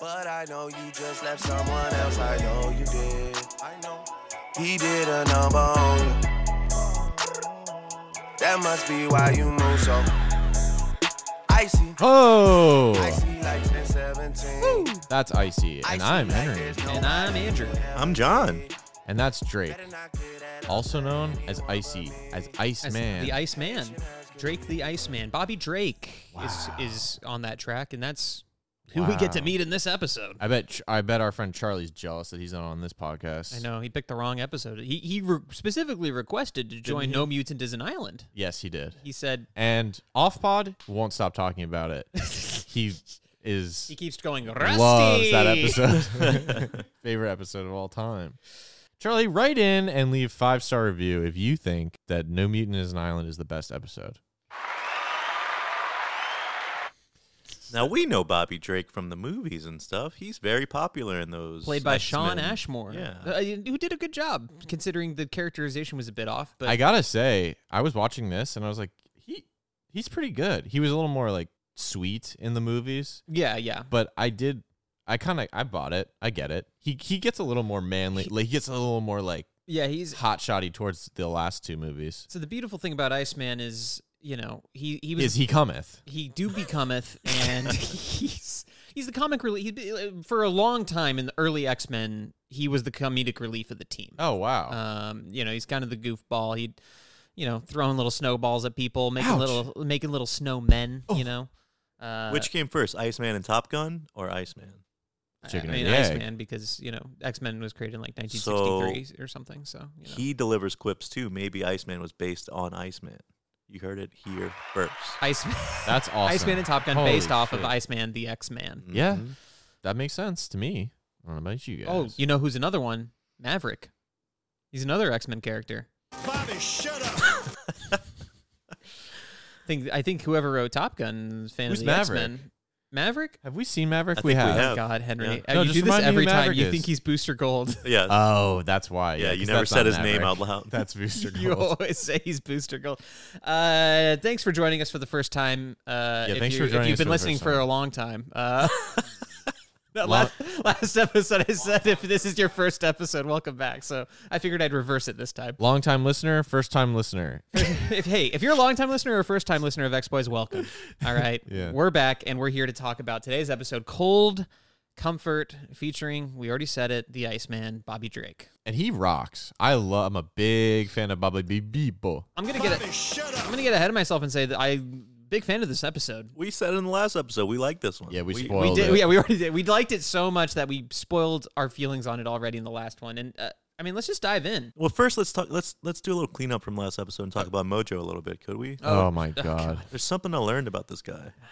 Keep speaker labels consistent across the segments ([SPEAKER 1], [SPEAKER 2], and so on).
[SPEAKER 1] But I know you just left someone else. I know you did. I know. He did a number on you. That must be why you move so icy.
[SPEAKER 2] Oh,
[SPEAKER 1] Icy like 10, 17.
[SPEAKER 2] that's icy, and I'm Henry,
[SPEAKER 3] And I'm Andrew.
[SPEAKER 4] I'm John.
[SPEAKER 2] and that's Drake, also known as Icy, as Ice
[SPEAKER 3] As
[SPEAKER 2] Man.
[SPEAKER 3] The Iceman. Drake the Iceman. Bobby Drake is is on that track, and that's who we get to
[SPEAKER 2] Wow.
[SPEAKER 3] meet in this episode.
[SPEAKER 2] I bet I bet our friend Charlie's jealous that he's not on this podcast.
[SPEAKER 3] I know he picked the wrong episode. He he re- specifically requested to join No Mutant is an Island.
[SPEAKER 2] Yes, he did.
[SPEAKER 3] He said
[SPEAKER 2] And off pod won't stop talking about it. he is
[SPEAKER 3] he keeps going. Rusty.
[SPEAKER 2] loves that episode. Favorite episode of all time. Charlie, write in and leave five star review if you think that No Mutant is an Island is the best episode.
[SPEAKER 4] Now we know Bobby Drake from the movies and stuff. He's very popular in those.
[SPEAKER 3] Played by Sean
[SPEAKER 4] X-Men.
[SPEAKER 3] Ashmore,
[SPEAKER 4] Yeah.
[SPEAKER 3] Uh, who did a good job considering the characterization was a bit off. But
[SPEAKER 2] I gotta say, I was watching this and I was like, he he's pretty good. He was a little more like sweet in the movies,
[SPEAKER 3] yeah, yeah,
[SPEAKER 2] but I did I kind of I bought it. I get it. He he gets a little more manly. like he gets a little more like
[SPEAKER 3] yeah. He's
[SPEAKER 2] hot shotty towards the last two movies.
[SPEAKER 3] so the beautiful thing about Iceman is you know he he was
[SPEAKER 2] Is he cometh?
[SPEAKER 3] he do becometh and he's he's the comic relief he, uh, for a long time in the early x-men he was the comedic relief of the team
[SPEAKER 2] Oh wow.
[SPEAKER 3] um you know he's kind of the goofball he'd you know throwing little snowballs at people making
[SPEAKER 2] Ouch. Oh.
[SPEAKER 3] little making little snowmen you know uh
[SPEAKER 4] Which came first, Iceman and Top Gun or Iceman?
[SPEAKER 3] I-
[SPEAKER 2] Chicken
[SPEAKER 3] I
[SPEAKER 2] and
[SPEAKER 3] mean,
[SPEAKER 2] the egg.
[SPEAKER 3] Iceman, because you know X-Men was created in like 1963 or something. So you know.
[SPEAKER 4] He delivers quips too. Maybe Iceman was based on Iceman. You heard it here first.
[SPEAKER 3] Iceman,
[SPEAKER 2] That's awesome.
[SPEAKER 3] Iceman and Top Gun,
[SPEAKER 2] Holy
[SPEAKER 3] based off of
[SPEAKER 2] shit. Mm,
[SPEAKER 3] Iceman the X-Man.
[SPEAKER 2] Yeah.
[SPEAKER 4] Mhm.
[SPEAKER 2] That makes sense to me. I don't know about you guys.
[SPEAKER 3] Oh, you know who's another one? Maverick. He's another X-Men character.
[SPEAKER 5] Bobby, shut up.
[SPEAKER 3] think I think whoever wrote Top Gun is a fan
[SPEAKER 2] Who's
[SPEAKER 3] of the
[SPEAKER 2] Maverick?
[SPEAKER 3] X-Men. Maverick? Oh,
[SPEAKER 2] have we seen Maverick?
[SPEAKER 4] I
[SPEAKER 2] We
[SPEAKER 4] think we
[SPEAKER 2] have.
[SPEAKER 4] have.
[SPEAKER 3] God, Henry.
[SPEAKER 4] Yeah.
[SPEAKER 3] Uh,
[SPEAKER 2] No,
[SPEAKER 3] you
[SPEAKER 2] just
[SPEAKER 3] do this
[SPEAKER 2] remind me who
[SPEAKER 3] every time.
[SPEAKER 2] Maverick
[SPEAKER 3] You
[SPEAKER 2] is.
[SPEAKER 3] think he's Booster Gold.
[SPEAKER 4] Yeah.
[SPEAKER 2] Oh, that's why.
[SPEAKER 4] Yeah, you
[SPEAKER 2] 'cause
[SPEAKER 4] never
[SPEAKER 2] that's
[SPEAKER 4] said
[SPEAKER 2] not
[SPEAKER 4] his name
[SPEAKER 2] Maverick.
[SPEAKER 4] out loud.
[SPEAKER 2] That's Booster Gold.
[SPEAKER 3] you always say he's Booster Gold. Uh, thanks for joining us for the first time. Uh,
[SPEAKER 2] Yeah,
[SPEAKER 3] if
[SPEAKER 2] thanks
[SPEAKER 3] you-
[SPEAKER 2] for joining
[SPEAKER 3] If
[SPEAKER 2] us for
[SPEAKER 3] you've been
[SPEAKER 2] the
[SPEAKER 3] listening
[SPEAKER 2] first
[SPEAKER 3] for
[SPEAKER 2] time.
[SPEAKER 3] a long time. Uh, that
[SPEAKER 2] Lo-
[SPEAKER 3] last, last episode, I said if this is your first episode, welcome back. So I figured I'd reverse it this time.
[SPEAKER 2] Long time listener, first time listener.
[SPEAKER 3] if hey, if you're a longtime listener or a first time listener of X Boys, welcome. All right.
[SPEAKER 2] Yeah.
[SPEAKER 3] We're back and we're here to talk about today's episode Cold Comfort featuring, we already said it, the Iceman, Bobby Drake.
[SPEAKER 2] And he rocks. I love I'm a big fan of Bobby Bibo.
[SPEAKER 3] I'm gonna get
[SPEAKER 5] Bobby,
[SPEAKER 3] a,
[SPEAKER 5] shut
[SPEAKER 3] I'm
[SPEAKER 5] up.
[SPEAKER 3] gonna get ahead of myself and say that I'm big fan of this episode.
[SPEAKER 4] We said in the last episode we like this one.
[SPEAKER 2] Yeah, we
[SPEAKER 3] We
[SPEAKER 2] spoiled
[SPEAKER 3] did
[SPEAKER 2] it.
[SPEAKER 3] yeah, we already did. We liked it so much that we spoiled our feelings on it already in the last one. And uh, I mean let's just dive in.
[SPEAKER 4] Well, first let's talk. Let's let's do a little cleanup from last episode and
[SPEAKER 2] Uh,
[SPEAKER 4] talk about Mojo a little bit, could we?
[SPEAKER 2] Oh, my god.
[SPEAKER 4] There's something I learned about this guy.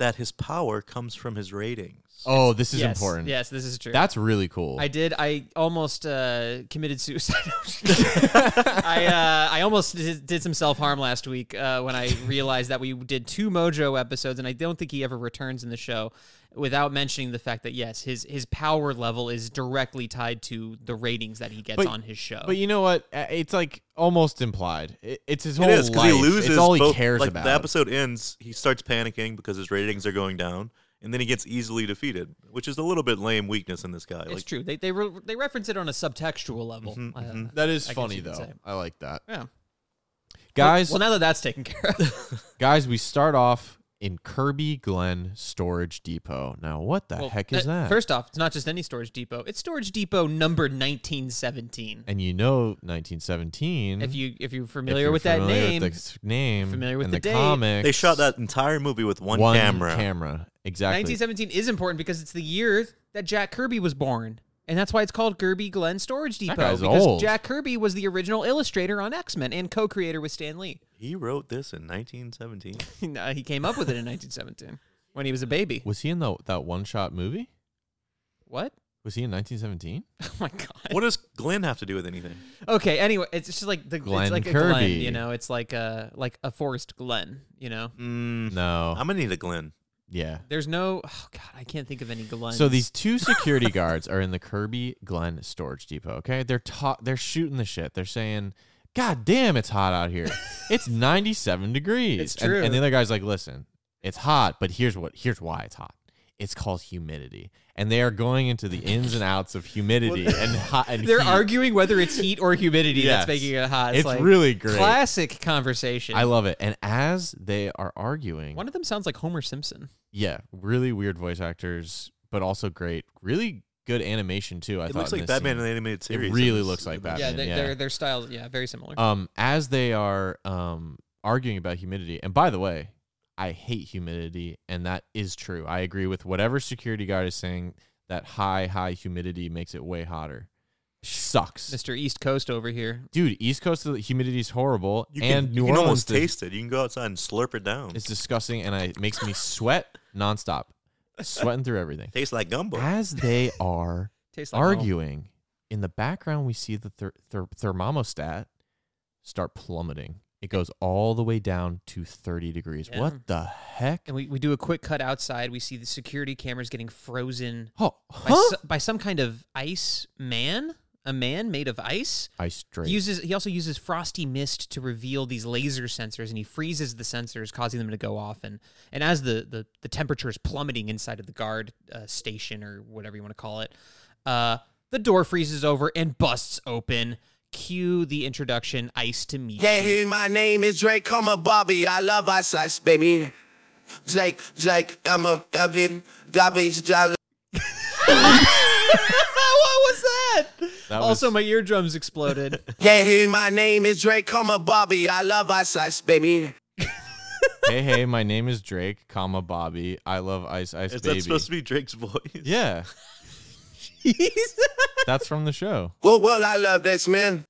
[SPEAKER 4] That his power comes from his ratings.
[SPEAKER 2] Oh, this is
[SPEAKER 3] yes,
[SPEAKER 2] important.
[SPEAKER 3] Yes, this is true.
[SPEAKER 2] That's really cool.
[SPEAKER 3] I did. I almost uh, committed suicide. I uh, I almost did, did some self harm last week uh, when I realized that we did two Mojo episodes, and I don't think he ever returns in the show without mentioning the fact that yes, his his power level is directly tied to the ratings that he gets
[SPEAKER 2] But-
[SPEAKER 3] on his show.
[SPEAKER 2] but you know what? Uh, It's like almost implied. It- It's his whole
[SPEAKER 4] it is because
[SPEAKER 2] life.
[SPEAKER 4] he loses.
[SPEAKER 2] it's all he
[SPEAKER 4] both-
[SPEAKER 2] cares
[SPEAKER 4] like,
[SPEAKER 2] about.
[SPEAKER 4] The episode ends. He starts panicking because his ratings are going down, and then he gets easily defeated, which is a little bit lame weakness in this guy.
[SPEAKER 3] it's
[SPEAKER 4] Like,
[SPEAKER 3] true. They they re- they reference it on a subtextual level.
[SPEAKER 2] Mm-hmm,
[SPEAKER 3] Uh,
[SPEAKER 2] that is
[SPEAKER 3] I guess
[SPEAKER 2] funny
[SPEAKER 3] you could
[SPEAKER 2] though.
[SPEAKER 3] say.
[SPEAKER 2] I like that.
[SPEAKER 3] Yeah.
[SPEAKER 2] Guys,
[SPEAKER 3] Well, now that that's taken care of.
[SPEAKER 2] guys, we start off in Kirby Glen Storage Depot. Now, what the
[SPEAKER 3] Well,
[SPEAKER 2] heck is
[SPEAKER 3] uh,
[SPEAKER 2] that?
[SPEAKER 3] First off, it's not just any storage depot. It's storage depot number 1917.
[SPEAKER 2] and you know 1917
[SPEAKER 3] If you if you're
[SPEAKER 2] Mm-hmm. if
[SPEAKER 3] familiar
[SPEAKER 2] you're
[SPEAKER 3] with that
[SPEAKER 2] familiar
[SPEAKER 3] name,
[SPEAKER 2] with the s- name
[SPEAKER 3] familiar with
[SPEAKER 2] and
[SPEAKER 3] the
[SPEAKER 2] the,
[SPEAKER 3] date.
[SPEAKER 2] comics
[SPEAKER 4] They shot that entire movie with one,
[SPEAKER 2] one
[SPEAKER 4] camera.
[SPEAKER 2] exactly
[SPEAKER 3] 1917 is important because it's the year that Jack Kirby was born. And that's why it's called Kirby Glen Storage Depot.
[SPEAKER 2] guy's
[SPEAKER 3] because
[SPEAKER 2] old.
[SPEAKER 3] Jack Kirby was the original illustrator on X Men and co creator with Stan Lee.
[SPEAKER 4] He wrote this in 1917.
[SPEAKER 3] No, he came up with it in 1917 when he was a baby.
[SPEAKER 2] was he in the, that one shot movie
[SPEAKER 3] What?
[SPEAKER 2] was he in 1917
[SPEAKER 3] Oh my God.
[SPEAKER 4] what does Glenn have to do with anything?
[SPEAKER 3] Okay, anyway, it's just like the it's
[SPEAKER 2] Glen
[SPEAKER 3] like a Glen,
[SPEAKER 2] Kirby.
[SPEAKER 3] you know, it's like a like a forest Glen, you know.
[SPEAKER 4] Mm,
[SPEAKER 2] no
[SPEAKER 4] I'm gonna need a Glenn.
[SPEAKER 2] yeah
[SPEAKER 3] There's no oh God, I can't think of any Glens.
[SPEAKER 2] so these two security guards are in the Kirby Glen storage depot. Okay, they're ta- they're shooting the shit. They're saying, "God damn, it's hot out here. It's 97 degrees."
[SPEAKER 3] It's
[SPEAKER 2] And-
[SPEAKER 3] true.
[SPEAKER 2] and the other guy's like, "Listen, it's hot, but here's what here's why it's hot. It's called humidity, and they are going into the ins and outs of humidity and hot. And
[SPEAKER 3] They're
[SPEAKER 2] heat.
[SPEAKER 3] arguing whether it's heat or humidity
[SPEAKER 2] Yes.
[SPEAKER 3] that's making it hot. It's,
[SPEAKER 2] It's
[SPEAKER 3] like
[SPEAKER 2] really great.
[SPEAKER 3] Classic conversation.
[SPEAKER 2] I love it. And as they are arguing,
[SPEAKER 3] One of them sounds like Homer Simpson.
[SPEAKER 2] yeah, really weird voice actors, but also great, really good animation too. I
[SPEAKER 4] It
[SPEAKER 2] thought
[SPEAKER 4] looks
[SPEAKER 2] in
[SPEAKER 4] like
[SPEAKER 2] this
[SPEAKER 4] Batman
[SPEAKER 2] scene.
[SPEAKER 4] in the animated series.
[SPEAKER 2] really
[SPEAKER 4] It's-
[SPEAKER 2] looks like Batman.
[SPEAKER 3] yeah,
[SPEAKER 2] mean,
[SPEAKER 3] they,
[SPEAKER 2] yeah.
[SPEAKER 3] their their styles, yeah, very similar.
[SPEAKER 2] um, as they are um, arguing about humidity, and by the way, I hate humidity, and that is true. I agree with whatever security guard is saying that high, high humidity makes it way hotter. Sucks.
[SPEAKER 3] Mr. East Coast over here.
[SPEAKER 2] Dude, East Coast humidity is horrible,
[SPEAKER 4] You can,
[SPEAKER 2] and New
[SPEAKER 4] you can
[SPEAKER 2] Orleans
[SPEAKER 4] almost
[SPEAKER 2] is-
[SPEAKER 4] taste it. You can go outside and slurp it down.
[SPEAKER 2] It's disgusting, and I, it makes me sweat nonstop, sweating through everything.
[SPEAKER 4] tastes like gumbo.
[SPEAKER 2] As they are
[SPEAKER 3] Tastes like home.
[SPEAKER 2] arguing, in the background we see the ther- ther- thermostat start plummeting. It goes all the way down to 30 degrees.
[SPEAKER 3] Yeah.
[SPEAKER 2] What the heck?
[SPEAKER 3] And we, we do a quick cut outside. We see the security cameras getting frozen
[SPEAKER 2] Oh,
[SPEAKER 3] by,
[SPEAKER 2] huh?
[SPEAKER 3] so- by some kind of ice man, a man made of ice.
[SPEAKER 2] I straight.
[SPEAKER 3] He uses he also uses frosty mist to reveal these laser sensors, and he freezes the sensors, causing them to go off. And and as the the, the temperature is plummeting inside of the guard uh, station or whatever you want to call it, uh, the door freezes over and busts open. Cue the introduction, ice to meet.
[SPEAKER 1] Yeah,
[SPEAKER 3] you.
[SPEAKER 1] hey, my name is Drake. I'm a Bobby. I love ice ice, baby. Drake, Drake, I'm a Bobby. Bobby's driving.
[SPEAKER 3] what was that?
[SPEAKER 2] That
[SPEAKER 3] also,
[SPEAKER 2] was-
[SPEAKER 3] my eardrums exploded.
[SPEAKER 1] Yeah, hey, my name is Drake. I'm a Bobby. I love ice ice, baby.
[SPEAKER 2] hey, hey, my name is Drake, comma Bobby. I love Ice Ice
[SPEAKER 4] Is
[SPEAKER 2] Baby.
[SPEAKER 4] that supposed to be Drake's voice?
[SPEAKER 2] yeah,
[SPEAKER 3] Jesus.
[SPEAKER 2] that's from the show.
[SPEAKER 1] Well, well, I love this, man.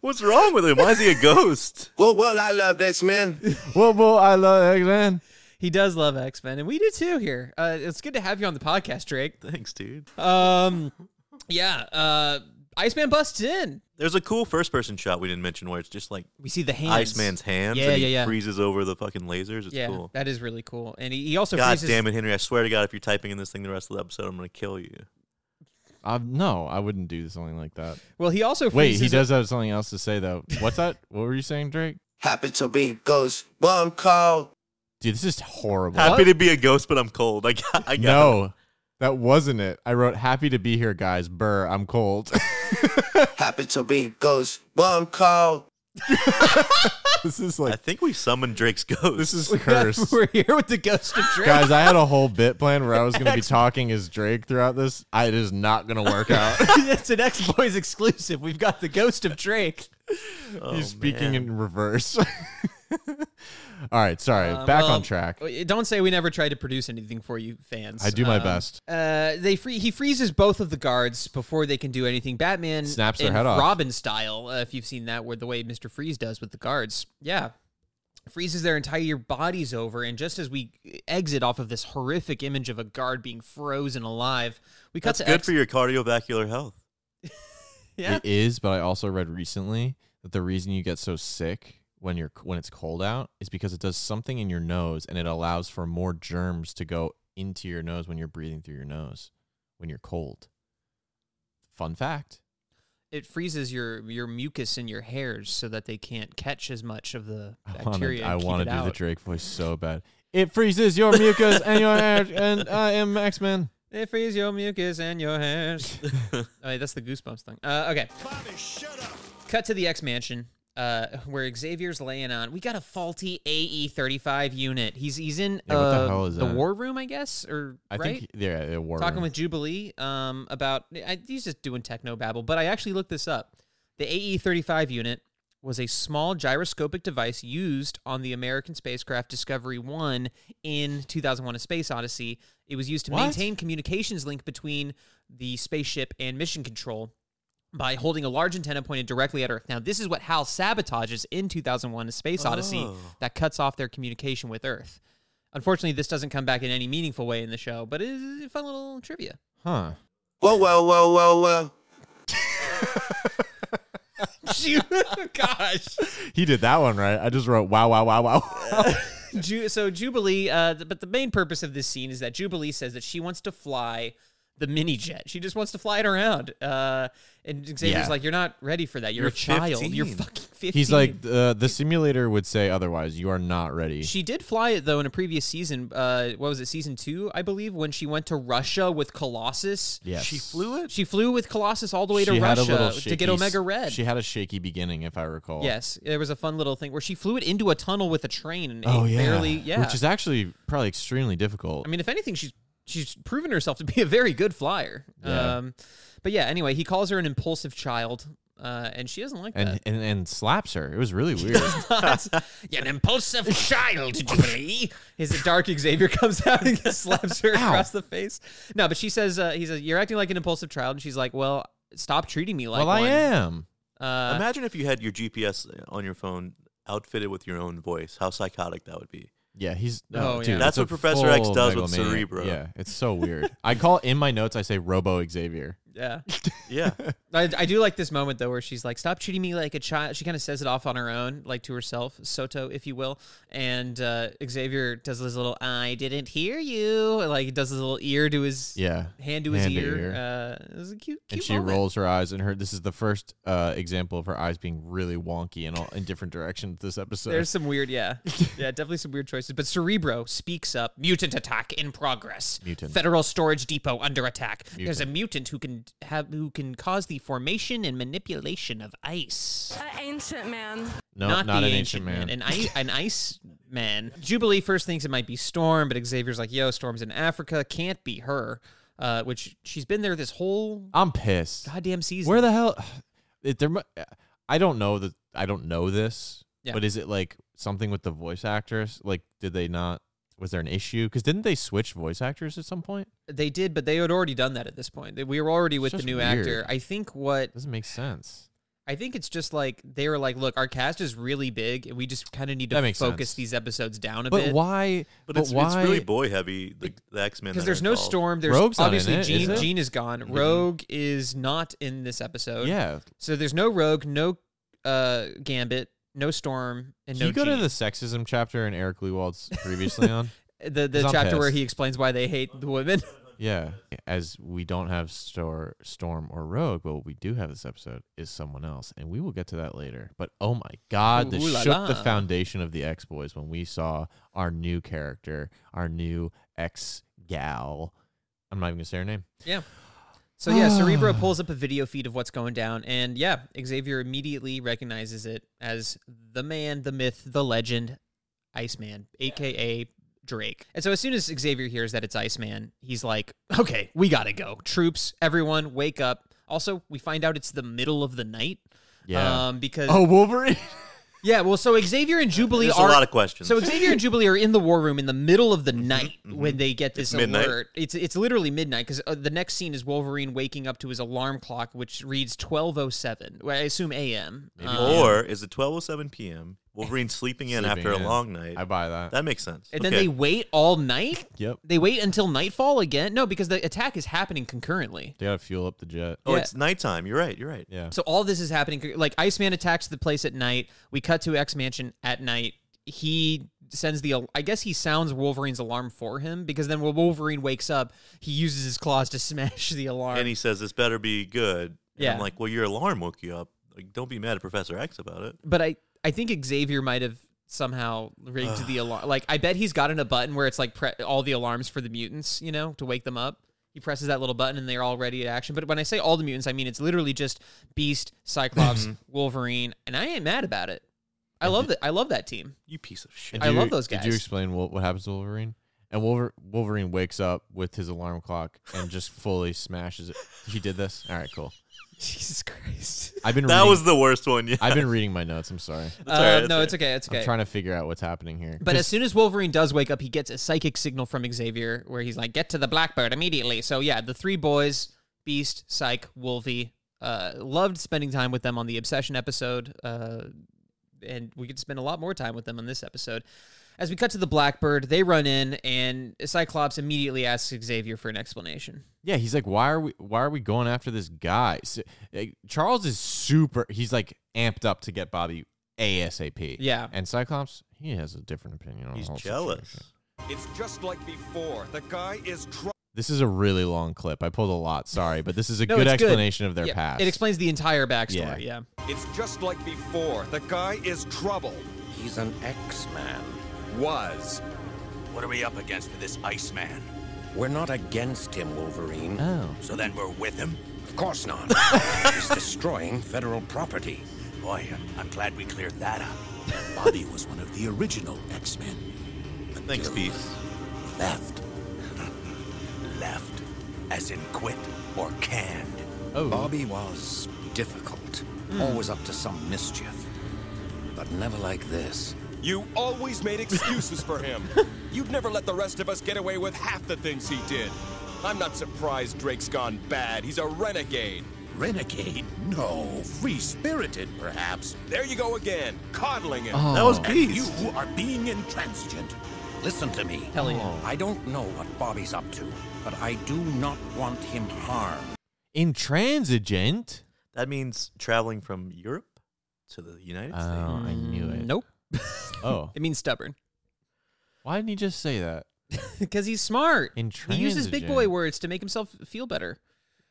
[SPEAKER 4] What's wrong with him? Why is he a ghost?
[SPEAKER 1] Well, well, I love this, man.
[SPEAKER 2] Whoa, whoa, I love X-Men.
[SPEAKER 3] He does love X Men, and we do too here. Uh, it's good to have you on the podcast, Drake.
[SPEAKER 4] Thanks, dude.
[SPEAKER 3] Um, yeah. Uh, Iceman busts in.
[SPEAKER 4] There's a cool first person shot we didn't mention where it's just like
[SPEAKER 3] We see the hands.
[SPEAKER 4] Iceman's hands
[SPEAKER 3] Yeah,
[SPEAKER 4] and he
[SPEAKER 3] yeah, yeah.
[SPEAKER 4] freezes over the fucking lasers. It's
[SPEAKER 3] Yeah,
[SPEAKER 4] cool.
[SPEAKER 3] that is really cool. And he, he also
[SPEAKER 4] God
[SPEAKER 3] freezes.
[SPEAKER 4] damn it, Henry. I swear to God, if you're typing in this thing the rest of the episode, I'm going to kill you.
[SPEAKER 2] Uh, no, I wouldn't do something like that.
[SPEAKER 3] Well, he also
[SPEAKER 2] Wait,
[SPEAKER 3] freezes.
[SPEAKER 2] he does have something else to say though. What's that? what were you saying, Drake?
[SPEAKER 1] Happy to be ghost. One call.
[SPEAKER 2] Dude, this is horrible.
[SPEAKER 4] Happy to be a ghost, but I'm cold. I got, I got it.
[SPEAKER 2] no, that wasn't it. I wrote "Happy to be here, guys." Burr, I'm cold.
[SPEAKER 1] Happy to be ghost. One call.
[SPEAKER 2] this is
[SPEAKER 4] I
[SPEAKER 2] like
[SPEAKER 4] think we summoned Drake's ghost.
[SPEAKER 2] this is
[SPEAKER 3] curse.
[SPEAKER 2] cursed.
[SPEAKER 3] We're here with the ghost of Drake.
[SPEAKER 2] Guys, I had a whole bit plan where I was going to be talking as Drake throughout this. I, it is not going to work out.
[SPEAKER 3] it's an X Boys exclusive. We've got the ghost of Drake.
[SPEAKER 4] Oh,
[SPEAKER 2] He's speaking
[SPEAKER 4] man.
[SPEAKER 2] in reverse. All right, sorry.
[SPEAKER 3] Uh,
[SPEAKER 2] Back
[SPEAKER 3] well,
[SPEAKER 2] on track.
[SPEAKER 3] Don't say we never tried to produce anything for you, fans.
[SPEAKER 2] I do my
[SPEAKER 3] Um,
[SPEAKER 2] best.
[SPEAKER 3] Uh, they free he freezes both of the guards before they can do anything. Batman
[SPEAKER 2] Snaps their
[SPEAKER 3] in
[SPEAKER 2] head off.
[SPEAKER 3] Robin style, uh, if you've seen that, where the way Mister Freeze does with the guards, yeah, freezes their entire bodies over. And just as we exit off of this horrific image of a guard being frozen alive, we cut
[SPEAKER 4] That's
[SPEAKER 3] to
[SPEAKER 4] good
[SPEAKER 3] X-
[SPEAKER 4] for your cardiovascular health.
[SPEAKER 3] yeah.
[SPEAKER 2] It is, but I also read recently that the reason you get so sick when you're when it's cold out is because it does something in your nose and it allows for more germs to go into your nose when you're breathing through your nose when you're cold. Fun fact.
[SPEAKER 3] It freezes your your mucus in your hairs so that they can't catch as much of the
[SPEAKER 2] I wanna-
[SPEAKER 3] bacteria.
[SPEAKER 2] I
[SPEAKER 3] want to
[SPEAKER 2] do the Drake voice so bad. It freezes your mucus and your hair, and I am X Men.
[SPEAKER 3] They freeze your mucus and your hairs. oh, wait, that's the goosebumps thing. Uh, okay.
[SPEAKER 5] Bobby, shut up.
[SPEAKER 3] Cut to the X Mansion, uh, where Xavier's laying on. We got a faulty AE thirty five unit. He's he's in
[SPEAKER 2] Yeah, what the
[SPEAKER 3] uh,
[SPEAKER 2] hell is that?
[SPEAKER 3] war room, I guess, or
[SPEAKER 2] I
[SPEAKER 3] right?
[SPEAKER 2] think yeah, it worked.
[SPEAKER 3] Talking with Jubilee um, about I, he's just doing techno babble. But I actually looked this up. The AE thirty five unit was a small gyroscopic device used on the American spacecraft Discovery One in two thousand one: A Space Odyssey. It was used to
[SPEAKER 2] What?
[SPEAKER 3] maintain communications link between the spaceship and mission control by holding a large antenna pointed directly at Earth. Now, this is what HAL sabotages in 2001 A Space Odyssey
[SPEAKER 4] Oh.
[SPEAKER 3] that cuts off their communication with Earth. Unfortunately, this doesn't come back in any meaningful way in the show, but it is a fun little trivia.
[SPEAKER 2] huh?
[SPEAKER 1] Whoa, whoa, whoa, whoa, whoa.
[SPEAKER 3] Ju- Gosh.
[SPEAKER 2] He did that one right. I just wrote wow, wow, wow, wow.
[SPEAKER 3] Ju- so, Jubilee, uh, th- but the main purpose of this scene is that Jubilee says that she wants to fly the mini jet. She just wants to fly it around. Uh, and Xavier's
[SPEAKER 2] Yeah.
[SPEAKER 3] like, "You're not ready for that. You're,
[SPEAKER 4] You're
[SPEAKER 3] a child. You're
[SPEAKER 4] 15."
[SPEAKER 3] fucking 15.
[SPEAKER 2] He's like uh, the simulator would say otherwise. You are not ready.
[SPEAKER 3] She did fly it though in a previous season. Uh, what was it? Season two, I believe, when she went to Russia with Colossus.
[SPEAKER 2] yes.
[SPEAKER 4] She flew it.
[SPEAKER 3] She flew with Colossus all the way to
[SPEAKER 2] She had a little
[SPEAKER 3] Russia to get
[SPEAKER 2] shaky s-
[SPEAKER 3] Omega Red.
[SPEAKER 2] She had a shaky beginning, if I recall.
[SPEAKER 3] yes, there was a fun little thing where she flew it into a tunnel with a train and
[SPEAKER 2] Oh
[SPEAKER 3] it
[SPEAKER 2] yeah.
[SPEAKER 3] barely. Yeah,
[SPEAKER 2] Which is actually probably extremely difficult.
[SPEAKER 3] I mean, if anything, she's she's proven herself to be a very good flyer.
[SPEAKER 2] Yeah.
[SPEAKER 3] Um, but yeah, anyway, he calls her an impulsive child, uh, and she doesn't like
[SPEAKER 2] and,
[SPEAKER 3] that.
[SPEAKER 2] and and slaps her. It was really weird.
[SPEAKER 3] You're an impulsive child, Jubilee. His dark Xavier comes out and slaps her across the face. No, but she says, uh, he says, you're acting like an impulsive child. And she's like, well, stop treating me like
[SPEAKER 2] well,
[SPEAKER 3] one.
[SPEAKER 2] I am.
[SPEAKER 3] Uh,
[SPEAKER 4] Imagine if you had your GPS on your phone outfitted with your own voice. How psychotic that would be.
[SPEAKER 2] Yeah, he's.
[SPEAKER 3] Oh,
[SPEAKER 2] Oh,
[SPEAKER 3] yeah.
[SPEAKER 2] dude,
[SPEAKER 4] That's
[SPEAKER 2] it's a
[SPEAKER 4] what Professor X
[SPEAKER 2] full
[SPEAKER 4] does with
[SPEAKER 2] megalomaniac.
[SPEAKER 4] Cerebro.
[SPEAKER 2] Yeah, it's so weird. I call in my notes. I say Robo Xavier.
[SPEAKER 3] yeah.
[SPEAKER 4] Yeah.
[SPEAKER 3] I, I do like this moment though, where she's like, "Stop treating me like a child." She kind of says it off on her own, like to herself, Soto, if you will. And uh, Xavier does his little "I didn't hear you," like he does his little ear to his
[SPEAKER 2] Yeah,
[SPEAKER 3] hand to his
[SPEAKER 2] Hand to
[SPEAKER 3] ear.
[SPEAKER 2] ear.
[SPEAKER 3] Uh, it was a cute, cute
[SPEAKER 2] and she
[SPEAKER 3] moment.
[SPEAKER 2] rolls her eyes, and her. This is the first uh, example of her eyes being really wonky and all in different directions this episode.
[SPEAKER 3] There's some weird, yeah, yeah, definitely some weird choices. But Cerebro speaks up. Mutant attack in progress.
[SPEAKER 2] Mutant.
[SPEAKER 3] Federal storage depot under attack. There's a mutant who can have who can cause the formation and manipulation of ice.
[SPEAKER 6] An ancient man.
[SPEAKER 2] no,
[SPEAKER 3] not, the
[SPEAKER 2] an
[SPEAKER 3] ancient, man, an, I- an ice man. Jubilee first thinks it might be Storm, but Xavier's like, "Yo, Storm's in Africa, can't be her." Uh, which she's been there this whole
[SPEAKER 2] I'm pissed.
[SPEAKER 3] goddamn season.
[SPEAKER 2] Where the hell? It, there, mu- I don't know that. I don't know this.
[SPEAKER 3] Yeah.
[SPEAKER 2] But is it like something with the voice actress? Like, did they not? Was there an issue? Because didn't they switch voice actors at some point?
[SPEAKER 3] they did, but they had already done that at this point. They- We were already with the
[SPEAKER 2] just
[SPEAKER 3] new
[SPEAKER 2] weird.
[SPEAKER 3] actor. I think what
[SPEAKER 2] Doesn't make sense.
[SPEAKER 3] I think it's just like they were like, "Look, our cast is really big, and we just kind of need to
[SPEAKER 2] That makes
[SPEAKER 3] focus
[SPEAKER 2] sense.
[SPEAKER 3] these episodes down a
[SPEAKER 2] But
[SPEAKER 3] bit."
[SPEAKER 2] why?
[SPEAKER 4] But,
[SPEAKER 2] But,
[SPEAKER 4] it's,
[SPEAKER 2] why?
[SPEAKER 4] it's really boy heavy. The, the X Men.
[SPEAKER 3] Because there's no storm. There's
[SPEAKER 2] Rogue's not in
[SPEAKER 3] obviously
[SPEAKER 2] it, is
[SPEAKER 3] Jean.
[SPEAKER 2] it?
[SPEAKER 3] Jean is gone.
[SPEAKER 2] Mm-hmm.
[SPEAKER 3] Rogue is not in this episode.
[SPEAKER 2] yeah.
[SPEAKER 3] So there's no Rogue, no uh, Gambit, no Storm, and
[SPEAKER 2] Can
[SPEAKER 3] no.
[SPEAKER 2] you go to
[SPEAKER 3] Jean.
[SPEAKER 2] the sexism chapter in Eric Lewald's previously on?
[SPEAKER 3] the the
[SPEAKER 2] 'Cause I'm
[SPEAKER 3] chapter where
[SPEAKER 2] pissed.
[SPEAKER 3] he explains why they hate the women.
[SPEAKER 2] Yeah. As we don't have Stor- Storm or Rogue, but what we do have this episode is someone else, and we will get to that later. But oh my God, this
[SPEAKER 3] Ooh la
[SPEAKER 2] shook the
[SPEAKER 3] la.
[SPEAKER 2] foundation of the X Boys when we saw our new character, our new ex gal. I'm not even gonna say her name.
[SPEAKER 3] yeah. So yeah, Cerebro pulls up a video feed of what's going down, and yeah, Xavier immediately recognizes it as the man, the myth, the legend, Iceman, aka Drake. And so as soon as Xavier hears that it's Iceman, he's like, "Okay, we gotta go. Troops, everyone, wake up." Also, we find out it's the middle of the night.
[SPEAKER 2] Yeah.
[SPEAKER 3] Um, because
[SPEAKER 2] oh, Uh, Wolverine.
[SPEAKER 3] yeah, well, so Xavier and Jubilee
[SPEAKER 4] There's
[SPEAKER 3] are
[SPEAKER 4] a lot of questions.
[SPEAKER 3] So Xavier and Jubilee are in the war room in the middle of the night when they get this
[SPEAKER 4] Mm-hmm. midnight.
[SPEAKER 3] alert. It's it's literally midnight because uh, the next scene is Wolverine waking up to his alarm clock, which reads twelve oh seven. I assume a.m. Uh,
[SPEAKER 4] or is it 12:07 p.m. Wolverine sleeping in
[SPEAKER 2] Sleeping
[SPEAKER 4] after
[SPEAKER 2] in.
[SPEAKER 4] a long night?
[SPEAKER 2] I buy that.
[SPEAKER 4] that makes sense.
[SPEAKER 3] and then
[SPEAKER 4] Okay.
[SPEAKER 3] they wait all night.
[SPEAKER 2] Yep.
[SPEAKER 3] They wait until nightfall again. No, because the attack is happening concurrently.
[SPEAKER 2] They gotta fuel up the jet.
[SPEAKER 4] Oh,
[SPEAKER 3] Yeah.
[SPEAKER 4] it's nighttime. You're right. You're right.
[SPEAKER 2] Yeah.
[SPEAKER 3] So all this is happening. Like Iceman attacks the place at night. We cut to X Mansion at night. He sends the. al- I guess he sounds Wolverine's alarm for him because then when Wolverine wakes up, he uses his claws to smash the alarm.
[SPEAKER 4] And he says this better be good. And
[SPEAKER 3] Yeah.
[SPEAKER 4] I'm like, well, your alarm woke you up. Like, don't be mad at Professor X about it.
[SPEAKER 3] but I, I think Xavier might have somehow rigged the alarm. Like I bet he's gotten a button where it's like pre- all the alarms for the mutants, you know, to wake them up. He presses that little button and they're all ready to action. But when I say all the mutants, I mean it's literally just Beast, Cyclops,
[SPEAKER 4] Mm-hmm.
[SPEAKER 3] Wolverine, and I ain't mad about it. I love that. I love that team.
[SPEAKER 4] You piece of shit.
[SPEAKER 2] And
[SPEAKER 3] I
[SPEAKER 2] do you-
[SPEAKER 3] love those
[SPEAKER 2] Did you
[SPEAKER 3] guys.
[SPEAKER 2] explain what, what happens to Wolverine? And Wolver- Wolverine wakes up with his alarm clock and just fully smashes it. He did this. All right, cool.
[SPEAKER 3] Jesus Christ.
[SPEAKER 2] I've been
[SPEAKER 4] That
[SPEAKER 2] reading,
[SPEAKER 4] was the worst one. Yeah.
[SPEAKER 2] I've been reading my notes. I'm sorry.
[SPEAKER 4] all right,
[SPEAKER 3] Uh,
[SPEAKER 4] that's
[SPEAKER 3] no,
[SPEAKER 4] all
[SPEAKER 3] it's okay. It's okay.
[SPEAKER 2] I'm trying to figure out what's happening here.
[SPEAKER 3] but as soon as Wolverine does wake up, he gets a psychic signal from Xavier where he's like, get to the Blackbird immediately. So, yeah, the three boys, Beast, Psych, Wolvie, uh, loved spending time with them on the Obsession episode. Uh, and we could spend a lot more time with them on this episode. As we cut to the Blackbird, they run in, and Cyclops immediately asks Xavier for an explanation.
[SPEAKER 2] yeah, he's like, "Why are we? Why are we going after this guy?" So, uh, Charles is super. He's like amped up to get Bobby ASAP.
[SPEAKER 3] Yeah.
[SPEAKER 2] And Cyclops, he has a different opinion on the
[SPEAKER 4] He's
[SPEAKER 2] whole
[SPEAKER 4] jealous.
[SPEAKER 2] situation.
[SPEAKER 5] It's just like before. The guy is trying.
[SPEAKER 2] This is a really long clip. I pulled a lot. Sorry, but this is a
[SPEAKER 3] No,
[SPEAKER 2] good
[SPEAKER 3] it's
[SPEAKER 2] explanation of their
[SPEAKER 3] Yeah,
[SPEAKER 2] past.
[SPEAKER 3] It explains the entire backstory. Yeah.
[SPEAKER 6] It's just like before. The guy is trouble.
[SPEAKER 7] He's an X-Man.
[SPEAKER 6] Was.
[SPEAKER 5] What are we up against with this Iceman?
[SPEAKER 7] We're not against him, Wolverine.
[SPEAKER 2] Oh,
[SPEAKER 5] So then we're with him?
[SPEAKER 7] Of course not. He's destroying federal property.
[SPEAKER 5] Boy, I'm glad we cleared that up. Bobby was one of the original X-Men.
[SPEAKER 4] Thanks, Pete.
[SPEAKER 5] Left. Left. As in quit or canned.
[SPEAKER 2] oh, Hmm.
[SPEAKER 7] Bobby was difficult, always up to some mischief, but never like this.
[SPEAKER 6] You always made excuses for him. You'd never let the rest of us get away with half the things he did. I'm not surprised Drake's gone bad. He's a renegade.
[SPEAKER 7] Renegade? No. Free spirited, perhaps.
[SPEAKER 6] There you go again, coddling him.
[SPEAKER 4] That was Pete.
[SPEAKER 7] You are being intransigent. Listen to me.
[SPEAKER 3] Hell yeah.
[SPEAKER 7] I don't know what Bobby's up to, but I do not want him harmed.
[SPEAKER 2] intransigent.
[SPEAKER 4] That means traveling from Europe to the United
[SPEAKER 2] Oh,
[SPEAKER 3] Mm.
[SPEAKER 2] I knew it.
[SPEAKER 3] Nope.
[SPEAKER 2] Oh,
[SPEAKER 3] It means stubborn
[SPEAKER 2] why didn't he just say that?
[SPEAKER 3] because he's smart. He uses big boy
[SPEAKER 2] Intransigent.
[SPEAKER 3] words to make himself feel better.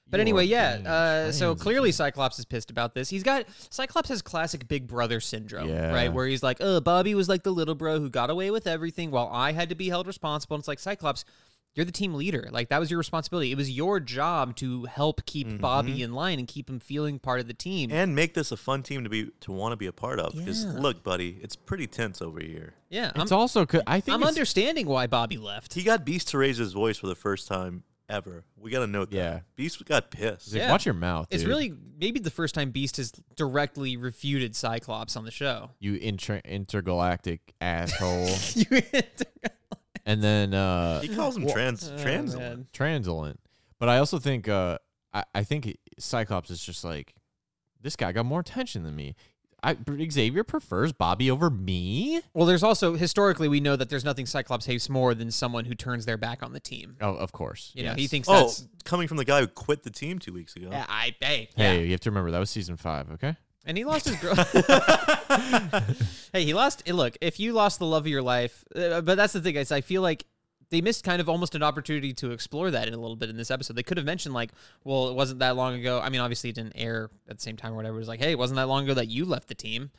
[SPEAKER 3] But
[SPEAKER 2] You
[SPEAKER 3] anyway,
[SPEAKER 2] are
[SPEAKER 3] yeah.
[SPEAKER 2] being
[SPEAKER 3] Uh, so clearly,
[SPEAKER 2] intransigent.
[SPEAKER 3] Cyclops is pissed about this. He's got Cyclops has classic Big Brother syndrome,
[SPEAKER 2] Yeah.
[SPEAKER 3] right? Where he's like, "Oh, Bobby was like the little bro who got away with everything, while I had to be held responsible." And it's like Cyclops, you're the team leader. Like that was your responsibility. It was your job to help keep
[SPEAKER 2] Mm-hmm.
[SPEAKER 3] Bobby in line and keep him feeling part of the team.
[SPEAKER 4] and make this a fun team to be to want to be a part of. Because
[SPEAKER 3] Yeah.
[SPEAKER 4] look, buddy, it's pretty tense over here.
[SPEAKER 3] yeah, I'm,
[SPEAKER 2] It's also co- I think
[SPEAKER 3] I'm
[SPEAKER 2] it's-
[SPEAKER 3] understanding why Bobby left.
[SPEAKER 4] He got Beast to raise his voice for the first time ever. We gotta note that.
[SPEAKER 2] Yeah.
[SPEAKER 4] Beast got pissed.
[SPEAKER 2] He's like,
[SPEAKER 3] Yeah.
[SPEAKER 2] Watch your mouth.
[SPEAKER 3] It's
[SPEAKER 2] dude.
[SPEAKER 3] really maybe the first time Beast has directly refuted Cyclops on the show.
[SPEAKER 2] you inter- intergalactic asshole.
[SPEAKER 3] You-
[SPEAKER 2] and then uh,
[SPEAKER 4] He calls him trans trans.
[SPEAKER 3] oh, man.
[SPEAKER 2] Transilent. But I also think uh, I, I think Cyclops is just like this guy got more attention than me. I, Xavier prefers Bobby over me.
[SPEAKER 3] well, there's also historically we know that there's nothing Cyclops hates more than someone who turns their back on the team.
[SPEAKER 2] Oh, of course.
[SPEAKER 3] You know,
[SPEAKER 2] yes.
[SPEAKER 3] he thinks
[SPEAKER 4] Oh,
[SPEAKER 3] that's
[SPEAKER 4] coming from the guy who quit the team two weeks ago.
[SPEAKER 3] yeah, I hey,
[SPEAKER 2] Hey,
[SPEAKER 3] yeah.
[SPEAKER 2] you have to remember that was season five. Okay.
[SPEAKER 3] And he lost his girl. hey, he lost. eh, Look, if you lost the love of your life, uh, but that's the thing is, I feel like they missed kind of almost an opportunity to explore that in a little bit in this episode. They could have mentioned like, well, it wasn't that long ago. I mean, obviously it didn't air at the same time or whatever. It was like, hey, it wasn't that long ago that you left the team.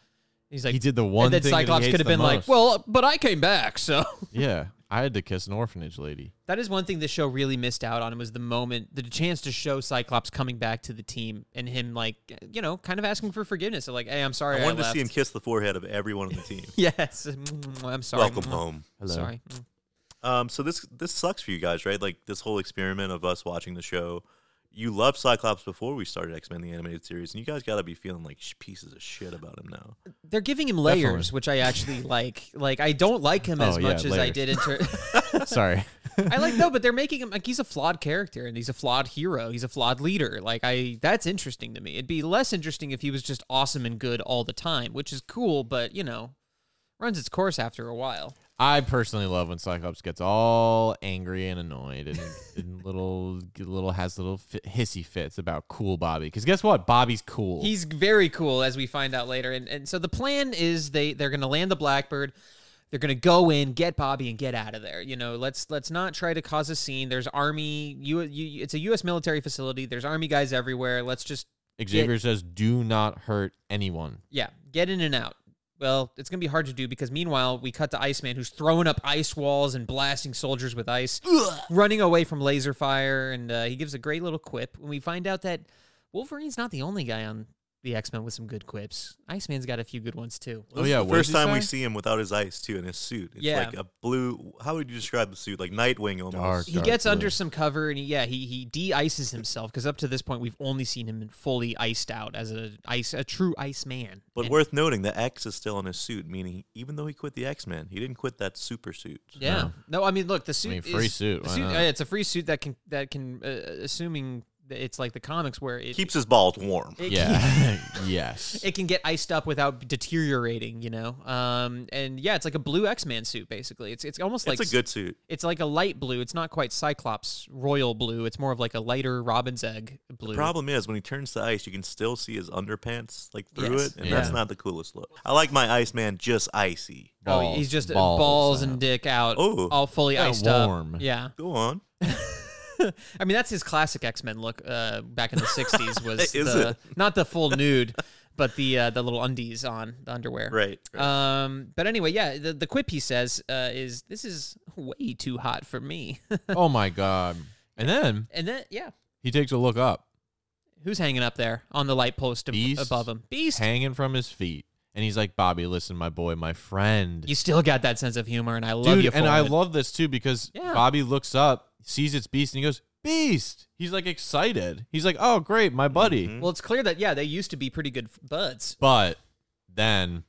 [SPEAKER 3] He's like,
[SPEAKER 2] He did the one
[SPEAKER 3] And then
[SPEAKER 2] thing that he
[SPEAKER 3] Cyclops
[SPEAKER 2] hates
[SPEAKER 3] could have
[SPEAKER 2] the
[SPEAKER 3] been like,
[SPEAKER 2] most.
[SPEAKER 3] well, but I came back, so.
[SPEAKER 2] Yeah, I had to kiss an orphanage lady.
[SPEAKER 3] That is one thing the show really missed out on was the moment, the chance to show Cyclops coming back to the team and him like, you know, kind of asking for forgiveness. So like, hey, I'm sorry.
[SPEAKER 4] I
[SPEAKER 3] I
[SPEAKER 4] wanted to see him
[SPEAKER 3] left."
[SPEAKER 4] kiss the forehead of everyone on the team.
[SPEAKER 3] Yes, I'm sorry.
[SPEAKER 4] Welcome home.
[SPEAKER 2] Hello.
[SPEAKER 3] Sorry.
[SPEAKER 4] Um, so this this sucks for you guys, right? Like this whole experiment of us watching the show. You loved Cyclops before we started X Men the animated series, and you guys gotta be feeling like sh- pieces of shit about him now.
[SPEAKER 3] They're giving him layers,
[SPEAKER 2] Definitely.
[SPEAKER 3] which I actually like. Like I don't like him as
[SPEAKER 2] Oh, yeah,
[SPEAKER 3] much as I
[SPEAKER 2] layers.
[SPEAKER 3] did in ter-
[SPEAKER 2] Sorry.
[SPEAKER 3] I like no, but they're making him like he's a flawed character and he's a flawed hero. He's a flawed leader. Like I that's interesting to me. It'd be less interesting if he was just awesome and good all the time, which is cool, but you know, runs its course after a while.
[SPEAKER 2] I personally love when Cyclops gets all angry and annoyed and, and little little has little fi- hissy fits about cool Bobby. Because guess what? Bobby's cool.
[SPEAKER 3] He's very cool, as we find out later. And and so the plan is they they're gonna land the Blackbird. They're gonna go in, get Bobby, and get out of there. You know, let's let's not try to cause a scene. There's army. You, you it's a U.S. military facility. There's army guys everywhere. Let's just
[SPEAKER 2] Xavier says, "Do not hurt anyone."
[SPEAKER 3] yeah, get in and out. Well, it's gonna be hard to do because meanwhile we cut to Iceman, who's throwing up ice walls and blasting soldiers with ice, running away from laser fire, and uh, he gives a great little quip. When we find out that Wolverine's not the only guy on the X Men with some good quips, Iceman's got a few good ones too.
[SPEAKER 2] oh yeah,
[SPEAKER 4] the
[SPEAKER 2] what does
[SPEAKER 4] first
[SPEAKER 2] he
[SPEAKER 4] time we
[SPEAKER 2] say?
[SPEAKER 4] see him without his ice too in his suit. It's
[SPEAKER 3] Yeah.
[SPEAKER 4] like a blue. How would you describe the suit? Like Nightwing almost.
[SPEAKER 2] Dark.
[SPEAKER 3] He gets
[SPEAKER 2] blue.
[SPEAKER 3] under some cover and he, yeah, he he de-ices himself because up to this point we've only seen him fully iced out as a ice a true ice man.
[SPEAKER 4] But worth noting, the X is still on his suit, meaning even though he quit the X Men, he didn't quit that super suit.
[SPEAKER 3] Yeah. No, I mean, look, the suit.
[SPEAKER 2] mean, free
[SPEAKER 3] is-
[SPEAKER 2] suit,
[SPEAKER 3] the
[SPEAKER 2] why not?
[SPEAKER 3] uh, it's a free suit that can that can uh, assuming that it's like the comics where it
[SPEAKER 4] Keeps his balls warm.
[SPEAKER 3] it can,
[SPEAKER 2] Yeah. yes.
[SPEAKER 3] it can get iced up without deteriorating, you know. Um, and yeah, it's like a blue X Man suit basically. It's it's almost like
[SPEAKER 4] it's a good suit.
[SPEAKER 3] It's like a light blue. It's not quite Cyclops royal blue. It's more of like a lighter Robin's egg blue.
[SPEAKER 4] Problem is, when he turns to ice, you can still see his underpants like through
[SPEAKER 3] Yes.
[SPEAKER 4] it, and
[SPEAKER 2] Yeah.
[SPEAKER 4] that's not the coolest look. I like my Iceman just icy.
[SPEAKER 3] oh, he's just balls,
[SPEAKER 2] Balls
[SPEAKER 3] and
[SPEAKER 2] out.
[SPEAKER 3] dick out,
[SPEAKER 4] Oh.
[SPEAKER 3] all fully
[SPEAKER 2] Yeah,
[SPEAKER 3] iced
[SPEAKER 2] warm.
[SPEAKER 3] up. Yeah,
[SPEAKER 4] Go on.
[SPEAKER 3] I mean, that's his classic X Men look uh, back in the '60s. Was
[SPEAKER 4] Is
[SPEAKER 3] the, not the full nude, but the uh, the little undies on the underwear.
[SPEAKER 4] Right,
[SPEAKER 3] Um. But anyway, yeah. The, the quip he says uh, is, "This is way too hot for me."
[SPEAKER 2] oh my god! And then
[SPEAKER 3] and then, yeah,
[SPEAKER 2] he takes a look up,
[SPEAKER 3] who's hanging up there on the light post ab-
[SPEAKER 2] Beast.
[SPEAKER 3] above him? Beast.
[SPEAKER 2] hanging from his feet, and he's like, "Bobby, listen, my boy, my friend,
[SPEAKER 3] you still got that sense of humor, and I love
[SPEAKER 2] dude."
[SPEAKER 3] you. For
[SPEAKER 2] and I
[SPEAKER 3] it.
[SPEAKER 2] love this too because
[SPEAKER 3] Yeah.
[SPEAKER 2] Bobby looks up, sees it's Beast, and he goes, "Beast!" He's like excited. He's like, "Oh, great, my buddy."
[SPEAKER 3] Well, it's clear that yeah, they used to be pretty good f- buds.
[SPEAKER 2] But then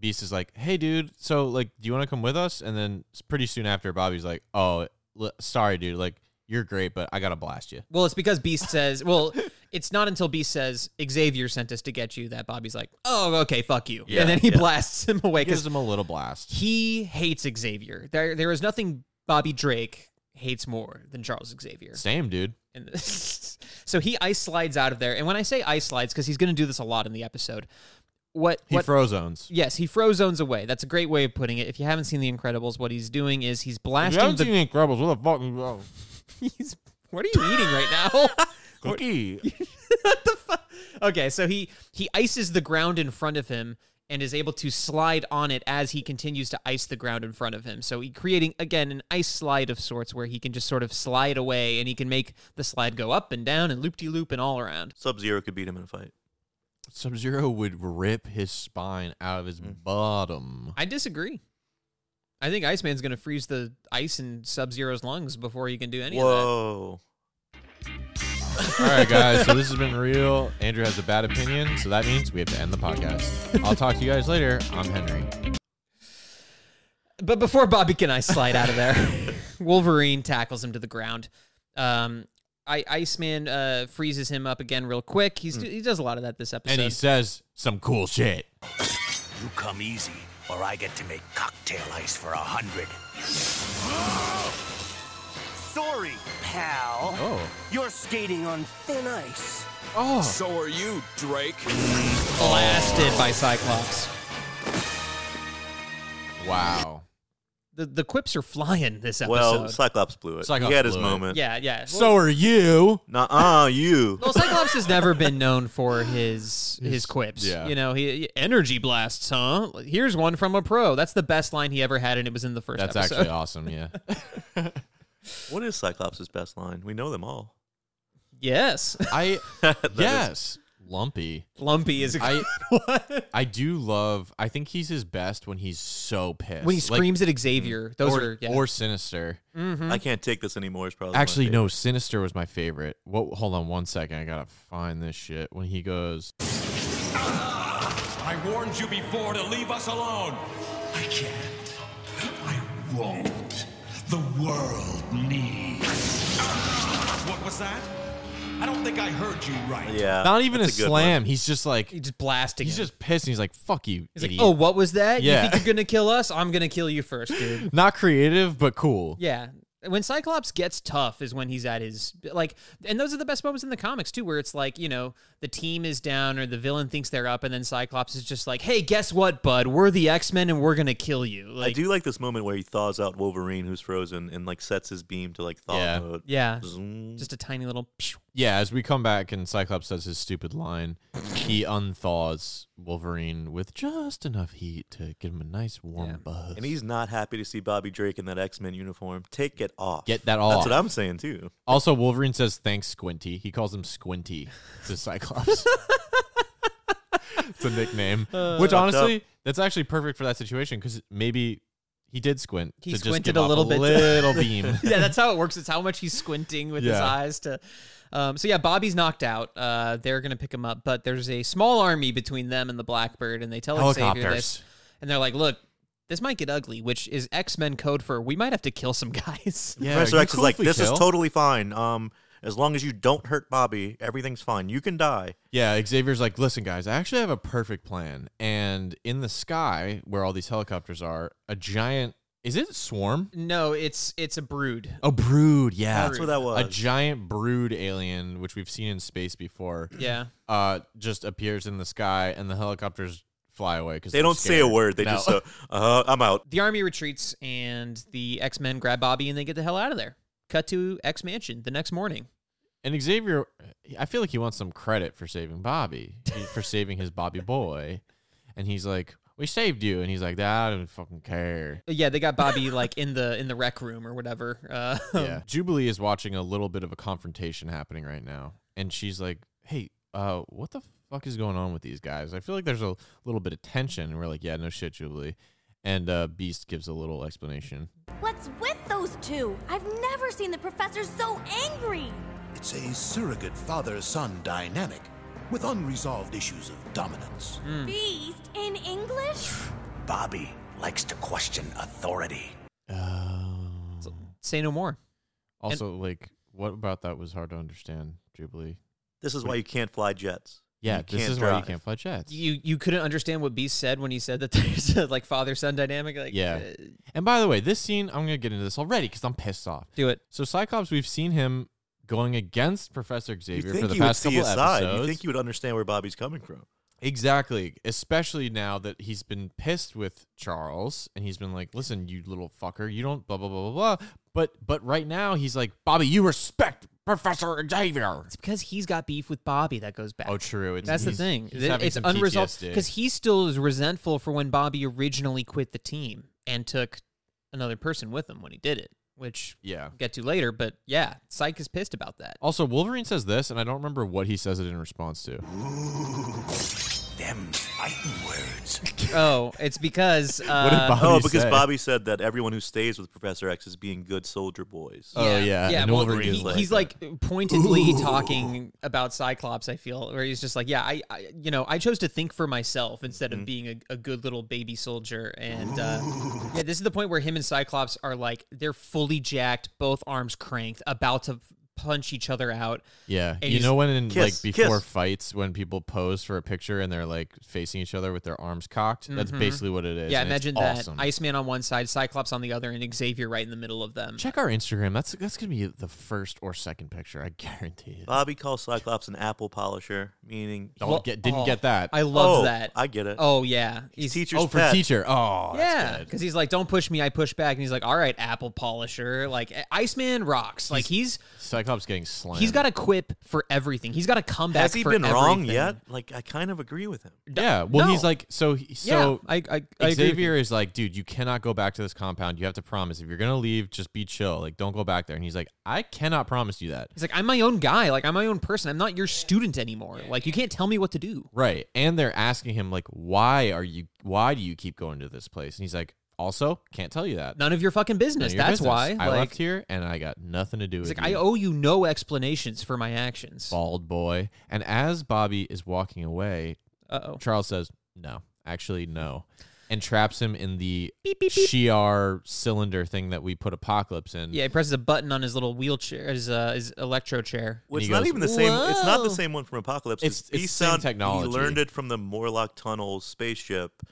[SPEAKER 2] Beast is like, "Hey, dude, so like, do you want to come with us?" And then s- pretty soon after, Bobby's like, "Oh, l- sorry, dude. Like, you're great, but I gotta blast you."
[SPEAKER 3] Well, it's because Beast says. Well, it's not until Beast says Xavier sent us to get you that Bobby's like, oh, okay, fuck you,
[SPEAKER 2] Yeah,
[SPEAKER 3] and then he
[SPEAKER 2] yeah.
[SPEAKER 3] blasts him away
[SPEAKER 2] Gives
[SPEAKER 3] because
[SPEAKER 2] him a little blast.
[SPEAKER 3] he hates Xavier. There, there is nothing Bobby Drake hates more than Charles Xavier.
[SPEAKER 2] Same, dude.
[SPEAKER 3] And so he ice slides out of there, and when I say ice slides, because he's going to do this a lot in the episode. What
[SPEAKER 2] He
[SPEAKER 3] what
[SPEAKER 2] froze owns.
[SPEAKER 3] Yes, he frozones away. That's a great way of putting it. If you haven't seen The Incredibles, what he's doing is he's
[SPEAKER 2] If
[SPEAKER 3] blasting
[SPEAKER 2] you haven't
[SPEAKER 3] the.
[SPEAKER 2] seen The Incredibles, what the fuck? is wrong?
[SPEAKER 3] he's, what are you eating right now?
[SPEAKER 2] Cookie.
[SPEAKER 3] okay, so he he ices the ground in front of him and is able to slide on it as he continues to ice the ground in front of him. So he creating again an ice slide of sorts where he can just sort of slide away and he can make the slide go up and down and loop de loop and all around.
[SPEAKER 4] Sub Zero could beat him in a fight.
[SPEAKER 2] Sub Zero would rip his spine out of his bottom.
[SPEAKER 3] I disagree. I think Iceman's going to freeze the ice in Sub Zero's lungs before he can do any of that.
[SPEAKER 4] Whoa.
[SPEAKER 2] All right, guys. So this has been real. Andrew has a bad opinion, so that means we have to end the podcast. I'll talk to you guys later. I'm Henry.
[SPEAKER 3] But before Bobby can I slide out of there, Wolverine tackles him to the ground. Um, I Iceman uh, freezes him up again real quick. He's he does a lot of that this episode.
[SPEAKER 2] And he says some cool shit.
[SPEAKER 5] You come easy, or I get to make cocktail ice for a hundred.
[SPEAKER 8] Sorry, pal.
[SPEAKER 2] Oh.
[SPEAKER 8] You're skating on thin ice.
[SPEAKER 6] So are you, Drake.
[SPEAKER 3] blasted by Cyclops.
[SPEAKER 2] Wow.
[SPEAKER 3] The the quips are flying this episode.
[SPEAKER 4] Well, Cyclops blew it.
[SPEAKER 2] Cyclops
[SPEAKER 4] he had his
[SPEAKER 2] blew it.
[SPEAKER 4] moment.
[SPEAKER 3] yeah, yeah.
[SPEAKER 2] So are you.
[SPEAKER 4] Nuh-uh, you.
[SPEAKER 3] Well, Cyclops has never been known for his his quips.
[SPEAKER 2] yeah.
[SPEAKER 3] You know, he energy blasts, huh? Here's one from a pro. That's the best line he ever had, and it was in the first
[SPEAKER 2] That's
[SPEAKER 3] episode.
[SPEAKER 2] actually awesome. Yeah.
[SPEAKER 4] What is Cyclops' best line? We know them all.
[SPEAKER 3] yes.
[SPEAKER 2] I
[SPEAKER 4] That is-
[SPEAKER 2] yes. Lumpy.
[SPEAKER 3] Lumpy is a
[SPEAKER 2] I
[SPEAKER 3] one.
[SPEAKER 2] I do love. I think he's his best when he's so pissed.
[SPEAKER 3] When he
[SPEAKER 2] Like-
[SPEAKER 3] screams at Xavier, those
[SPEAKER 2] or,
[SPEAKER 3] are mm, yeah.
[SPEAKER 2] or sinister.
[SPEAKER 3] Mm-hmm.
[SPEAKER 4] I can't take this anymore. Is probably my
[SPEAKER 2] Actually,
[SPEAKER 4] favorite.
[SPEAKER 2] no. Sinister was my favorite. What? Hold on one second. I gotta find this shit. When he goes,
[SPEAKER 6] I warned you before to leave us alone.
[SPEAKER 9] I can't. I won't. The world needs.
[SPEAKER 6] What was that?
[SPEAKER 9] I don't think I heard you right.
[SPEAKER 4] Yeah.
[SPEAKER 2] not even a
[SPEAKER 4] that's good
[SPEAKER 2] slam. He's just like
[SPEAKER 3] he just blasting.
[SPEAKER 2] he's
[SPEAKER 3] him.
[SPEAKER 2] just pissed. And he's like, "Fuck you,
[SPEAKER 3] He's like,
[SPEAKER 2] idiot."
[SPEAKER 3] oh, what was that?
[SPEAKER 2] Yeah.
[SPEAKER 3] You think you're gonna kill us? I'm gonna kill you first, dude.
[SPEAKER 2] not creative, but cool.
[SPEAKER 3] yeah. When Cyclops gets tough is when he's at his like, and those are the best moments in the comics too, where it's like you know the team is down or the villain thinks they're up, and then Cyclops is just like, hey, guess what, bud? We're the X Men and we're gonna kill you.
[SPEAKER 4] I
[SPEAKER 3] Like,
[SPEAKER 4] do like this moment where he thaws out Wolverine, who's frozen, and like sets his beam to like thaw
[SPEAKER 2] Yeah.
[SPEAKER 4] mode.
[SPEAKER 3] Yeah,
[SPEAKER 4] Zoom.
[SPEAKER 3] just a tiny little. pshh.
[SPEAKER 2] Yeah, as we come back and Cyclops says his stupid line, he unthaws Wolverine with just enough heat to give him a nice warm buzz.
[SPEAKER 4] And he's not happy to see Bobby Drake in that X Men uniform. Take it off.
[SPEAKER 2] Get that off.
[SPEAKER 4] That's what I'm saying too.
[SPEAKER 2] also, Wolverine says thanks, Squinty. He calls him Squinty to Cyclops. it's a nickname,
[SPEAKER 3] Uh,
[SPEAKER 2] which
[SPEAKER 4] Fucked up.
[SPEAKER 2] honestly, that's actually perfect for that situation because maybe he did squint.
[SPEAKER 3] He
[SPEAKER 2] to just
[SPEAKER 3] squinted
[SPEAKER 2] give
[SPEAKER 3] a
[SPEAKER 2] off
[SPEAKER 3] little bit to-
[SPEAKER 2] little beam.
[SPEAKER 3] yeah, that's how it works. It's how much he's squinting with his
[SPEAKER 2] Yeah.
[SPEAKER 3] eyes to. Um, so yeah, Bobby's knocked out. Uh, they're gonna pick him up, but there's a small army between them and the Blackbird, and they tell Xavier this,
[SPEAKER 2] Helicopters.
[SPEAKER 3] and they're like, "Look, this might get ugly," which is X Men code for we might have to kill some guys.
[SPEAKER 2] Yeah,
[SPEAKER 4] Professor
[SPEAKER 2] you
[SPEAKER 4] X is
[SPEAKER 2] cool
[SPEAKER 4] like,
[SPEAKER 2] if we
[SPEAKER 4] this
[SPEAKER 2] kill."
[SPEAKER 4] is totally fine. Um, as long as you don't hurt Bobby, everything's fine. You can die.
[SPEAKER 2] Yeah, Xavier's like, listen, guys, I actually have a perfect plan. And in the sky, where all these helicopters are, a giant is it swarm?
[SPEAKER 3] No, it's it's a brood.
[SPEAKER 2] A brood, yeah.
[SPEAKER 4] That's what that was.
[SPEAKER 2] A giant brood alien, which we've seen in space before,
[SPEAKER 3] Yeah,
[SPEAKER 2] uh, just appears in the sky and the helicopters fly away because
[SPEAKER 4] They don't say a word. They just uh, uh, I'm out.
[SPEAKER 3] the army retreats, and the X Men grab Bobby, and they get the hell out of there. Cut to X Mansion the next morning.
[SPEAKER 2] And Xavier, I feel like he wants some credit for saving Bobby, he- for saving his Bobby boy. And he's like, "We saved you," and he's like, "I don't fucking care."
[SPEAKER 3] Uh, Yeah, they got Bobby like in the in the rec room or whatever. Uh,
[SPEAKER 2] Yeah, Jubilee is watching a little bit of a confrontation happening right now, and she's like, "Hey, uh, what the fuck is going on with these guys? I feel like there's a little bit of tension." And we're like, "Yeah, no shit, Jubilee." And uh, Beast gives a little explanation.
[SPEAKER 10] What's with those two? I've never seen the professor so angry.
[SPEAKER 5] It's a surrogate father son dynamic with unresolved issues of dominance.
[SPEAKER 10] Beast in English?
[SPEAKER 5] Bobby likes to question authority.
[SPEAKER 4] Oh.
[SPEAKER 3] Say no more.
[SPEAKER 2] Also, like, what about that was hard to understand, Jubilee?
[SPEAKER 4] This is why you can't fly jets.
[SPEAKER 2] Yeah,
[SPEAKER 4] You
[SPEAKER 2] this
[SPEAKER 4] can't
[SPEAKER 2] is why you
[SPEAKER 4] drive.
[SPEAKER 2] can't fly jets.
[SPEAKER 3] You you couldn't understand what Beast said when he said that there's a like father son dynamic. Like
[SPEAKER 2] Yeah.
[SPEAKER 3] uh,
[SPEAKER 2] And by the way, this scene, I'm going to get into this already because I'm pissed off.
[SPEAKER 3] do it.
[SPEAKER 2] So, Cyclops, we've seen him going against Professor
[SPEAKER 4] You
[SPEAKER 2] Xavier
[SPEAKER 4] think
[SPEAKER 2] for the
[SPEAKER 4] you would
[SPEAKER 2] past
[SPEAKER 4] see
[SPEAKER 2] couple
[SPEAKER 4] his side.
[SPEAKER 2] episodes.
[SPEAKER 4] You think you would understand where Bobby's coming from.
[SPEAKER 2] exactly. Especially now that he's been pissed with Charles and he's been like, listen, you little fucker, you don't blah, blah, blah, blah, blah. But, but right now, he's like, Bobby, you respect Professor Xavier.
[SPEAKER 3] It's because he's got beef with Bobby that goes back.
[SPEAKER 2] Oh, true. It's,
[SPEAKER 3] That's the
[SPEAKER 2] he's-
[SPEAKER 3] thing.
[SPEAKER 2] he's
[SPEAKER 3] Th-
[SPEAKER 2] having
[SPEAKER 3] it's
[SPEAKER 2] some
[SPEAKER 3] unresolved
[SPEAKER 2] PTSD.
[SPEAKER 3] because he still is resentful for when Bobby originally quit the team and took another person with him when he did it, which
[SPEAKER 2] Yeah.
[SPEAKER 3] we'll get to later. But yeah, Psyche is pissed about that.
[SPEAKER 2] Also, Wolverine says this, and I don't remember what he says it in response to.
[SPEAKER 5] Them fighting words.
[SPEAKER 3] oh, it's because
[SPEAKER 2] What did
[SPEAKER 3] uh,
[SPEAKER 2] Bobby
[SPEAKER 4] Oh, because
[SPEAKER 2] say?
[SPEAKER 4] Bobby said that everyone who stays with Professor X is being good soldier boys.
[SPEAKER 2] Oh, yeah, and
[SPEAKER 3] well,
[SPEAKER 2] Wolverine
[SPEAKER 3] he-
[SPEAKER 2] is like-
[SPEAKER 3] he's like pointedly talking about Cyclops. I feel where he's just like, yeah, I, I you know, I chose to think for myself instead
[SPEAKER 2] Mm-hmm.
[SPEAKER 3] of being a, a good little baby soldier. And uh, yeah, this is the point where him and Cyclops are like, they're fully jacked, both arms cranked, about to punch each other out.
[SPEAKER 2] Yeah,
[SPEAKER 3] And
[SPEAKER 2] you
[SPEAKER 3] he's-
[SPEAKER 2] know when in
[SPEAKER 4] Kiss,
[SPEAKER 2] like before
[SPEAKER 4] kiss.
[SPEAKER 2] fights when people pose for a picture and they're like facing each other with their arms cocked. That's basically what it is.
[SPEAKER 3] Mm-hmm. yeah,
[SPEAKER 2] and it's
[SPEAKER 3] imagine that
[SPEAKER 2] awesome.
[SPEAKER 3] Iceman on one side, Cyclops on the other, and Xavier right in the middle of them.
[SPEAKER 2] Check our Instagram. That's that's gonna be the first or second picture. I guarantee it.
[SPEAKER 4] Bobby calls Cyclops an apple polisher, meaning
[SPEAKER 2] Don't
[SPEAKER 3] Well,
[SPEAKER 2] get didn't
[SPEAKER 3] oh,
[SPEAKER 2] get that.
[SPEAKER 3] I love
[SPEAKER 4] Oh,
[SPEAKER 3] that.
[SPEAKER 4] I get it.
[SPEAKER 3] Oh yeah,
[SPEAKER 4] he's
[SPEAKER 3] he's
[SPEAKER 4] teacher's
[SPEAKER 2] oh for
[SPEAKER 4] pet.
[SPEAKER 2] teacher. Oh
[SPEAKER 3] Yeah, because he's like, "Don't push me, I push back," and he's like, "All right, apple polisher." Like I- Iceman rocks. Like he's
[SPEAKER 2] Cyclops getting slammed.
[SPEAKER 3] he's got a quip for everything. He's got a comeback.
[SPEAKER 4] Has he
[SPEAKER 3] for
[SPEAKER 4] been wrong
[SPEAKER 3] everything.
[SPEAKER 4] yet? Like I kind of agree with him.
[SPEAKER 2] yeah. Well,
[SPEAKER 3] No.
[SPEAKER 2] he's like so he- so.
[SPEAKER 3] yeah, I, I, I agree with
[SPEAKER 2] Xavier
[SPEAKER 3] you.
[SPEAKER 2] is like, dude, you cannot go back to this compound. You have to promise. If you're gonna leave, just be chill. Like, don't go back there. And he's like, I cannot promise you that.
[SPEAKER 3] He's like, "I'm my own guy. Like I'm my own person. I'm not your student anymore. Like you can't tell me what to do."
[SPEAKER 2] Right. And they're asking him like why are you why do you keep going to this place? And he's like, "Also, can't tell you that."
[SPEAKER 3] None of your fucking
[SPEAKER 2] None
[SPEAKER 3] business.
[SPEAKER 2] of your
[SPEAKER 3] That's
[SPEAKER 2] business.
[SPEAKER 3] why.
[SPEAKER 2] I
[SPEAKER 3] like,
[SPEAKER 2] left here and I got nothing to do
[SPEAKER 3] He's
[SPEAKER 2] with
[SPEAKER 3] like, "I
[SPEAKER 2] you,
[SPEAKER 3] owe you no explanations for my actions."
[SPEAKER 2] bald boy." And as Bobby is walking away,
[SPEAKER 3] Uh oh.
[SPEAKER 2] Charles says, "No, actually no." And traps him in the
[SPEAKER 3] Beep, beep, beep.
[SPEAKER 2] Shi'ar cylinder thing that we put Apocalypse in.
[SPEAKER 3] Yeah, he presses a button on his little wheelchair, his uh, his electro chair.
[SPEAKER 4] Well,
[SPEAKER 2] And
[SPEAKER 4] it's
[SPEAKER 2] he
[SPEAKER 4] not
[SPEAKER 2] goes,
[SPEAKER 4] even the same. It's not the
[SPEAKER 3] "Whoa."
[SPEAKER 4] same one from Apocalypse.
[SPEAKER 2] It's-
[SPEAKER 4] he
[SPEAKER 2] it's the same
[SPEAKER 4] sound-
[SPEAKER 2] technology.
[SPEAKER 4] He learned it from the Morlock tunnel spaceship,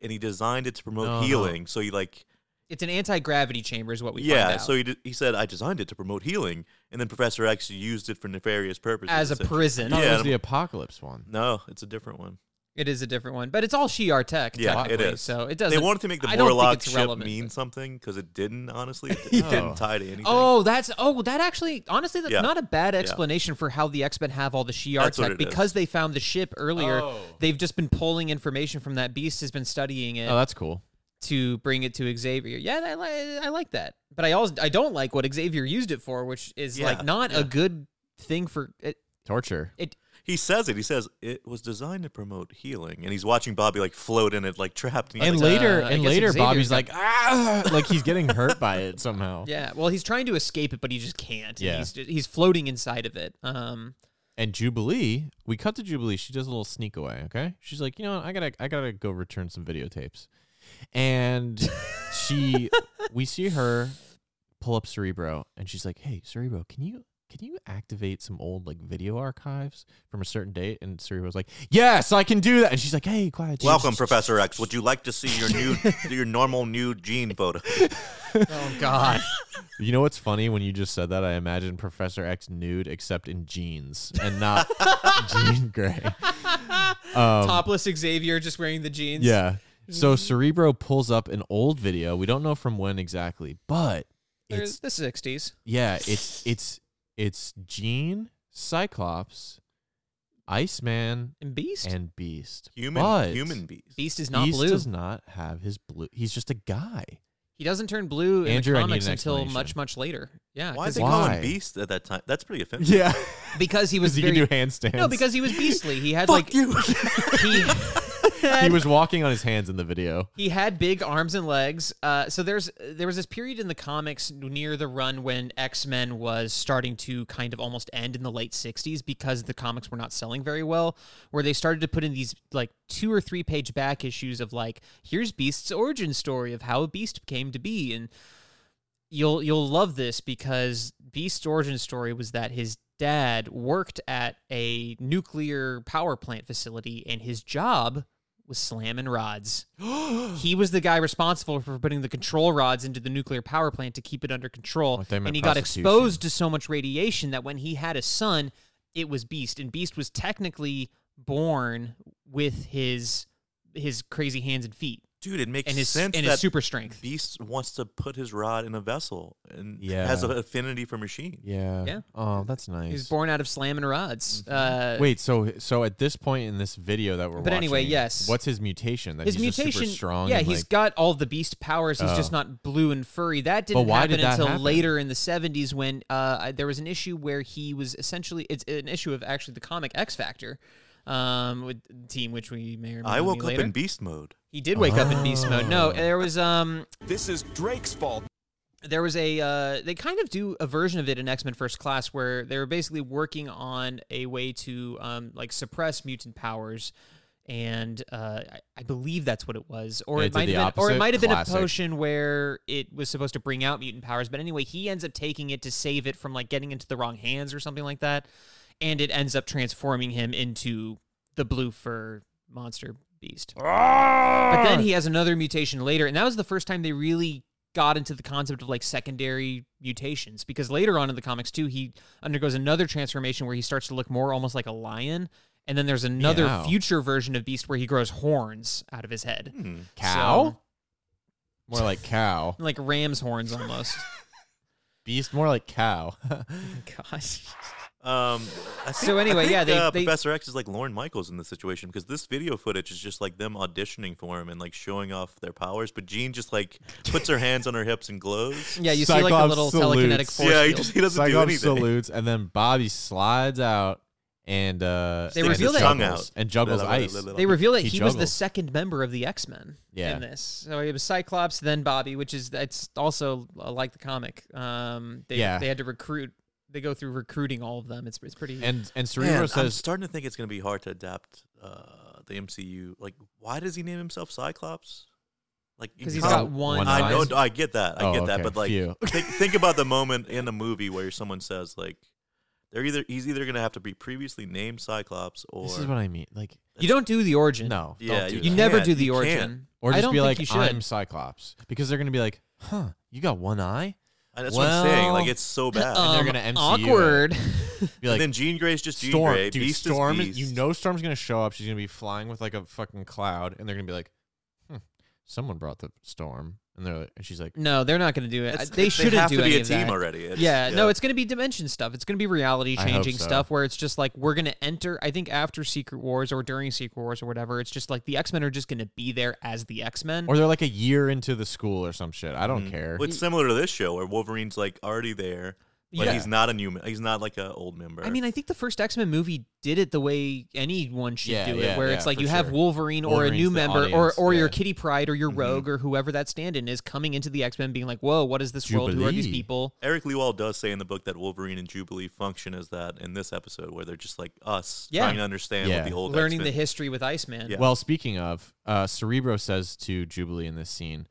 [SPEAKER 4] and he designed it to promote
[SPEAKER 2] No, no.
[SPEAKER 4] healing. So he like,
[SPEAKER 3] It's an anti gravity chamber, is what Uh-huh. we find
[SPEAKER 4] yeah.
[SPEAKER 3] out.
[SPEAKER 4] So he d- he said, I designed it to promote healing, and then Professor X used it for nefarious purposes.
[SPEAKER 3] as a
[SPEAKER 2] I
[SPEAKER 4] essentially.
[SPEAKER 3] prison.
[SPEAKER 2] thought Oh, it
[SPEAKER 4] Yeah,
[SPEAKER 2] was
[SPEAKER 4] I'm-
[SPEAKER 2] the Apocalypse one.
[SPEAKER 4] No, it's a different one.
[SPEAKER 3] It is a different one, but it's all Shi'ar tech.
[SPEAKER 4] Yeah, it
[SPEAKER 3] technically,
[SPEAKER 4] is.
[SPEAKER 3] So it doesn't.
[SPEAKER 4] They wanted to make the
[SPEAKER 3] I don't think
[SPEAKER 4] Morlock
[SPEAKER 3] it's
[SPEAKER 4] ship
[SPEAKER 3] relevant,
[SPEAKER 4] mean
[SPEAKER 3] but-
[SPEAKER 4] something because it didn't. Honestly, it, it didn't tie to anything.
[SPEAKER 3] Oh, that's oh, that actually honestly that's
[SPEAKER 4] Yeah.
[SPEAKER 3] not a bad
[SPEAKER 4] Yeah.
[SPEAKER 3] explanation for how the X Men have all the Shi'ar
[SPEAKER 4] That's what
[SPEAKER 3] tech
[SPEAKER 4] it is.
[SPEAKER 3] because they found the ship earlier.
[SPEAKER 2] Oh.
[SPEAKER 3] They've just been pulling information from that. Beast has been studying it
[SPEAKER 2] Oh, that's cool.
[SPEAKER 3] to bring it to Xavier. Yeah, I, li- I like that, but I also I don't like what Xavier used it for, which is
[SPEAKER 4] Yeah,
[SPEAKER 3] like not a good thing for it.
[SPEAKER 2] Torture.
[SPEAKER 3] It
[SPEAKER 4] He says it. He says it was designed to promote healing, and he's watching Bobby like float in it, like trapped. he's
[SPEAKER 2] And
[SPEAKER 4] like,
[SPEAKER 2] later,
[SPEAKER 3] uh, I
[SPEAKER 2] and
[SPEAKER 3] guess
[SPEAKER 2] later,
[SPEAKER 3] Xavier's
[SPEAKER 2] Bobby's
[SPEAKER 3] got-
[SPEAKER 2] like, ah, like he's getting hurt by it somehow.
[SPEAKER 3] yeah. Well, he's trying to escape it, but he just can't. and
[SPEAKER 2] Yeah.
[SPEAKER 3] He's he's floating inside of it. Um.
[SPEAKER 2] And Jubilee, we cut to Jubilee. She does a little sneak away. Okay, she's like, you know, what? I gotta, I gotta go return some videotapes. And she, we see her pull up Cerebro, and she's like, hey, Cerebro, can you, can you activate some old like video archives from a certain date? And Cerebro's like, yes, I can do that. And she's like, hey, quiet.
[SPEAKER 4] Welcome, Professor X. Would you like to see your new, your normal new gene photo?
[SPEAKER 3] Oh God.
[SPEAKER 2] You know what's funny? When you just said that, I imagine Professor X nude, except in jeans and not Jean Grey. Um,
[SPEAKER 3] topless Xavier just wearing the jeans.
[SPEAKER 2] Yeah.
[SPEAKER 3] Mm-hmm.
[SPEAKER 2] So Cerebro pulls up an old video. We don't know from when exactly, but
[SPEAKER 3] They're
[SPEAKER 2] It's-
[SPEAKER 3] the '60s.
[SPEAKER 2] Yeah, it's it's it's Gene, Cyclops, Iceman,
[SPEAKER 3] And Beast?
[SPEAKER 2] and Beast.
[SPEAKER 4] Human-
[SPEAKER 2] But
[SPEAKER 4] human Beast.
[SPEAKER 3] Beast is not
[SPEAKER 2] Beast
[SPEAKER 3] blue.
[SPEAKER 2] Does not have his blue. He's just a guy.
[SPEAKER 3] He doesn't turn blue in
[SPEAKER 2] Andrew, I
[SPEAKER 3] the
[SPEAKER 2] need
[SPEAKER 3] comics
[SPEAKER 2] an
[SPEAKER 3] until
[SPEAKER 2] explanation.
[SPEAKER 3] much, much later. Yeah,
[SPEAKER 4] Why
[SPEAKER 3] 'cause
[SPEAKER 4] is they
[SPEAKER 3] he-
[SPEAKER 4] call
[SPEAKER 2] Why?
[SPEAKER 4] him Beast at that time? That's pretty offensive.
[SPEAKER 3] because he was
[SPEAKER 2] he
[SPEAKER 3] very
[SPEAKER 2] can do handstands.
[SPEAKER 3] no, because he was beastly. He had like
[SPEAKER 2] you.
[SPEAKER 3] he
[SPEAKER 2] he was walking on his hands in the video.
[SPEAKER 3] he had big arms and legs. Uh, so there's there was this period in the comics near the run when X Men was starting to kind of almost end in the late '60s because the comics were not selling very well, where they started to put in these like two or three page back issues of like here's Beast's origin story of how Beast came to be, and you'll you'll love this because Beast's origin story was that his dad worked at a nuclear power plant facility and his job was slamming rods. he was the guy responsible for putting the control rods into the nuclear power plant to keep it under control.
[SPEAKER 2] I thought you meant
[SPEAKER 3] And he got
[SPEAKER 2] prostitution.
[SPEAKER 3] exposed to so much radiation that when he had a son, it was Beast. And Beast was technically born with his his crazy hands and feet.
[SPEAKER 4] Dude, it makes
[SPEAKER 3] And his-
[SPEAKER 4] sense
[SPEAKER 3] and
[SPEAKER 4] that
[SPEAKER 3] his super strength.
[SPEAKER 4] Beast wants to put his rod in a vessel and
[SPEAKER 2] Yeah.
[SPEAKER 4] has an affinity for machines.
[SPEAKER 2] Yeah.
[SPEAKER 3] Yeah.
[SPEAKER 2] Oh, that's nice. Mm-hmm.
[SPEAKER 3] He was born out of slamming rods. Uh,
[SPEAKER 2] Wait, so so at this point in this video that we're
[SPEAKER 3] But anyway,
[SPEAKER 2] watching,
[SPEAKER 3] yes.
[SPEAKER 2] What's his mutation? That
[SPEAKER 3] his
[SPEAKER 2] he's just
[SPEAKER 3] mutation
[SPEAKER 2] super strong.
[SPEAKER 3] yeah
[SPEAKER 2] and
[SPEAKER 3] he's
[SPEAKER 2] like-
[SPEAKER 3] got all the beast powers he's just
[SPEAKER 2] Oh.
[SPEAKER 3] not blue and furry that didn't
[SPEAKER 2] why
[SPEAKER 3] happen
[SPEAKER 2] did that
[SPEAKER 3] until
[SPEAKER 2] happen?
[SPEAKER 3] later in the 70s when uh, I- there was an issue where he was essentially it's an issue of actually the comic x factor um with team which we may or may not
[SPEAKER 4] I
[SPEAKER 3] meet
[SPEAKER 4] woke up
[SPEAKER 3] later.
[SPEAKER 4] in Beast mode.
[SPEAKER 3] he did wake up in beast mode
[SPEAKER 2] Oh.
[SPEAKER 3] no there was um
[SPEAKER 6] This is Drake's fault.
[SPEAKER 3] there was a uh, they kind of do a version of it in x-men first class where they were basically working on a way to um, like suppress mutant powers and uh, I, I believe that's what it was or
[SPEAKER 2] They
[SPEAKER 3] it
[SPEAKER 2] did
[SPEAKER 3] might
[SPEAKER 2] the
[SPEAKER 3] have been or it
[SPEAKER 2] opposite?
[SPEAKER 3] might have been a
[SPEAKER 2] Classic.
[SPEAKER 3] potion where it was supposed to bring out mutant powers but anyway he ends up taking it to save it from like getting into the wrong hands or something like that and it ends up transforming him into the blue fur monster beast but then he has another mutation later, and that was the first time they really got into the concept of like secondary mutations because later on in the comics too, he undergoes another transformation where he starts to look more almost like a lion, and then there's another
[SPEAKER 2] Meow.
[SPEAKER 3] future version of Beast where he grows horns out of his head,
[SPEAKER 4] Hmm.
[SPEAKER 2] cow. More like cow.
[SPEAKER 3] like ram's horns almost.
[SPEAKER 2] Beast. More like cow.
[SPEAKER 3] Gosh,
[SPEAKER 4] Um, I think,
[SPEAKER 3] So anyway,
[SPEAKER 4] I think,
[SPEAKER 3] yeah, they-
[SPEAKER 4] uh,
[SPEAKER 3] they-
[SPEAKER 4] Professor X is like Lauren Michaels in this situation because this video footage is just like them auditioning for him and like showing off their powers. But Jean just like puts her hands on her hips and glows.
[SPEAKER 3] yeah, you see like a
[SPEAKER 2] Cyclops
[SPEAKER 3] little telekinetic
[SPEAKER 2] salutes.
[SPEAKER 3] force
[SPEAKER 4] yeah, he
[SPEAKER 3] field.
[SPEAKER 4] just he doesn't do
[SPEAKER 2] Cyclops
[SPEAKER 4] anything.
[SPEAKER 2] salutes, and then Bobby slides out and uh,
[SPEAKER 3] They
[SPEAKER 2] and
[SPEAKER 3] reveal that-
[SPEAKER 2] juggles,
[SPEAKER 4] Tongue out.
[SPEAKER 2] and juggles
[SPEAKER 4] Little,
[SPEAKER 2] ice.
[SPEAKER 4] little, little.
[SPEAKER 3] They reveal that
[SPEAKER 2] He
[SPEAKER 3] he, was the
[SPEAKER 2] juggles.
[SPEAKER 3] second member of the X Men
[SPEAKER 2] Yeah.
[SPEAKER 3] in this. So it was Cyclops, then Bobby, which is it's also uh, like the comic. Um, they,
[SPEAKER 2] Yeah.
[SPEAKER 3] they had to recruit. They go through recruiting all of them. It's it's pretty.
[SPEAKER 2] And and
[SPEAKER 4] Man,
[SPEAKER 2] Cerebro
[SPEAKER 4] I'm
[SPEAKER 2] says,
[SPEAKER 4] starting to think it's gonna be hard to adapt uh, the MCU. Like, why does he name himself Cyclops? Like, you
[SPEAKER 3] 'Cause he's
[SPEAKER 4] can't-
[SPEAKER 3] got one
[SPEAKER 2] One
[SPEAKER 4] I know.
[SPEAKER 2] eye.
[SPEAKER 4] I get that. I
[SPEAKER 2] Oh,
[SPEAKER 4] get that.
[SPEAKER 2] okay,
[SPEAKER 4] But like,
[SPEAKER 2] phew.
[SPEAKER 4] think, think about the moment in a movie where someone says like, they're either he's either gonna have to be previously named Cyclops or
[SPEAKER 2] "This is what I mean." Like,
[SPEAKER 3] you don't do the origin.
[SPEAKER 2] no,
[SPEAKER 4] Yeah,
[SPEAKER 2] don't do
[SPEAKER 4] you
[SPEAKER 3] you
[SPEAKER 2] that.
[SPEAKER 3] never
[SPEAKER 4] can't.
[SPEAKER 3] do the
[SPEAKER 4] You can't.
[SPEAKER 3] origin.
[SPEAKER 2] Or
[SPEAKER 3] I
[SPEAKER 2] just
[SPEAKER 3] don't
[SPEAKER 2] be
[SPEAKER 3] think
[SPEAKER 2] like,
[SPEAKER 3] you should.
[SPEAKER 2] "I'm Cyclops," because they're gonna be like, "Huh, you got one eye."
[SPEAKER 4] And that's what I'm saying. Like,
[SPEAKER 2] Well,
[SPEAKER 4] it's so bad.
[SPEAKER 2] they're
[SPEAKER 3] Um,
[SPEAKER 2] gonna MCU it.
[SPEAKER 3] awkward.
[SPEAKER 2] Be
[SPEAKER 4] and
[SPEAKER 2] like,
[SPEAKER 4] then Jean Grey's just Jean
[SPEAKER 2] Storm,
[SPEAKER 4] Grey.
[SPEAKER 2] dude,
[SPEAKER 4] Beast
[SPEAKER 2] Storm.
[SPEAKER 4] is
[SPEAKER 2] is-
[SPEAKER 4] Beast.
[SPEAKER 2] You know, Storm's gonna show up. She's gonna be flying with like a fucking cloud, and they're gonna be like, "Hmm, someone brought the storm," and they're like, and she's like,
[SPEAKER 3] no, they're not going to do it.
[SPEAKER 4] It's-
[SPEAKER 3] they shouldn't
[SPEAKER 4] have
[SPEAKER 3] do
[SPEAKER 4] to be
[SPEAKER 3] any
[SPEAKER 4] a
[SPEAKER 3] of
[SPEAKER 4] team
[SPEAKER 3] that.
[SPEAKER 4] already. It's-
[SPEAKER 3] yeah, no, it's going to be dimension stuff. It's going to be reality
[SPEAKER 2] I hope
[SPEAKER 3] changing
[SPEAKER 2] so.
[SPEAKER 3] stuff where it's just like we're going to enter. I think after Secret Wars or during Secret Wars or whatever, it's just like the X Men are just going to be there as the X Men.
[SPEAKER 2] or they're like a year into the school or some shit. I
[SPEAKER 4] Mm-hmm.
[SPEAKER 2] don't care.
[SPEAKER 4] Well, it's similar to this show where Wolverine's like already there, but
[SPEAKER 3] Yeah.
[SPEAKER 4] he's not a new. me- He's not like an old member.
[SPEAKER 3] I mean, I think the first X Men movie did it the way anyone should
[SPEAKER 2] Yeah,
[SPEAKER 3] do it,
[SPEAKER 2] yeah,
[SPEAKER 3] where
[SPEAKER 2] yeah,
[SPEAKER 3] it's like
[SPEAKER 2] for
[SPEAKER 3] you have
[SPEAKER 2] sure.
[SPEAKER 3] Wolverine or a
[SPEAKER 2] Wolverine's
[SPEAKER 3] new
[SPEAKER 2] the
[SPEAKER 3] member
[SPEAKER 2] audience,
[SPEAKER 3] or or your
[SPEAKER 2] yeah. Mm-hmm.
[SPEAKER 3] Kitty Pride or your Rogue or whoever that stand in is coming into the X Men, being like, "Whoa, what is this world? Who are these
[SPEAKER 2] Jubilee.
[SPEAKER 3] people?"
[SPEAKER 4] Eric Lewald does say in the book that Wolverine and Jubilee function as that in this episode, where they're just like us
[SPEAKER 3] Yeah.
[SPEAKER 4] trying to understand
[SPEAKER 2] Yeah.
[SPEAKER 4] what the old
[SPEAKER 3] Learning
[SPEAKER 4] X-Men-
[SPEAKER 3] the history with Iceman.
[SPEAKER 4] Yeah.
[SPEAKER 2] Well, speaking of, uh, Cerebro says to Jubilee in this scene,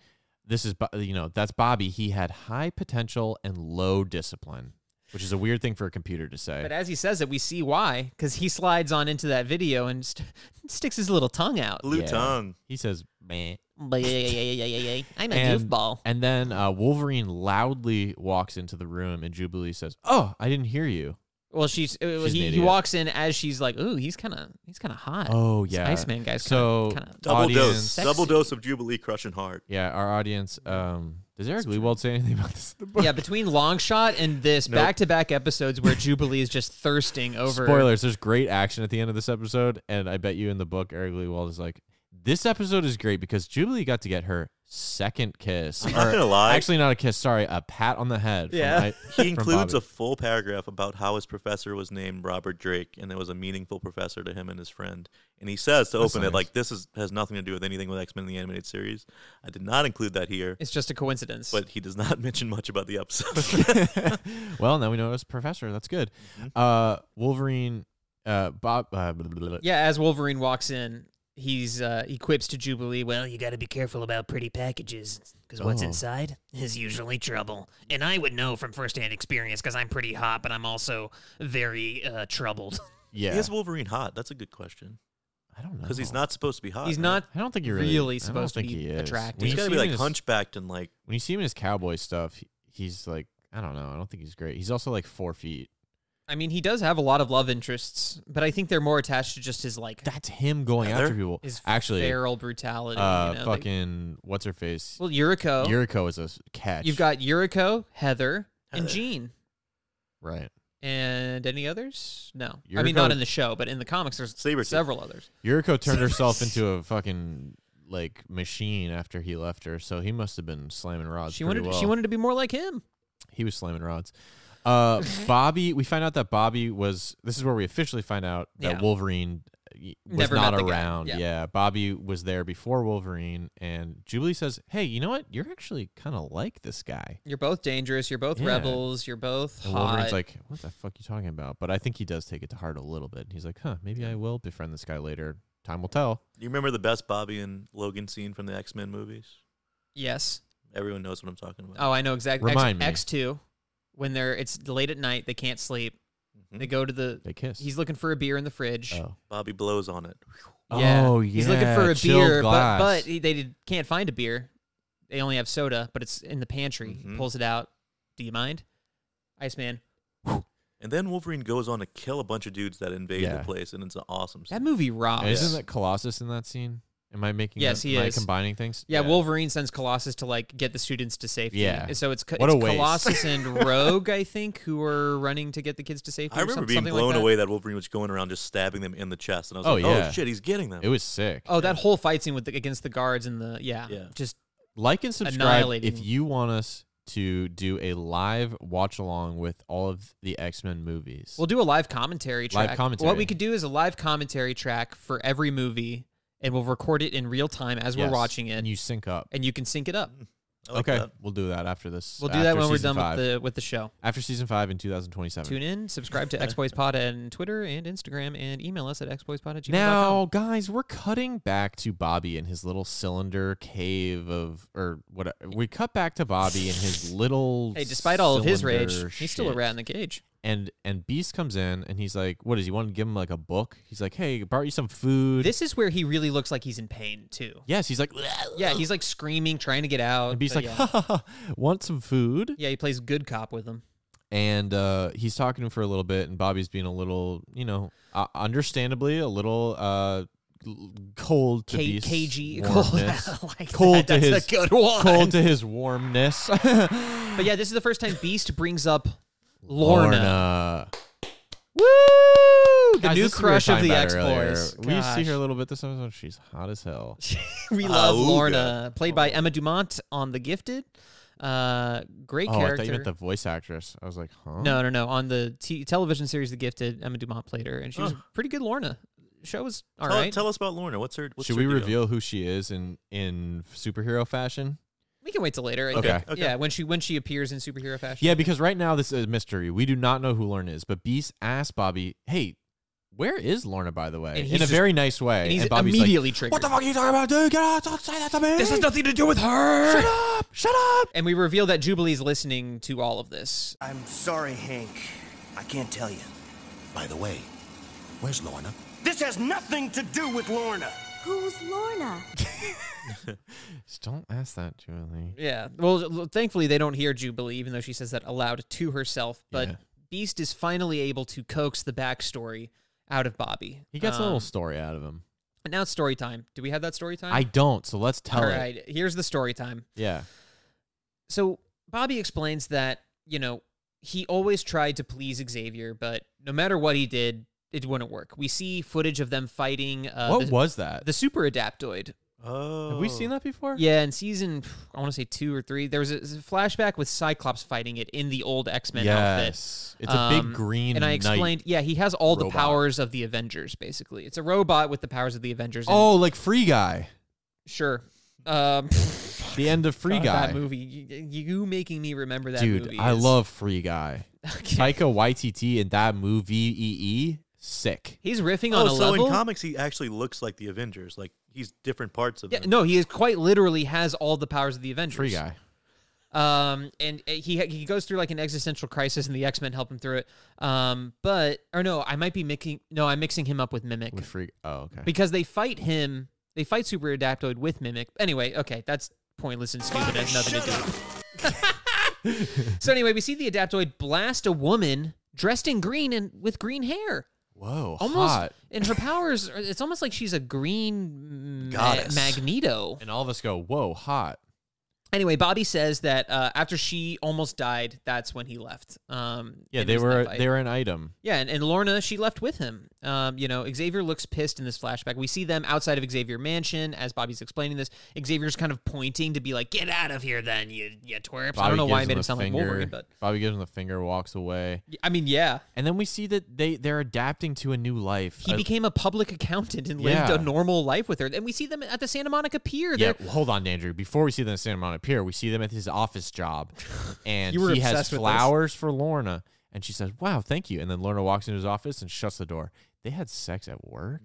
[SPEAKER 2] "This is Bo- you know that's Bobby. He had high potential and low discipline, which is a weird thing for a computer to say."
[SPEAKER 3] But as he says it, we see why, because he slides on into that video and st- sticks his little tongue out.
[SPEAKER 4] blue
[SPEAKER 2] Yeah.
[SPEAKER 4] tongue.
[SPEAKER 2] he says, "Meh."
[SPEAKER 3] I'm a
[SPEAKER 2] and,
[SPEAKER 3] goofball.
[SPEAKER 2] and then uh, Wolverine loudly walks into the room, and Jubilee says, "Oh, I didn't hear you."
[SPEAKER 3] Well, she's, uh,
[SPEAKER 2] She's an
[SPEAKER 3] he, he
[SPEAKER 2] idiot.
[SPEAKER 3] walks in as she's like, "Ooh, he's kind of he's kind of hot."
[SPEAKER 2] Oh
[SPEAKER 3] This
[SPEAKER 2] yeah,
[SPEAKER 3] Iceman guy's
[SPEAKER 2] So
[SPEAKER 3] kinda- kinda
[SPEAKER 2] audience,
[SPEAKER 4] Double dose.
[SPEAKER 3] Sexy.
[SPEAKER 4] Double dose of Jubilee crushing hard.
[SPEAKER 2] Yeah, our audience um, Does Eric Leewald say anything about this? in the book?
[SPEAKER 3] Yeah, between long shot and this
[SPEAKER 2] Nope.
[SPEAKER 3] back to back episodes where Jubilee is just thirsting over
[SPEAKER 2] Spoilers. There's great action at the end of this episode, and I bet you in the book, Eric Leewald is like, "This episode is great because Jubilee got to get her second kiss.
[SPEAKER 4] not
[SPEAKER 2] Or
[SPEAKER 4] gonna lie.
[SPEAKER 2] actually not a kiss. Sorry, a pat on the head. from
[SPEAKER 3] Yeah.
[SPEAKER 2] I- from
[SPEAKER 4] He includes
[SPEAKER 2] Bobby.
[SPEAKER 4] a full paragraph about how his professor was named Robert Drake and it was a meaningful professor to him and his friend. And he says to
[SPEAKER 2] That's
[SPEAKER 4] open
[SPEAKER 2] nice.
[SPEAKER 4] it like this is has nothing to do with anything with X Men the animated series. I did not include that here,
[SPEAKER 3] It's just a coincidence.
[SPEAKER 4] but he does not mention much about the episode.
[SPEAKER 2] well, now we know it was Professor. That's good.
[SPEAKER 4] Mm-hmm.
[SPEAKER 2] Uh, Wolverine. Uh, Bob. Uh, blah, blah, blah.
[SPEAKER 3] yeah, as Wolverine walks in, he's uh, he quips to Jubilee, "Well,
[SPEAKER 11] Well, you gotta be careful about pretty packages, because what's
[SPEAKER 2] Oh.
[SPEAKER 11] inside is usually trouble. And I would know from firsthand experience, because I'm pretty hot, but I'm also very uh, troubled.
[SPEAKER 2] Yeah. Oh.
[SPEAKER 4] Is Wolverine hot? That's a good question.
[SPEAKER 2] I don't know
[SPEAKER 4] Because he's not supposed to be
[SPEAKER 2] Uh,
[SPEAKER 4] hot.
[SPEAKER 3] he's
[SPEAKER 4] right?
[SPEAKER 3] not.
[SPEAKER 2] I don't think you're
[SPEAKER 3] really,
[SPEAKER 2] really, I don't
[SPEAKER 3] supposed to
[SPEAKER 2] think
[SPEAKER 3] be
[SPEAKER 2] he is.
[SPEAKER 3] attractive.
[SPEAKER 2] When
[SPEAKER 4] He's
[SPEAKER 2] you
[SPEAKER 4] gotta
[SPEAKER 2] see
[SPEAKER 4] be
[SPEAKER 2] him
[SPEAKER 4] like
[SPEAKER 2] in his-
[SPEAKER 4] hunchbacked and like
[SPEAKER 2] When you see him in his cowboy stuff, he, he's like, I don't know. I don't think he's great. He's also like four feet.
[SPEAKER 3] I mean, he does have a lot of love interests, but I think they're more attached to just his like
[SPEAKER 2] That's him going
[SPEAKER 4] Heather?
[SPEAKER 2] after people.
[SPEAKER 3] his
[SPEAKER 2] Actually,
[SPEAKER 3] feral brutality.
[SPEAKER 2] uh,
[SPEAKER 3] you know? like-
[SPEAKER 2] fucking what's her face?
[SPEAKER 3] well, Yuriko.
[SPEAKER 2] Yuriko is a s- catch.
[SPEAKER 3] You've got Yuriko, Heather, and
[SPEAKER 4] Heather.
[SPEAKER 3] Jean.
[SPEAKER 2] right.
[SPEAKER 3] And any others? No. I mean,
[SPEAKER 2] Yuriko-
[SPEAKER 3] not in the show, but in the comics, there's
[SPEAKER 4] Sabretooth.
[SPEAKER 3] several others.
[SPEAKER 2] Yuriko turned herself into a fucking like machine after he left her, so he must have been slamming rods.
[SPEAKER 3] She
[SPEAKER 2] pretty
[SPEAKER 3] wanted
[SPEAKER 2] well.
[SPEAKER 3] she wanted to be more like him.
[SPEAKER 2] He was slamming rods. Uh,
[SPEAKER 3] Mm-hmm.
[SPEAKER 2] Bobby, we find out that Bobby was. This is where we officially find out that
[SPEAKER 3] Yeah.
[SPEAKER 2] Wolverine y- was
[SPEAKER 3] Never met
[SPEAKER 2] not
[SPEAKER 3] the guy,
[SPEAKER 2] around.
[SPEAKER 3] yeah.
[SPEAKER 2] Bobby was there before Wolverine, and Jubilee says, "Hey, you know what? You're actually kind of like this guy."
[SPEAKER 3] You're both dangerous. You're both
[SPEAKER 2] Yeah.
[SPEAKER 3] rebels. You're both
[SPEAKER 2] And
[SPEAKER 3] hot.
[SPEAKER 2] Wolverine's like, "What the fuck you talking about?" But I think he does take it to heart a little bit. He's like, "Huh, maybe I will befriend this guy later. Time will tell."
[SPEAKER 4] you remember the best Bobby and Logan scene from the X Men movies?
[SPEAKER 3] yes.
[SPEAKER 4] Everyone knows what I'm talking about.
[SPEAKER 3] Oh, I know exactly.
[SPEAKER 2] Remind me.
[SPEAKER 3] X, X2, when they're it's late at night, they can't sleep. They go to the.
[SPEAKER 2] They kiss.
[SPEAKER 3] He's looking for a beer in the fridge.
[SPEAKER 2] Mm-hmm. oh.
[SPEAKER 4] Bobby blows on it.
[SPEAKER 2] Oh,
[SPEAKER 3] He's looking
[SPEAKER 2] yeah,
[SPEAKER 3] for a
[SPEAKER 2] chilled
[SPEAKER 3] beer,
[SPEAKER 2] glass.
[SPEAKER 3] but, but he, they did, can't find a beer. They only have soda, but it's in the pantry. He
[SPEAKER 2] Mm-hmm.
[SPEAKER 4] Mhm.
[SPEAKER 3] pulls it out. Do you mind? Iceman.
[SPEAKER 4] And then Wolverine goes on to kill a bunch of dudes that invade
[SPEAKER 2] Yeah.
[SPEAKER 4] the place, and it's an awesome
[SPEAKER 3] That
[SPEAKER 4] scene.
[SPEAKER 3] movie rocks.
[SPEAKER 2] And Isn't that Colossus in that scene? Am I making?
[SPEAKER 3] Yes,
[SPEAKER 2] that-
[SPEAKER 3] he
[SPEAKER 2] am
[SPEAKER 3] is.
[SPEAKER 2] I combining things.
[SPEAKER 3] Yeah, Wolverine sends Colossus to like get the students to safety.
[SPEAKER 2] Yeah.
[SPEAKER 3] So it's, co-
[SPEAKER 2] What
[SPEAKER 3] it's
[SPEAKER 2] a waste.
[SPEAKER 3] Colossus and Rogue, I think, who are running to get the kids to safety.
[SPEAKER 4] I
[SPEAKER 3] or
[SPEAKER 4] remember
[SPEAKER 3] some-
[SPEAKER 4] being
[SPEAKER 3] something like
[SPEAKER 4] blown
[SPEAKER 3] that.
[SPEAKER 4] away that Wolverine was going around just stabbing them in the chest, and I was
[SPEAKER 2] Oh,
[SPEAKER 4] like,
[SPEAKER 2] yeah.
[SPEAKER 4] "Oh shit, he's getting them."
[SPEAKER 2] It was sick.
[SPEAKER 3] Oh, that whole fight scene with the, against the guards and the yeah,
[SPEAKER 4] Yeah.
[SPEAKER 3] just
[SPEAKER 2] like and subscribe if
[SPEAKER 3] Annihilating.
[SPEAKER 2] you want us to do a live watch along with all of the X Men movies.
[SPEAKER 3] we'll do a live commentary
[SPEAKER 2] Live
[SPEAKER 3] track. What
[SPEAKER 2] commentary.
[SPEAKER 3] we could do is a live commentary track for every movie, and we'll record it in real time as
[SPEAKER 2] Yes,
[SPEAKER 3] we're watching it,
[SPEAKER 2] and you sync up.
[SPEAKER 3] and you can sync it up.
[SPEAKER 4] I like
[SPEAKER 2] okay,
[SPEAKER 4] that.
[SPEAKER 2] we'll do that after this.
[SPEAKER 3] We'll do that
[SPEAKER 2] Mm. after
[SPEAKER 3] when we're
[SPEAKER 2] season
[SPEAKER 3] done
[SPEAKER 2] five.
[SPEAKER 3] with the with the show.
[SPEAKER 2] after season five in 2027.
[SPEAKER 3] Tune in, subscribe to X Boys Pod on Twitter and Instagram, and email us at xboyspod at gmail.com.
[SPEAKER 2] Now, guys, we're cutting back to Bobby in his little cylinder cave of, or what? We cut back to Bobby in his little.
[SPEAKER 3] hey, despite all of his rage,
[SPEAKER 2] cylinder
[SPEAKER 3] he's still a
[SPEAKER 2] shit.
[SPEAKER 3] rat in the cage.
[SPEAKER 2] And and Beast comes in and he's like, "What is he want to give him like a book?" He's like, "Hey, I brought you some food."
[SPEAKER 3] This is where he really looks like he's in pain too.
[SPEAKER 2] yes, he's like,
[SPEAKER 3] Yeah, he's like screaming, trying to get out.
[SPEAKER 2] and Beast's
[SPEAKER 3] but
[SPEAKER 2] like,
[SPEAKER 3] yeah.
[SPEAKER 2] "Ha ha ha, want some food?"
[SPEAKER 3] yeah, he plays good cop with him.
[SPEAKER 2] And uh, he's talking to him for a little bit, and Bobby's being a little, you know, uh, understandably a little uh, l- cold to
[SPEAKER 3] Ca-
[SPEAKER 2] Beast's
[SPEAKER 3] cagey,
[SPEAKER 2] warmness.
[SPEAKER 3] cold, like
[SPEAKER 2] cold to
[SPEAKER 3] that.
[SPEAKER 2] his
[SPEAKER 3] That's a good one.
[SPEAKER 2] cold to his warmness.
[SPEAKER 3] But yeah, this is the first time Beast brings up Lorna.
[SPEAKER 2] Lorna,
[SPEAKER 3] Woo! The
[SPEAKER 2] Guys,
[SPEAKER 3] new
[SPEAKER 2] this is what we were
[SPEAKER 3] crush of
[SPEAKER 2] talking
[SPEAKER 3] the
[SPEAKER 2] about
[SPEAKER 3] X
[SPEAKER 2] earlier.
[SPEAKER 3] Boys.
[SPEAKER 2] We see her a little bit this episode. She's hot as hell.
[SPEAKER 3] we love
[SPEAKER 4] Auga.
[SPEAKER 3] Lorna, played by Emma Dumont on The Gifted. Uh, great
[SPEAKER 2] oh, I
[SPEAKER 3] character.
[SPEAKER 2] thought you meant the voice actress. I was like, huh?
[SPEAKER 3] No, no, no. On the t- television series The Gifted, Emma Dumont played her, and she was a pretty good Lorna. Show was all
[SPEAKER 4] tell,
[SPEAKER 3] right.
[SPEAKER 4] tell us about Lorna. What's her? What's
[SPEAKER 2] Should
[SPEAKER 4] her
[SPEAKER 2] we
[SPEAKER 4] deal?
[SPEAKER 2] reveal who she is in in superhero fashion?
[SPEAKER 3] we can wait till later. I
[SPEAKER 2] Okay.
[SPEAKER 3] think.
[SPEAKER 4] Okay.
[SPEAKER 3] Yeah, when she when she appears in superhero fashion.
[SPEAKER 2] Yeah, because right now this is a mystery. We do not know who Lorna is, but Beast asked Bobby, "Hey, where is Lorna, by the way?"
[SPEAKER 3] And
[SPEAKER 2] In a
[SPEAKER 3] he's just-
[SPEAKER 2] very nice way,
[SPEAKER 3] and he's
[SPEAKER 2] Bobby's
[SPEAKER 3] immediately
[SPEAKER 2] like,
[SPEAKER 3] triggered.
[SPEAKER 2] What the fuck are you talking about, dude? Get out! Don't say that to me.
[SPEAKER 3] This has nothing to do with her.
[SPEAKER 2] Shut up! Shut up!
[SPEAKER 3] And we reveal that Jubilee's listening to all of this.
[SPEAKER 8] I'm sorry, Hank. I can't tell you.
[SPEAKER 5] By the way, where's Lorna?
[SPEAKER 8] This has nothing to do with Lorna.
[SPEAKER 10] Who's Lorna?
[SPEAKER 2] Just don't ask that, Julie.
[SPEAKER 3] Yeah. Well, l- thankfully they don't hear Jubilee, even though she says that aloud to herself. But
[SPEAKER 2] Yeah.
[SPEAKER 3] Beast is finally able to coax the backstory out of Bobby.
[SPEAKER 2] He gets a
[SPEAKER 3] Um,
[SPEAKER 2] little story out of him.
[SPEAKER 3] and now it's story time. Do we have that story time?
[SPEAKER 2] I don't, so let's tell
[SPEAKER 3] All
[SPEAKER 2] it.
[SPEAKER 3] right. Here's the story time.
[SPEAKER 2] Yeah.
[SPEAKER 3] so Bobby explains that, you know, he always tried to please Xavier, but no matter what he did, it wouldn't work. We see footage of them fighting. Uh,
[SPEAKER 2] What
[SPEAKER 3] the-
[SPEAKER 2] was that?
[SPEAKER 3] The super adaptoid.
[SPEAKER 4] Oh.
[SPEAKER 2] Have we seen that before?
[SPEAKER 3] Yeah, in season, pff, I want to say two or three, there was a, a flashback with Cyclops fighting it in the old X Men
[SPEAKER 2] Yes.
[SPEAKER 3] outfit.
[SPEAKER 2] It's
[SPEAKER 3] Um,
[SPEAKER 2] a big green
[SPEAKER 3] And I
[SPEAKER 2] knight
[SPEAKER 3] explained, yeah, he has all
[SPEAKER 2] robot.
[SPEAKER 3] the powers of the Avengers, basically. It's a robot with the powers of the Avengers. and-
[SPEAKER 2] Oh, like Free Guy.
[SPEAKER 3] sure. Um,
[SPEAKER 2] The end of Free
[SPEAKER 3] God,
[SPEAKER 2] Guy.
[SPEAKER 3] That movie. You, you making me remember that
[SPEAKER 2] Dude,
[SPEAKER 3] movie.
[SPEAKER 2] I
[SPEAKER 3] is-
[SPEAKER 2] love Free Guy.
[SPEAKER 3] Okay.
[SPEAKER 2] Taika Waititi in that movie, EE, sick.
[SPEAKER 3] He's riffing on
[SPEAKER 4] Oh,
[SPEAKER 3] a
[SPEAKER 4] so
[SPEAKER 3] level.
[SPEAKER 4] in comics, he actually looks like the Avengers. Like he's different parts of
[SPEAKER 3] yeah,
[SPEAKER 4] them.
[SPEAKER 3] no, he is quite literally has all the powers of the Avengers.
[SPEAKER 2] Free Guy.
[SPEAKER 3] Um, and uh, he he goes through like an existential crisis, and the X Men help him through it. Um, but or no, I might be mixing. No, I'm mixing him up with Mimic
[SPEAKER 2] With Free. Oh, okay.
[SPEAKER 3] because they fight him. They fight Super Adaptoid with Mimic. Anyway, okay, that's pointless and stupid. It has nothing to do. with so anyway, we see the Adaptoid blast a woman dressed in green and with green hair.
[SPEAKER 2] Whoa,
[SPEAKER 3] Almost,
[SPEAKER 2] hot.
[SPEAKER 3] and her powers. Are, it's almost like she's a green ma-
[SPEAKER 2] Goddess.
[SPEAKER 3] Magneto.
[SPEAKER 2] And all of us go, whoa, hot.
[SPEAKER 3] Anyway, Bobby says that uh, after she almost died, that's when he left. Um,
[SPEAKER 2] Yeah,
[SPEAKER 3] and
[SPEAKER 2] they
[SPEAKER 3] it was
[SPEAKER 2] were
[SPEAKER 3] that fight.
[SPEAKER 2] they were an item.
[SPEAKER 3] Yeah, and, and Lorna, she left with him. Um, you know, Xavier looks pissed in this flashback. We see them outside of Xavier Mansion as Bobby's explaining this. Xavier's kind of pointing to be like, "Get out of here, then you you twerps." I don't know
[SPEAKER 2] Bobby
[SPEAKER 3] why I
[SPEAKER 2] gives
[SPEAKER 3] made
[SPEAKER 2] him
[SPEAKER 3] him
[SPEAKER 2] the
[SPEAKER 3] sound like
[SPEAKER 2] finger.
[SPEAKER 3] Wolverine, but
[SPEAKER 2] Bobby gives him the finger, walks away,
[SPEAKER 3] I mean, yeah,
[SPEAKER 2] and then we see that they they're adapting to a new life.
[SPEAKER 3] he
[SPEAKER 2] A-
[SPEAKER 3] became a public accountant and
[SPEAKER 2] Yeah.
[SPEAKER 3] lived a normal life with her. And we see them at the Santa Monica Pier.
[SPEAKER 2] yeah,
[SPEAKER 3] They're-
[SPEAKER 2] well, hold on, Andrew. Before we see them at Santa Monica Pier, we see them at his office job, and
[SPEAKER 3] You were
[SPEAKER 2] he has
[SPEAKER 3] obsessed with this.
[SPEAKER 2] flowers for Lorna, and she says, "Wow, thank you." And then Lorna walks into his office and shuts the door. They had sex at work.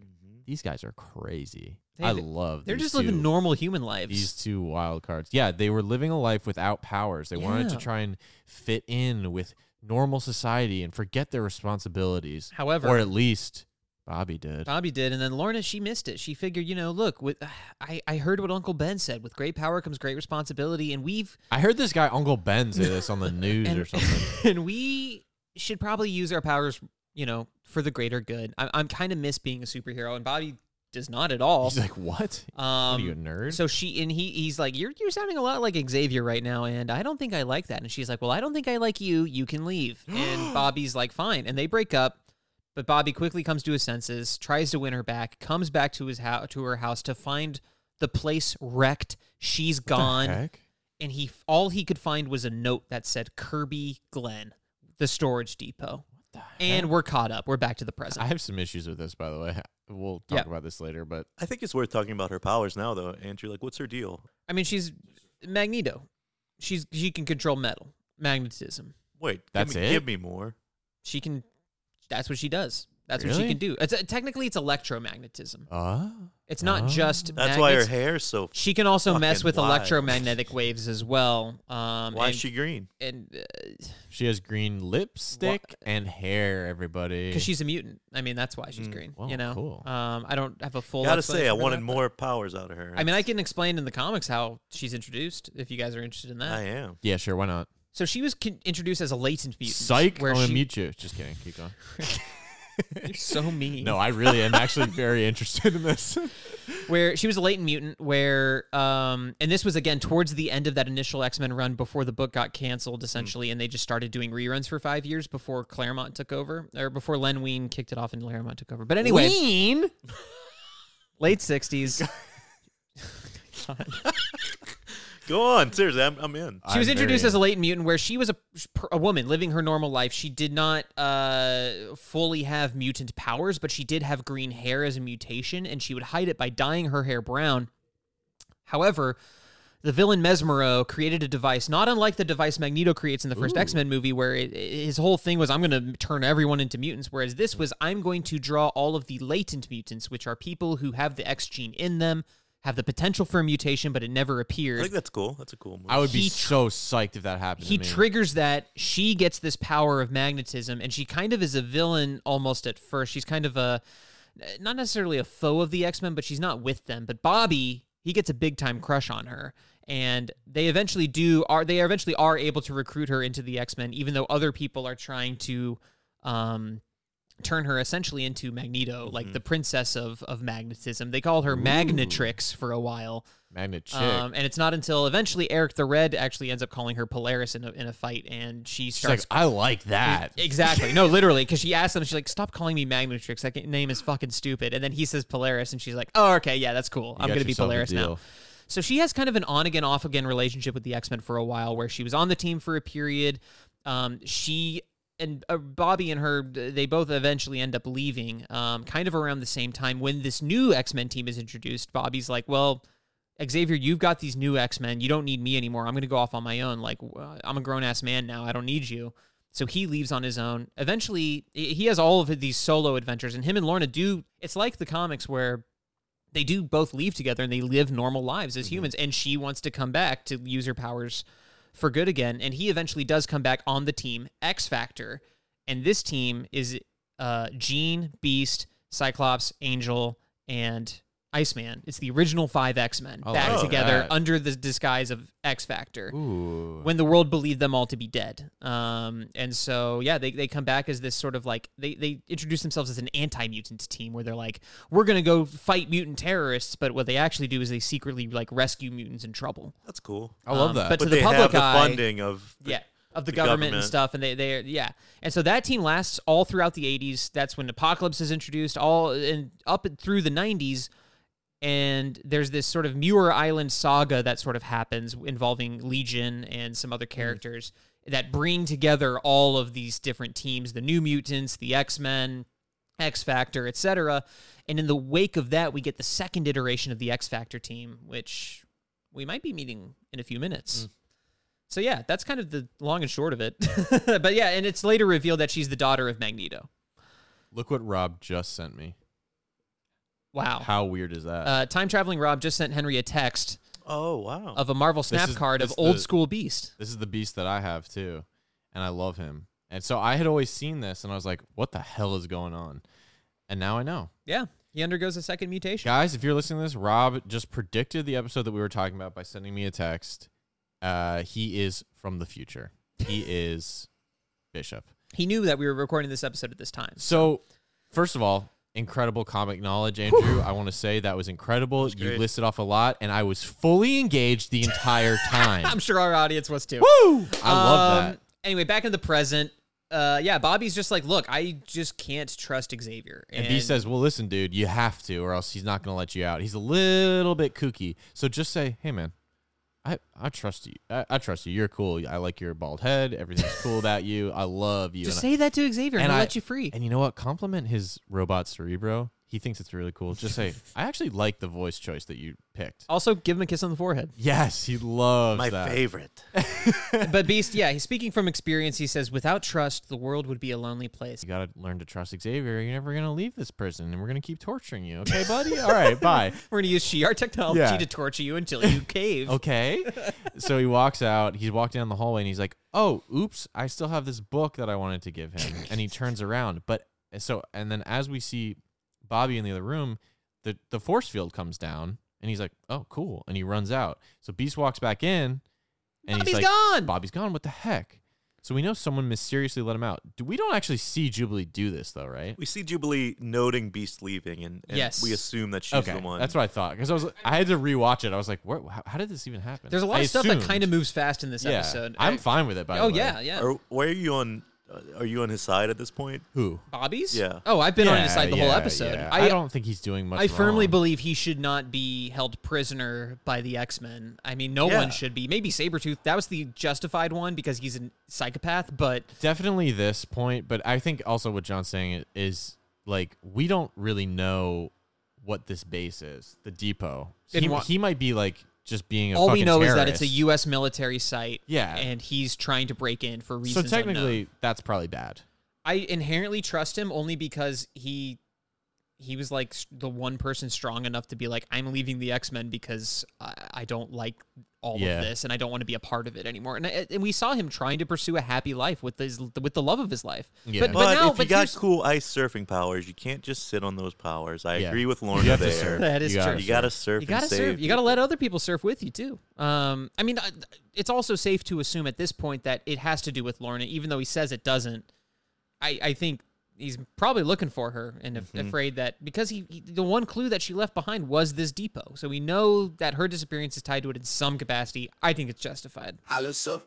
[SPEAKER 2] These guys are crazy.
[SPEAKER 3] Mm-hmm. They-
[SPEAKER 2] I love.
[SPEAKER 3] They're
[SPEAKER 2] these
[SPEAKER 3] just living
[SPEAKER 2] two-
[SPEAKER 3] normal human lives.
[SPEAKER 2] These two wild cards. Yeah, they were living a life without powers. They wanted to
[SPEAKER 3] Yeah.
[SPEAKER 2] try and fit in with normal society and forget their responsibilities.
[SPEAKER 3] However- Uh,
[SPEAKER 2] or at least Bobby did.
[SPEAKER 3] Bobby did, and then Lorna she missed it. She figured, you know, look, with I, I heard what Uncle Ben said: with great power comes great responsibility, and we've
[SPEAKER 2] I heard this guy Uncle Ben say this on the news or something.
[SPEAKER 3] and we should probably use our powers, you know, for the greater good. I, I'm kind of miss being a superhero, and Bobby does not at all.
[SPEAKER 2] He's like, "What?
[SPEAKER 3] um,
[SPEAKER 2] what are you a nerd?"
[SPEAKER 3] So she and he he's like, you're you're sounding a lot like Xavier right now, and I don't think I like that. And she's like, well, I don't think I like you. You can leave. And Bobby's like, fine. And they break up. But Bobby quickly comes to his senses, tries to win her back, comes back to his house to her house to find the place wrecked. She's gone
[SPEAKER 2] heck?
[SPEAKER 3] and he all he could find was a note that said Kirby Glen, the storage depot. And we're caught up. We're back to the present.
[SPEAKER 2] I have some issues with this, by the way. We'll talk
[SPEAKER 3] Yeah.
[SPEAKER 2] about this later, but
[SPEAKER 4] I think it's worth talking about her powers now, though. Andrew, like, what's her deal?
[SPEAKER 3] I mean, she's Magneto. She's she can control metal, magnetism.
[SPEAKER 4] Wait, give
[SPEAKER 2] That's
[SPEAKER 4] me-
[SPEAKER 2] it?
[SPEAKER 4] Give me more.
[SPEAKER 3] She can. That's what she does. That's what
[SPEAKER 2] Really?
[SPEAKER 3] she can do. It's technically it's electromagnetism.
[SPEAKER 2] uh,
[SPEAKER 3] It's not just.
[SPEAKER 4] That's why her
[SPEAKER 3] magnets.
[SPEAKER 4] hair's so.
[SPEAKER 3] She can also
[SPEAKER 4] fucking
[SPEAKER 3] mess with
[SPEAKER 4] wide.
[SPEAKER 3] electromagnetic waves as well. Um,
[SPEAKER 4] Why
[SPEAKER 3] and,
[SPEAKER 4] is she green?
[SPEAKER 3] And uh, because
[SPEAKER 2] she has green lipstick and hair. Everybody,
[SPEAKER 3] she's a mutant. I mean, that's why she's
[SPEAKER 4] Mm,
[SPEAKER 3] green.
[SPEAKER 2] well,
[SPEAKER 3] you know.
[SPEAKER 2] cool.
[SPEAKER 3] Um, I don't have a full.
[SPEAKER 4] Gotta say, I
[SPEAKER 3] explanation for
[SPEAKER 4] wanted
[SPEAKER 3] that, but-
[SPEAKER 4] more powers out of her.
[SPEAKER 3] I mean, I can explain in the comics how she's introduced if you guys are interested in that.
[SPEAKER 4] I am.
[SPEAKER 2] yeah, sure, why not?
[SPEAKER 3] So she was con- introduced as a latent mutant.
[SPEAKER 2] Psych, I'm
[SPEAKER 3] where
[SPEAKER 2] gonna
[SPEAKER 3] she-
[SPEAKER 2] mute you. Just kidding, keep going.
[SPEAKER 3] You're so mean.
[SPEAKER 2] No, I really am actually very interested in this.
[SPEAKER 3] where she was a latent mutant. Where um, and this was again towards the end of that initial X Men run before the book got canceled, essentially, and they just started doing reruns for five years before Claremont took over, or before Len Wein kicked it off and Claremont took over. But anyway, Wein, late sixties.
[SPEAKER 4] Go on, seriously, I'm, I'm in.
[SPEAKER 3] She was
[SPEAKER 2] I'm very
[SPEAKER 3] introduced as
[SPEAKER 2] in.
[SPEAKER 3] a latent mutant, where she was a a woman living her normal life. She did not uh, fully have mutant powers, but she did have green hair as a mutation, and she would hide it by dyeing her hair brown. However, the villain Mesmero created a device not unlike the device Magneto creates in the first X Men movie, where it, his whole thing was, I'm going to turn everyone into mutants. Whereas this was, I'm going to draw all of the latent mutants, which are people who have the X gene in them, have the potential for a mutation, but it never
[SPEAKER 4] I
[SPEAKER 3] appeared.
[SPEAKER 4] think that's cool. That's a cool move.
[SPEAKER 2] I would be
[SPEAKER 3] He tr-
[SPEAKER 2] so psyched if that happened.
[SPEAKER 3] he
[SPEAKER 2] to me.
[SPEAKER 3] triggers that she gets this power of magnetism and she kind of is a villain almost at first she's kind of a not necessarily a foe of the x-men but she's not with them but bobby he gets a big time crush on her and they eventually do are they eventually are able to recruit her into the x-men even though other people are trying to um turn her essentially into Magneto,
[SPEAKER 2] Mm-hmm.
[SPEAKER 3] like the princess of of magnetism. They called her Magnetrix for a while.
[SPEAKER 2] Magnet chick.
[SPEAKER 3] Um, and it's not until eventually Eric the Red actually ends up calling her Polaris in a, in a fight, and she
[SPEAKER 2] She's like,
[SPEAKER 3] starts.
[SPEAKER 2] I like that.
[SPEAKER 3] exactly. No, literally, because she asked him. She's like, "Stop calling me Magnetrix. That name is fucking stupid." And then he says Polaris, and she's like, "Oh, okay, yeah, that's cool. I'm
[SPEAKER 2] got
[SPEAKER 3] gonna be
[SPEAKER 2] yourself a
[SPEAKER 3] Polaris now."
[SPEAKER 2] deal.
[SPEAKER 3] So she has kind of an on again, off again relationship with the X Men for a while, where she was on the team for a period. Um, she and uh, Bobby and her, uh, they both eventually end up leaving, um, kind of around the same time when this new X Men team is introduced. Bobby's like, "Well, Xavier, you've got these new X Men. You don't need me anymore. I'm going to go off on my own. Like w- I'm a grown ass man now. I don't need you." So he leaves on his own. Eventually, he he has all of these solo adventures, and him and Lorna do. It's like the comics where they do both leave together and they live normal lives as humans and she wants to come back to use her powers for good again and he eventually does come back on the team X Factor and this team is uh Jean, Beast, Cyclops, Angel and Iceman. It's the original 5 X-Men
[SPEAKER 2] I
[SPEAKER 3] back
[SPEAKER 2] like
[SPEAKER 3] together
[SPEAKER 2] that.
[SPEAKER 3] under the disguise of X Factor
[SPEAKER 2] Ooh.
[SPEAKER 3] when the world believed them all to be dead. Um, and so yeah, they, they come back as this sort of like they they introduce themselves as an anti mutant team where they're like, we're gonna go fight mutant terrorists, but what they actually do is they secretly like rescue mutants in trouble.
[SPEAKER 4] That's cool.
[SPEAKER 2] I love
[SPEAKER 3] Um,
[SPEAKER 2] that.
[SPEAKER 3] But,
[SPEAKER 4] But
[SPEAKER 3] to the
[SPEAKER 4] they have
[SPEAKER 3] public
[SPEAKER 4] the
[SPEAKER 3] eye,
[SPEAKER 4] funding of the-
[SPEAKER 3] yeah of the,
[SPEAKER 4] the
[SPEAKER 3] government, and
[SPEAKER 4] government.
[SPEAKER 3] stuff, and they they yeah, and so that team lasts all throughout the '80s. That's when Apocalypse is introduced, all and up and through the '90s. And there's this sort of Muir Island saga that sort of happens involving Legion and some other
[SPEAKER 4] Mm-hmm.
[SPEAKER 3] characters that bring together all of these different teams: the New Mutants, the X Men, X Factor, etc. And in the wake of that, we get the second iteration of the X Factor team, which we might be meeting in a few
[SPEAKER 4] Mm-hmm.
[SPEAKER 3] minutes. So yeah, that's kind of the long and short of it. but yeah, and it's later revealed that she's the daughter of Magneto.
[SPEAKER 2] Look what Rob just sent me.
[SPEAKER 3] Wow.
[SPEAKER 2] How weird is that?
[SPEAKER 3] Uh, time traveling Rob just sent Henry a text
[SPEAKER 4] Oh wow.
[SPEAKER 3] of a Marvel
[SPEAKER 2] This
[SPEAKER 3] snap
[SPEAKER 2] is-
[SPEAKER 3] card of
[SPEAKER 2] this
[SPEAKER 3] old
[SPEAKER 2] the-
[SPEAKER 3] school Beast.
[SPEAKER 2] This is the beast that I have too, and I love him. And so I had always seen this, and I was like, "What the hell is going on?" And now I know.
[SPEAKER 3] Yeah, he undergoes a second mutation.
[SPEAKER 2] Guys, if you're listening to this, Rob just predicted the episode that we were talking about by sending me a text. Uh, he is from the future. He is Bishop.
[SPEAKER 3] He knew that we were recording this episode at this time.
[SPEAKER 2] So, first of all, incredible comic knowledge, Andrew. I want to say that was incredible. you
[SPEAKER 4] great.
[SPEAKER 2] listed off a lot, and I was fully engaged the entire time.
[SPEAKER 3] I'm sure our audience was too.
[SPEAKER 2] Woo! I love
[SPEAKER 3] Um,
[SPEAKER 2] that.
[SPEAKER 3] Anyway, back in the present. Uh, yeah, Bobby's just like, look, I just can't trust Xavier.
[SPEAKER 2] And, B says, "Well, listen, dude, you have to, or else he's not going to let you out. He's a little bit kooky, so just say, hey, man." I, I trust you. I, I trust you. You're cool. I like your bald head. Everything's cool about you. I love you.
[SPEAKER 3] just
[SPEAKER 2] And I-
[SPEAKER 3] say that to Xavier and,
[SPEAKER 2] and
[SPEAKER 3] he'll
[SPEAKER 2] I-
[SPEAKER 3] let you free.
[SPEAKER 2] And you know what? Compliment his robot cerebro. He thinks it's really cool. Just say, I actually like the voice choice that you picked.
[SPEAKER 3] Also, give him a kiss on the forehead.
[SPEAKER 2] Yes, he loves
[SPEAKER 4] my
[SPEAKER 2] that.
[SPEAKER 4] favorite.
[SPEAKER 3] but Beast, yeah, he's speaking from experience. He says, without trust, the world would be a lonely place.
[SPEAKER 2] You gotta learn to trust Xavier. You're never gonna leave this prison, and we're gonna keep torturing you. Okay, buddy. All right, bye.
[SPEAKER 3] We're going to use Shi'ar technology
[SPEAKER 2] Yeah.
[SPEAKER 3] to torture you until you cave.
[SPEAKER 2] Okay. so he walks out. He's walked down the hallway, and he's like, "Oh, oops! I still have this book that I wanted to give him." and he turns around, but so and then as we see Bobby in the other room, the the force field comes down, and he's like, "Oh, cool!" And he runs out. So Beast walks back in, and he's
[SPEAKER 3] Bobby's
[SPEAKER 2] like,
[SPEAKER 3] gone!
[SPEAKER 2] Bobby's gone. What the heck?" So we know someone mysteriously let him out. Do- We don't actually see Jubilee do this though, right?
[SPEAKER 4] We see Jubilee noting Beast leaving, and, and
[SPEAKER 3] Yes.
[SPEAKER 4] we assume that she's
[SPEAKER 2] Okay,
[SPEAKER 4] the one.
[SPEAKER 2] that's what I thought because I was I had to rewatch it. I was like, "Where? How, how did this even happen?"
[SPEAKER 3] There's a lot
[SPEAKER 2] I
[SPEAKER 3] of stuff that
[SPEAKER 2] assumed-
[SPEAKER 3] kind of moves fast in this
[SPEAKER 2] yeah,
[SPEAKER 3] episode.
[SPEAKER 2] I'm
[SPEAKER 3] I-
[SPEAKER 2] fine with it. By
[SPEAKER 3] Oh,
[SPEAKER 2] the way, Er,
[SPEAKER 3] yeah, yeah.
[SPEAKER 4] Or why are you on? Uh, are you on his side at this point?
[SPEAKER 2] who?
[SPEAKER 3] Bobby's?
[SPEAKER 4] Yeah.
[SPEAKER 3] Oh, I've been on his
[SPEAKER 2] Yeah,
[SPEAKER 3] side the whole
[SPEAKER 2] yeah,
[SPEAKER 3] episode.
[SPEAKER 2] yeah. I,
[SPEAKER 3] I,
[SPEAKER 2] don't think he's doing much.
[SPEAKER 3] I firmly
[SPEAKER 2] wrong.
[SPEAKER 3] believe he should not be held prisoner by the X Men. I mean, no
[SPEAKER 4] Yeah.
[SPEAKER 3] one should be. Maybe Sabretooth. That was the justified one because he's a psychopath, but
[SPEAKER 2] definitely this point, but I think also what John's saying i- is like we don't really know what this base is, the depot.
[SPEAKER 3] And
[SPEAKER 2] He,
[SPEAKER 3] wha-
[SPEAKER 2] he might be like just being a
[SPEAKER 3] all we
[SPEAKER 2] fucking
[SPEAKER 3] know is that it's a
[SPEAKER 2] terrorist.
[SPEAKER 3] U.S. military site.
[SPEAKER 2] Yeah.
[SPEAKER 3] And he's trying to break in for
[SPEAKER 2] So
[SPEAKER 3] reasons. unknown.
[SPEAKER 2] technically, that's probably bad.
[SPEAKER 3] I inherently trust him only because he he was like s- the one person strong enough to be like I'm leaving the X Men because I, I don't like all
[SPEAKER 2] Yeah.
[SPEAKER 3] of this and I don't want to be a part of it anymore. And I- and we saw him trying to pursue a happy life with his with the love of his life.
[SPEAKER 2] Yeah.
[SPEAKER 3] But, but,
[SPEAKER 4] But,
[SPEAKER 3] now,
[SPEAKER 4] if
[SPEAKER 3] but
[SPEAKER 4] you got
[SPEAKER 3] here's-
[SPEAKER 4] cool ice surfing powers, you can't just sit on those powers. I
[SPEAKER 2] Yeah.
[SPEAKER 4] agree with Lorna
[SPEAKER 2] You have
[SPEAKER 4] there.
[SPEAKER 2] to serve.
[SPEAKER 3] That is
[SPEAKER 2] You gotta
[SPEAKER 3] true.
[SPEAKER 4] You gotta
[SPEAKER 2] serve.
[SPEAKER 4] surf.
[SPEAKER 3] you gotta
[SPEAKER 4] and save
[SPEAKER 3] serve. You gotta let other people surf with you too. Um, I mean, I- it's also safe to assume at this point that it has to do with Lorna, even though he says it doesn't. I I think he's probably looking for her and af-
[SPEAKER 4] Mm-hmm.
[SPEAKER 2] Mhm.
[SPEAKER 3] afraid that because he, he the one clue that she left behind was this depot. So we know that her disappearance is tied to it in some capacity. I think it's justified.
[SPEAKER 1] I love surf.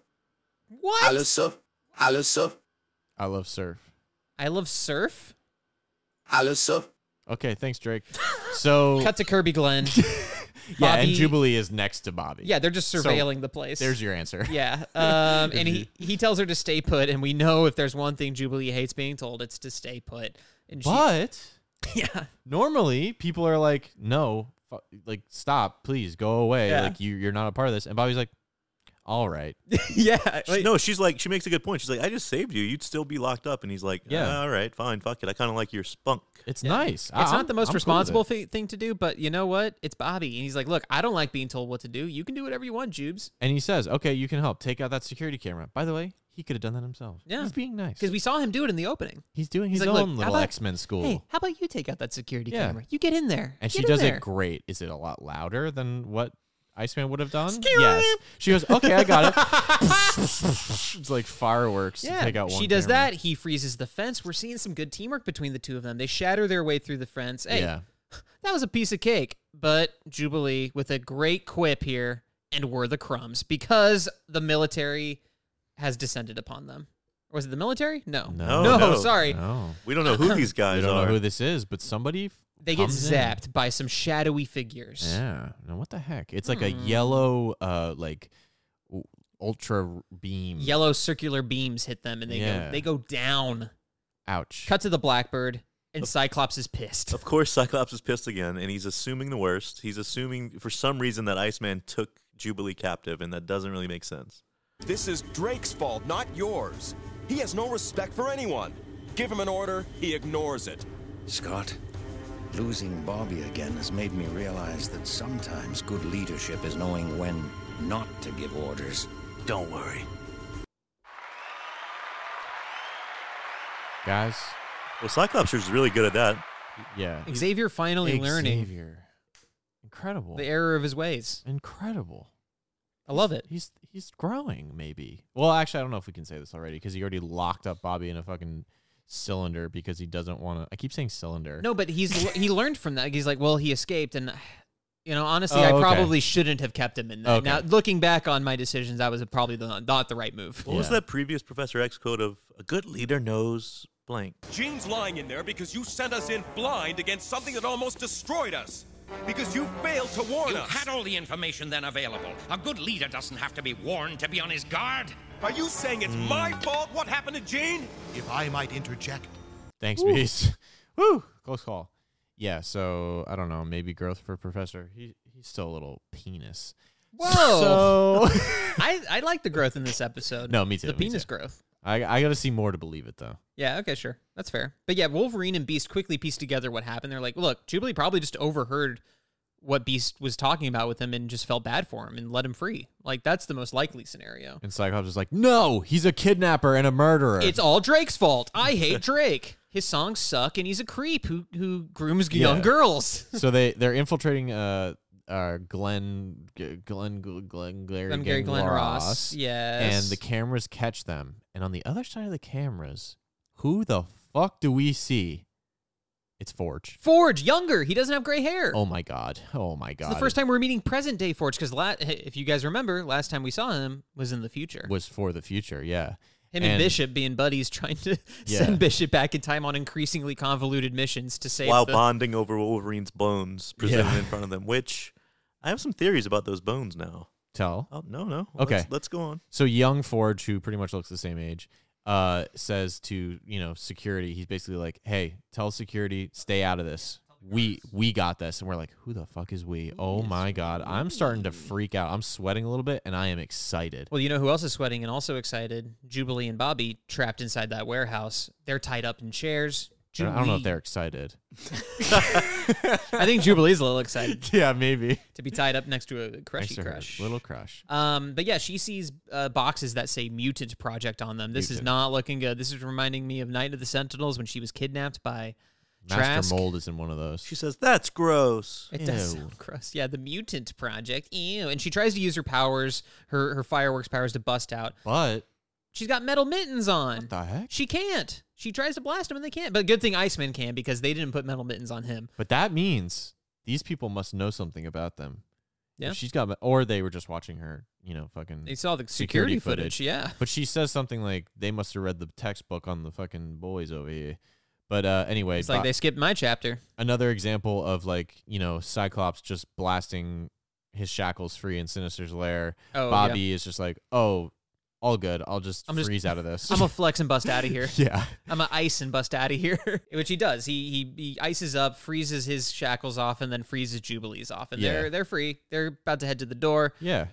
[SPEAKER 3] What?
[SPEAKER 1] I love surf. I love surf.
[SPEAKER 2] I love surf.
[SPEAKER 3] I love surf.
[SPEAKER 1] I love surf.
[SPEAKER 2] Okay, thanks, Drake. So
[SPEAKER 3] Cut to Kirby Glenn.
[SPEAKER 2] yeah, and
[SPEAKER 3] Bobby-
[SPEAKER 2] Jubilee is next to Bobby.
[SPEAKER 3] Yeah, they're just
[SPEAKER 2] So
[SPEAKER 3] surveilling the place.
[SPEAKER 2] There's your answer.
[SPEAKER 3] Yeah. Um, and he, he tells her to stay put, and we know if there's one thing Jubilee hates being told, it's to stay put. And she,
[SPEAKER 2] But
[SPEAKER 3] yeah,
[SPEAKER 2] normally people are like, no, fu- like stop, please go away.
[SPEAKER 3] Yeah.
[SPEAKER 2] Like you, you're not a part of this. And Bobby's like, all right.
[SPEAKER 3] yeah.
[SPEAKER 4] She- no, she's like, she makes a good point. She's like, I just saved you. You'd still be locked up. And he's like,
[SPEAKER 2] Yeah.
[SPEAKER 4] Yeah, all right, fine, fuck it. I kind of like your spunk.
[SPEAKER 2] It's nice.
[SPEAKER 3] it's not the most responsible thi- thing to do, but you know what? It's Bobby, and he's like, "Look, I don't like being told what to do. You can do whatever you want, Jubes."
[SPEAKER 2] and he says, okay, you can help. Take out that security camera. By the way, he could have done that himself.
[SPEAKER 3] Yeah, he's
[SPEAKER 2] being nice
[SPEAKER 3] because we saw him do it in the opening.
[SPEAKER 2] He's doing
[SPEAKER 3] He's
[SPEAKER 2] his
[SPEAKER 3] like, "Look,
[SPEAKER 2] own
[SPEAKER 3] how
[SPEAKER 2] little
[SPEAKER 3] about-
[SPEAKER 2] X Men school.
[SPEAKER 3] Hey, how about you take out that security
[SPEAKER 2] Yeah.
[SPEAKER 3] camera? You get in there,
[SPEAKER 2] And
[SPEAKER 3] Get
[SPEAKER 2] she
[SPEAKER 3] in
[SPEAKER 2] does
[SPEAKER 3] there.
[SPEAKER 2] it great. Is it a lot louder than what Iceman would have done? Yes. She goes, okay, I got it. it's like fireworks. to
[SPEAKER 3] Yeah,
[SPEAKER 2] take out one
[SPEAKER 3] she does
[SPEAKER 2] camera.
[SPEAKER 3] that. He freezes the fence. We're seeing some good teamwork between the two of them. They shatter their way through the fence. Hey,
[SPEAKER 2] Yeah.
[SPEAKER 3] that was a piece of cake. But Jubilee with a great quip here, and we're the crumbs because the military has descended upon them. Or was it the military? Oh, No,
[SPEAKER 2] No,
[SPEAKER 4] no,
[SPEAKER 3] sorry.
[SPEAKER 2] no.
[SPEAKER 4] We don't know who these guys
[SPEAKER 2] We don't
[SPEAKER 4] are.
[SPEAKER 2] know who this is, but somebody f-
[SPEAKER 3] They get
[SPEAKER 2] comes in.
[SPEAKER 3] zapped by some shadowy figures.
[SPEAKER 2] Yeah. Now what the heck? It's like a
[SPEAKER 3] Hmm.
[SPEAKER 2] yellow, uh, like w- ultra r- beam.
[SPEAKER 3] Yellow circular beams hit them, and they
[SPEAKER 2] Yeah.
[SPEAKER 3] go, they go down.
[SPEAKER 2] Ouch.
[SPEAKER 3] Cut to the Blackbird, and Cyclops is pissed.
[SPEAKER 4] Of course, Cyclops is pissed again, and he's assuming the worst. He's assuming for some reason that Iceman took Jubilee captive, and that doesn't really make sense.
[SPEAKER 6] This is Drake's fault, not yours. He has no respect for anyone. Give him an order, he ignores it.
[SPEAKER 7] Scott, losing Bobby again has made me realize that sometimes good leadership is knowing when not to give orders. Don't worry.
[SPEAKER 2] Guys.
[SPEAKER 4] Well, Cyclops is really good at that.
[SPEAKER 2] Yeah.
[SPEAKER 3] Xavier finally learning
[SPEAKER 2] Xavier. Incredible.
[SPEAKER 3] the error of his ways.
[SPEAKER 2] Incredible.
[SPEAKER 3] I love it.
[SPEAKER 2] He's he's growing, maybe. Well, actually, I don't know if we can say this already because he already locked up Bobby in a fucking cylinder because he doesn't want to. I keep saying cylinder.
[SPEAKER 3] No, but he's he learned from that. He's like, well, he escaped, and you know, honestly,
[SPEAKER 2] Oh,
[SPEAKER 3] I
[SPEAKER 2] okay.
[SPEAKER 3] probably shouldn't have kept him in there.
[SPEAKER 2] Okay.
[SPEAKER 3] Now, looking back on my decisions, that was probably the, not the right move.
[SPEAKER 4] What was that previous Professor X quote of a good leader knows blank?
[SPEAKER 6] Jean's lying in there because you sent us in blind against something that almost destroyed us. Because you failed to warn
[SPEAKER 12] You
[SPEAKER 6] us.
[SPEAKER 12] had all the information then available. A good leader doesn't have to be warned to be on his guard.
[SPEAKER 6] Are you saying it's my
[SPEAKER 9] Hmm.
[SPEAKER 6] fault what happened to Jean?
[SPEAKER 5] If I might interject,
[SPEAKER 2] Thanks,
[SPEAKER 5] Woo.
[SPEAKER 2] Beast. Woo, close call. Yeah, so I don't know. Maybe growth for Professor. He he's still a little penis.
[SPEAKER 3] Whoa!
[SPEAKER 2] So-
[SPEAKER 3] I I like the growth in this episode.
[SPEAKER 2] No, me too.
[SPEAKER 3] The
[SPEAKER 2] me
[SPEAKER 3] penis
[SPEAKER 2] too.
[SPEAKER 3] growth.
[SPEAKER 2] I I got to see more to believe it though.
[SPEAKER 3] Yeah, okay, sure. That's fair. But yeah, Wolverine and Beast quickly piece together what happened. They're like, look, Jubilee probably just overheard what Beast was talking about with him and just felt bad for him and let him free. Like, that's the most likely scenario.
[SPEAKER 2] And Cyclops is like, no, he's a kidnapper and a murderer.
[SPEAKER 3] It's all Drake's fault. I hate Drake. His songs suck and he's a creep who, who grooms young
[SPEAKER 2] Yeah.
[SPEAKER 3] girls.
[SPEAKER 2] so they they're infiltrating uh uh Glenn G- Glenn Glenn Glenn Gary,
[SPEAKER 3] Glenn Gary, Glenn Ross, yes.
[SPEAKER 2] and the cameras catch them and on the other side of the cameras who the fuck do we see it's Forge
[SPEAKER 3] Forge, younger. He doesn't have gray hair.
[SPEAKER 2] oh my god oh my god
[SPEAKER 3] It's the first time we're meeting present day Forge because la- eh, if you guys remember, last time we saw him was in the future.
[SPEAKER 2] was for the future yeah
[SPEAKER 3] Him and, Bishop being buddies, trying to
[SPEAKER 2] Yeah.
[SPEAKER 3] send Bishop back in time on increasingly convoluted missions to save
[SPEAKER 4] While
[SPEAKER 3] the-
[SPEAKER 4] bonding over Wolverine's bones presented
[SPEAKER 2] Yeah.
[SPEAKER 4] in front of them, which I have some theories about those bones now.
[SPEAKER 2] tell
[SPEAKER 4] Oh no, no.
[SPEAKER 2] Okay.
[SPEAKER 4] Let's, let's go on.
[SPEAKER 2] So young Forge, who pretty much looks the same age, uh, says to you know security, he's basically like, "Hey, tell security, stay out of this. We we got this." And we're like, "Who the fuck is we? Oh my god, I'm starting to freak out. I'm sweating a little bit, and I am excited."
[SPEAKER 3] Well, you know who else is sweating and also excited? Jubilee and Bobby trapped inside that warehouse. They're tied up in chairs.
[SPEAKER 2] I
[SPEAKER 3] Jubilee,
[SPEAKER 2] don't know if they're excited.
[SPEAKER 3] I think Jubilee's a little excited
[SPEAKER 2] yeah, maybe
[SPEAKER 3] to be tied up next to a
[SPEAKER 2] Thanks
[SPEAKER 3] crushy
[SPEAKER 2] to her.
[SPEAKER 3] crush.
[SPEAKER 2] little crush.
[SPEAKER 3] Um, but yeah, she sees uh, boxes that say "Mutant Project" on them. This is
[SPEAKER 2] Mutant.
[SPEAKER 3] not looking good. This is reminding me of Night of the Sentinels when she was kidnapped by
[SPEAKER 2] Master
[SPEAKER 3] Trask.
[SPEAKER 2] Mold is in one of those.
[SPEAKER 4] She says, That's gross.
[SPEAKER 3] It does
[SPEAKER 2] Ew.
[SPEAKER 3] sound gross. Yeah, the mutant project. Ew. And she tries to use her powers, her her fireworks powers, to bust out.
[SPEAKER 2] But
[SPEAKER 3] She's got metal mittens on.
[SPEAKER 2] the heck?
[SPEAKER 3] She can't. She tries to blast him and they can't. But good thing Iceman can because they didn't put metal mittens on him.
[SPEAKER 2] But that means these people must know something about them. If
[SPEAKER 3] Yeah.
[SPEAKER 2] she's got, or they were just watching her. You know, fucking.
[SPEAKER 3] They saw the security footage, yeah.
[SPEAKER 2] But she says something like, "They must have read the textbook on the fucking boys over here." But uh, anyway,
[SPEAKER 3] It's like
[SPEAKER 2] Bo-
[SPEAKER 3] they skipped my chapter.
[SPEAKER 2] another example of like you know Cyclops just blasting his shackles free in Sinister's lair.
[SPEAKER 3] Oh, yeah.
[SPEAKER 2] Bobby is just like, "Oh, all good. I'll just
[SPEAKER 3] I'm just-
[SPEAKER 2] freeze out of this."
[SPEAKER 3] I'm a flex and bust out of here.
[SPEAKER 2] Yeah.
[SPEAKER 3] I'm a ice and bust out of here, which he does. He, he he ices up, freezes his shackles off, and then freezes Jubilee's off, and
[SPEAKER 2] Yeah.
[SPEAKER 3] they're they're free. They're about to head to the door.
[SPEAKER 2] yeah.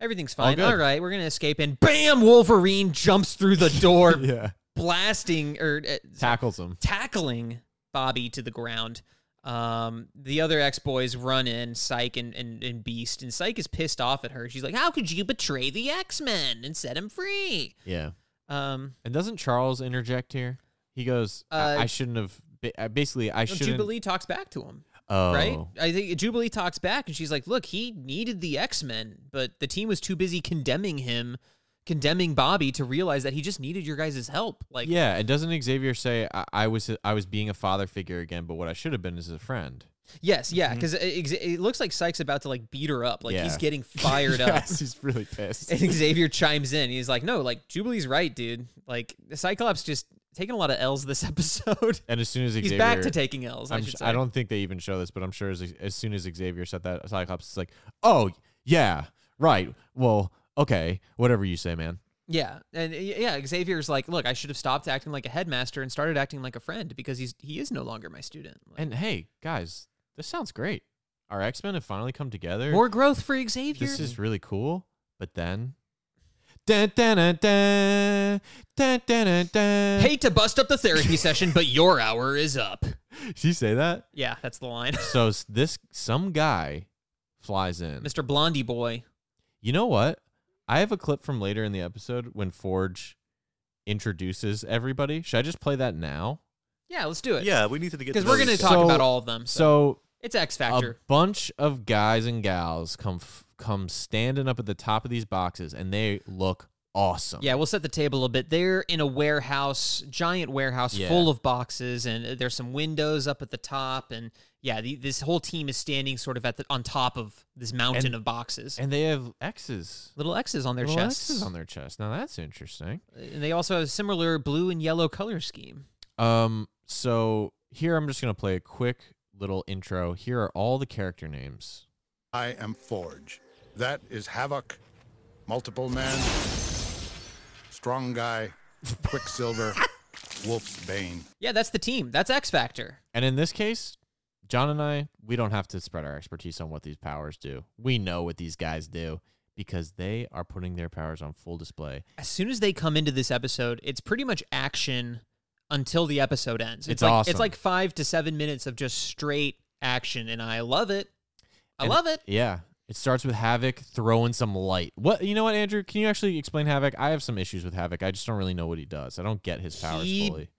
[SPEAKER 3] Everything's
[SPEAKER 2] All
[SPEAKER 3] fine.
[SPEAKER 2] good.
[SPEAKER 3] All right, we're gonna escape, and bam! Wolverine jumps through the door,
[SPEAKER 2] Yeah.
[SPEAKER 3] blasting or uh,
[SPEAKER 2] Tackles him.
[SPEAKER 3] tackling Bobby to the ground. Um, the other ex boys run in, Psyche and, and, and Beast, and Psyche is pissed off at her. She's like, "How could you betray the X Men and set him free?"
[SPEAKER 2] Yeah.
[SPEAKER 3] Um,
[SPEAKER 2] And doesn't Charles interject here? He goes,
[SPEAKER 3] Uh,
[SPEAKER 2] I, "I shouldn't have." ba- uh, Basically, I shouldn't.
[SPEAKER 3] Jubilee talks back to him.
[SPEAKER 2] oh,
[SPEAKER 3] Right? I think Jubilee talks back and she's like, look, he needed the X Men, but the team was too busy condemning him, condemning Bobby to realize that he just needed your guys' help. Like,
[SPEAKER 2] yeah. And doesn't Xavier say, I, "I was, I was being a father figure again, but what I should have been is a friend."
[SPEAKER 3] yes, yeah, because it, it looks like Sykes about to like beat her up. Like, he's
[SPEAKER 2] Mm-hmm. Yeah.
[SPEAKER 3] getting fired
[SPEAKER 2] Yes,
[SPEAKER 3] up.
[SPEAKER 2] he's really pissed.
[SPEAKER 3] And Xavier chimes in. He's like, no, like, Jubilee's right, dude. Like, the Cyclops just taking a lot of L's this episode.
[SPEAKER 2] And as soon as Xavier,
[SPEAKER 3] he's back to taking L's. I,
[SPEAKER 2] I'm
[SPEAKER 3] should
[SPEAKER 2] sh-
[SPEAKER 3] say.
[SPEAKER 2] I don't think they even show this, but I'm sure as, as soon as Xavier said that, Cyclops is like, "Oh yeah, right. Well, okay, whatever you say, man."
[SPEAKER 3] Yeah, and y- yeah, Xavier's like, look, I should have stopped acting like a headmaster and started acting like a friend because he's he is no longer my student. Like,
[SPEAKER 2] And hey, guys, this sounds great. Our X Men have finally come together.
[SPEAKER 3] more growth for Xavier.
[SPEAKER 2] This is really cool. But then. Dun, dun, dun, dun, dun, dun, dun, dun.
[SPEAKER 3] Hate to bust up the therapy session, but your hour is up.
[SPEAKER 2] Did you say that?
[SPEAKER 3] Yeah, that's the line.
[SPEAKER 2] So s- this some guy flies in.
[SPEAKER 3] Mr. Blondie boy.
[SPEAKER 2] You know what? I have a clip from later in the episode when Forge introduces everybody. Should I just play that now?
[SPEAKER 3] Yeah, let's do it.
[SPEAKER 4] Yeah, we need to get
[SPEAKER 3] because
[SPEAKER 4] to
[SPEAKER 3] we're
[SPEAKER 4] know
[SPEAKER 3] gonna
[SPEAKER 4] these
[SPEAKER 3] talk
[SPEAKER 4] guys.
[SPEAKER 3] about all of them. So,
[SPEAKER 2] So
[SPEAKER 3] it's X
[SPEAKER 2] a
[SPEAKER 3] Factor.
[SPEAKER 2] bunch of guys and gals come f- come standing up at the top of these boxes, and they look awesome.
[SPEAKER 3] Yeah, we'll set the table a bit. They're in a warehouse, giant warehouse
[SPEAKER 2] Yeah.
[SPEAKER 3] full of boxes, and there's some windows up at the top, and yeah, the, this whole team is standing sort of at the on top of this mountain
[SPEAKER 2] And-
[SPEAKER 3] of boxes.
[SPEAKER 2] and they have X's.
[SPEAKER 3] little X's on their
[SPEAKER 2] Little
[SPEAKER 3] chests.
[SPEAKER 2] X's on their chest. Now that's interesting.
[SPEAKER 3] and they also have a similar blue and yellow color scheme.
[SPEAKER 2] Um, so here I'm just gonna play a quick little intro. Here are all the character names.
[SPEAKER 13] I am Forge. That is Havoc, Multiple Man, Strong Guy, Quicksilver, Wolf's Bane.
[SPEAKER 3] Yeah, that's the team. That's X Factor.
[SPEAKER 2] And in this case, John and I, we don't have to spread our expertise on what these powers do. We know what these guys do because they are putting their powers on full display.
[SPEAKER 3] As soon as they come into this episode, it's pretty much action until the episode ends.
[SPEAKER 2] It's
[SPEAKER 3] like
[SPEAKER 2] awesome.
[SPEAKER 3] it's like five to seven minutes of just straight action, and I love it. I
[SPEAKER 2] And-
[SPEAKER 3] love it.
[SPEAKER 2] Yeah. It starts with Havoc throwing some light. What you know what, Andrew? Can you actually explain Havoc? I have some issues with Havoc. I just don't really know what he does. I don't get his powers
[SPEAKER 3] He-
[SPEAKER 2] fully.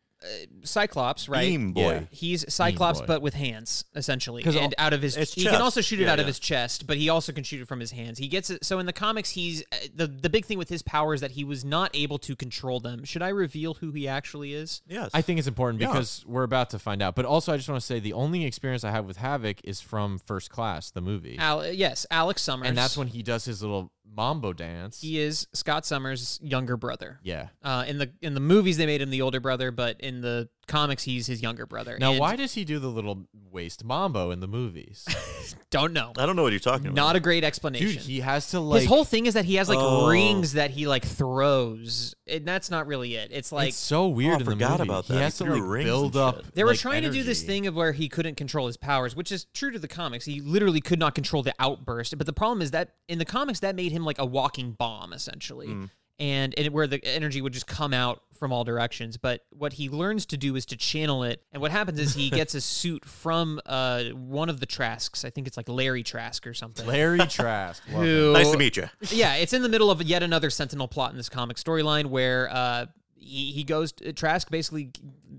[SPEAKER 3] Cyclops, right?
[SPEAKER 2] Beam boy. Yeah.
[SPEAKER 3] He's Cyclops,
[SPEAKER 2] boy.
[SPEAKER 3] but with hands, essentially.
[SPEAKER 2] 'Cause
[SPEAKER 3] And
[SPEAKER 2] all-
[SPEAKER 3] out of his,
[SPEAKER 2] his
[SPEAKER 3] he can
[SPEAKER 2] chest.
[SPEAKER 3] also shoot it
[SPEAKER 2] Yeah,
[SPEAKER 3] out of
[SPEAKER 2] yeah.
[SPEAKER 3] his chest, but he also can shoot it from his hands. He gets it. So in the comics, he's uh, the the big thing with his power is that he was not able to control them. Should I reveal who he actually is?
[SPEAKER 4] Yes.
[SPEAKER 2] I think it's important
[SPEAKER 4] Yeah.
[SPEAKER 2] because we're about to find out. But also I just want to say the only experience I have with Havoc is from First Class, the movie.
[SPEAKER 3] Al- yes, Alex Summers,
[SPEAKER 2] and that's when he does his little mambo dance.
[SPEAKER 3] he is Scott Summers' younger brother.
[SPEAKER 2] Yeah.
[SPEAKER 3] Uh, in the in the movies, they made him the older brother, but in the comics, he's his younger brother.
[SPEAKER 2] Now,
[SPEAKER 3] And
[SPEAKER 2] why does he do the little waist mambo in the movies?
[SPEAKER 3] don't know?
[SPEAKER 2] Oh,
[SPEAKER 4] I don't know what you're talking about.
[SPEAKER 3] Not a great explanation.
[SPEAKER 2] Dude, he has to like
[SPEAKER 3] his whole thing is that he has like
[SPEAKER 4] Oh.
[SPEAKER 3] rings that he like throws, and that's not really it. It's like
[SPEAKER 2] it's so weird.
[SPEAKER 4] Oh, I
[SPEAKER 2] in the
[SPEAKER 4] forgot
[SPEAKER 2] movie.
[SPEAKER 4] about
[SPEAKER 2] He
[SPEAKER 4] that. He
[SPEAKER 2] has to
[SPEAKER 4] threw
[SPEAKER 2] like
[SPEAKER 4] rings
[SPEAKER 2] build
[SPEAKER 4] and
[SPEAKER 2] up.
[SPEAKER 4] shit.
[SPEAKER 3] they were
[SPEAKER 2] like,
[SPEAKER 3] trying to do this
[SPEAKER 2] energy.
[SPEAKER 3] thing of where he couldn't control his powers, which is true to the comics. He literally could not control the outburst, but the problem is that in the comics that made him like a walking bomb essentially. And, and where the energy would just come out from all directions. But what he learns to do is to channel it. And what happens is he gets a suit from uh, one of the Trasks. I think it's like Larry Trask or something.
[SPEAKER 2] Larry Trask. love him.
[SPEAKER 3] who-
[SPEAKER 4] Nice to meet you.
[SPEAKER 3] yeah, it's in the middle of yet another Sentinel plot in this comic storyline where uh, he, he goes, uh, Trask basically,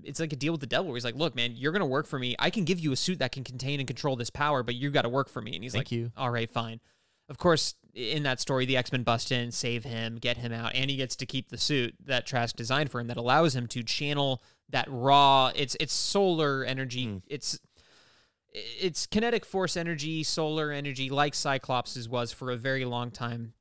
[SPEAKER 3] it's like a deal with the devil where he's like, look, man, you're going to work for me. I can give you a suit that can contain and control this power, but you got to work for me. And he's
[SPEAKER 2] Thank
[SPEAKER 3] like,
[SPEAKER 2] you.
[SPEAKER 3] all right, fine. of course, in that story, the X Men bust in, save him, get him out, and he gets to keep the suit that Trask designed for him that allows him to channel that raw. It's it's solar energy. It's it's kinetic force energy, solar energy, like Cyclops' was for a very long time.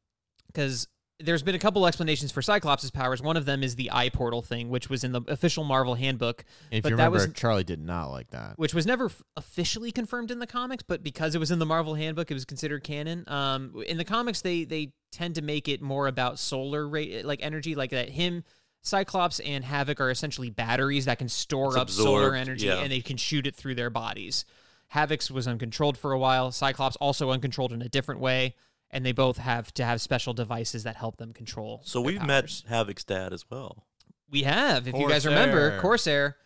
[SPEAKER 3] Because there's been a couple explanations for Cyclops' powers. One of them is the eye portal thing, which was in the official Marvel handbook.
[SPEAKER 2] If
[SPEAKER 3] but
[SPEAKER 2] you
[SPEAKER 3] that
[SPEAKER 2] remember,
[SPEAKER 3] was
[SPEAKER 2] Charlie did not like that.
[SPEAKER 3] which was never f- officially confirmed in the comics, but because it was in the Marvel Handbook, it was considered canon. Um, in the comics, they they tend to make it more about solar rate, like energy, like that. Him, Cyclops, and Havoc are essentially batteries that can store
[SPEAKER 4] It's
[SPEAKER 3] up solar
[SPEAKER 4] absorbed,
[SPEAKER 3] energy,
[SPEAKER 4] yeah.
[SPEAKER 3] and they can shoot it through their bodies. Havoc's was uncontrolled for a while. Cyclops also uncontrolled in a different way, and they both have to have special devices that help them control.
[SPEAKER 4] So
[SPEAKER 3] their
[SPEAKER 4] we've
[SPEAKER 3] powers.
[SPEAKER 4] met Havoc's dad as well.
[SPEAKER 3] we have, if you guys remember,
[SPEAKER 4] Corsair.
[SPEAKER 3] Corsair,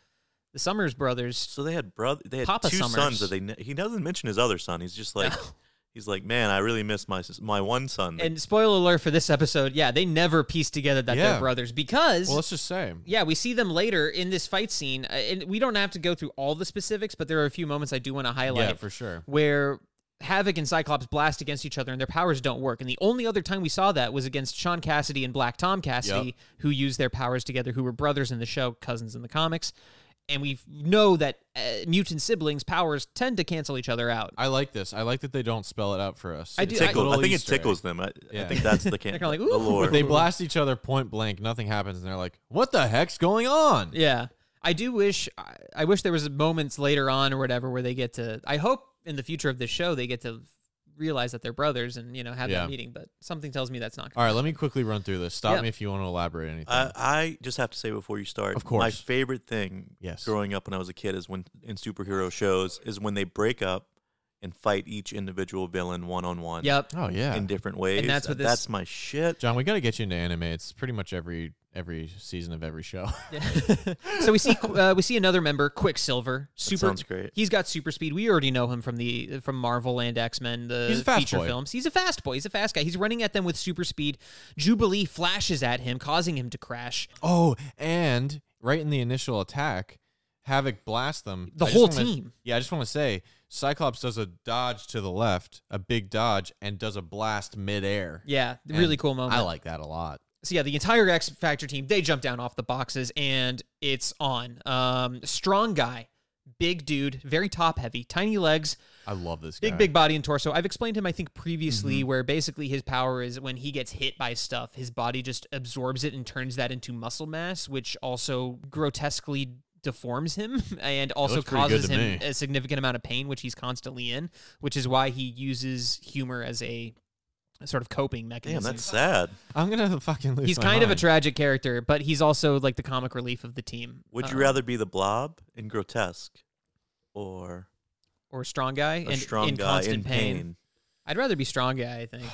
[SPEAKER 3] the Summers brothers.
[SPEAKER 4] So they had brother. They had
[SPEAKER 3] Papa
[SPEAKER 4] two
[SPEAKER 3] Summers.
[SPEAKER 4] sons that they. Ne- he doesn't mention his other son. He's just like, he's like, man, I really miss my sis- my one son.
[SPEAKER 3] And spoiler alert for this episode, yeah, they never piece together that
[SPEAKER 4] Yeah.
[SPEAKER 3] they're brothers because.
[SPEAKER 2] Well, let's just say
[SPEAKER 3] Yeah, we see them later in this fight scene, uh, and we don't have to go through all the specifics, but there are a few moments I do want to highlight.
[SPEAKER 2] Yeah, for sure.
[SPEAKER 3] Where Havoc and Cyclops blast against each other, and their powers don't work. And the only other time we saw that was against Sean Cassidy and Black Tom Cassidy,
[SPEAKER 2] Yep.
[SPEAKER 3] who used their powers together, who were brothers in the show, cousins in the comics. And we know that uh, mutant siblings' powers tend to cancel each other out.
[SPEAKER 2] I like this. I like that they don't spell it out for us.
[SPEAKER 3] I do- I- Tickle- I
[SPEAKER 2] Little
[SPEAKER 4] think it
[SPEAKER 2] Easter egg.
[SPEAKER 4] tickles them. I- I think that's the can-
[SPEAKER 3] They're kinda like,
[SPEAKER 4] the lore.
[SPEAKER 2] But they blast each other point blank. Nothing happens, and they're like, "What the heck's going on?"
[SPEAKER 3] Yeah, I do wish. I- I wish there was moments later on or whatever where they get to. I hope in the future of this show they get to realize that they're brothers and you know have
[SPEAKER 2] Yeah.
[SPEAKER 3] that meeting. But something tells me that's not.
[SPEAKER 2] All right, let me quickly run through this. Stop
[SPEAKER 3] Yeah. Uh,
[SPEAKER 2] me if you want to elaborate anything.
[SPEAKER 4] I, I just have to say before you start,
[SPEAKER 2] Of course.
[SPEAKER 4] my favorite thing
[SPEAKER 2] Yes.
[SPEAKER 4] growing up when I was a kid is when in superhero shows is when they break up and fight each individual villain one on one.
[SPEAKER 3] Yep.
[SPEAKER 2] Oh yeah,
[SPEAKER 4] in different ways. That's my shit.
[SPEAKER 2] John, we got to get you into anime. It's pretty much every every season of every show.
[SPEAKER 3] so we see uh, we see another member, Quicksilver. Super.
[SPEAKER 2] sounds great.
[SPEAKER 3] He's got super speed. We already know him from the from Marvel and X Men. The
[SPEAKER 2] He's a fast
[SPEAKER 3] feature
[SPEAKER 2] boy.
[SPEAKER 3] films. He's a fast boy. He's a fast guy. He's running at them with super speed. Jubilee flashes at him, causing him to crash.
[SPEAKER 2] Oh, and right in the initial attack, Havoc blasts them.
[SPEAKER 3] The
[SPEAKER 2] I just
[SPEAKER 3] whole
[SPEAKER 2] wanna-
[SPEAKER 3] team.
[SPEAKER 2] Yeah, I just want to say Cyclops does a dodge to the left, a big dodge, and does a blast midair.
[SPEAKER 3] Yeah, really cool moment.
[SPEAKER 2] I like that a lot.
[SPEAKER 3] so yeah, the entire X Factor team they jump down off the boxes and it's on. Um, strong guy, big dude, very top heavy, tiny legs,
[SPEAKER 2] I love this
[SPEAKER 3] big
[SPEAKER 2] guy. Mm-hmm.
[SPEAKER 3] big body and torso. I've explained him I think previously where basically his power is when he gets hit by stuff, his body just absorbs it and turns that into muscle mass, which also grotesquely deforms him and also
[SPEAKER 2] looks pretty good
[SPEAKER 3] causes
[SPEAKER 2] to
[SPEAKER 3] him
[SPEAKER 2] me.
[SPEAKER 3] a significant amount of pain, which he's constantly in, which is why he uses humor as a sort of coping
[SPEAKER 4] Damn,
[SPEAKER 3] mechanism.
[SPEAKER 4] that's sad.
[SPEAKER 2] I'm gonna fucking lose.
[SPEAKER 3] He's
[SPEAKER 2] my
[SPEAKER 3] kind of a
[SPEAKER 2] mind.
[SPEAKER 3] tragic character, but he's also like the comic relief of the team.
[SPEAKER 4] Would you
[SPEAKER 3] Uh,
[SPEAKER 4] rather be the blob and grotesque or
[SPEAKER 3] or strong guy
[SPEAKER 4] a
[SPEAKER 3] and
[SPEAKER 4] strong
[SPEAKER 3] in
[SPEAKER 4] guy
[SPEAKER 3] constant
[SPEAKER 4] in
[SPEAKER 3] pain.
[SPEAKER 4] pain?
[SPEAKER 3] I'd rather be strong guy. I think,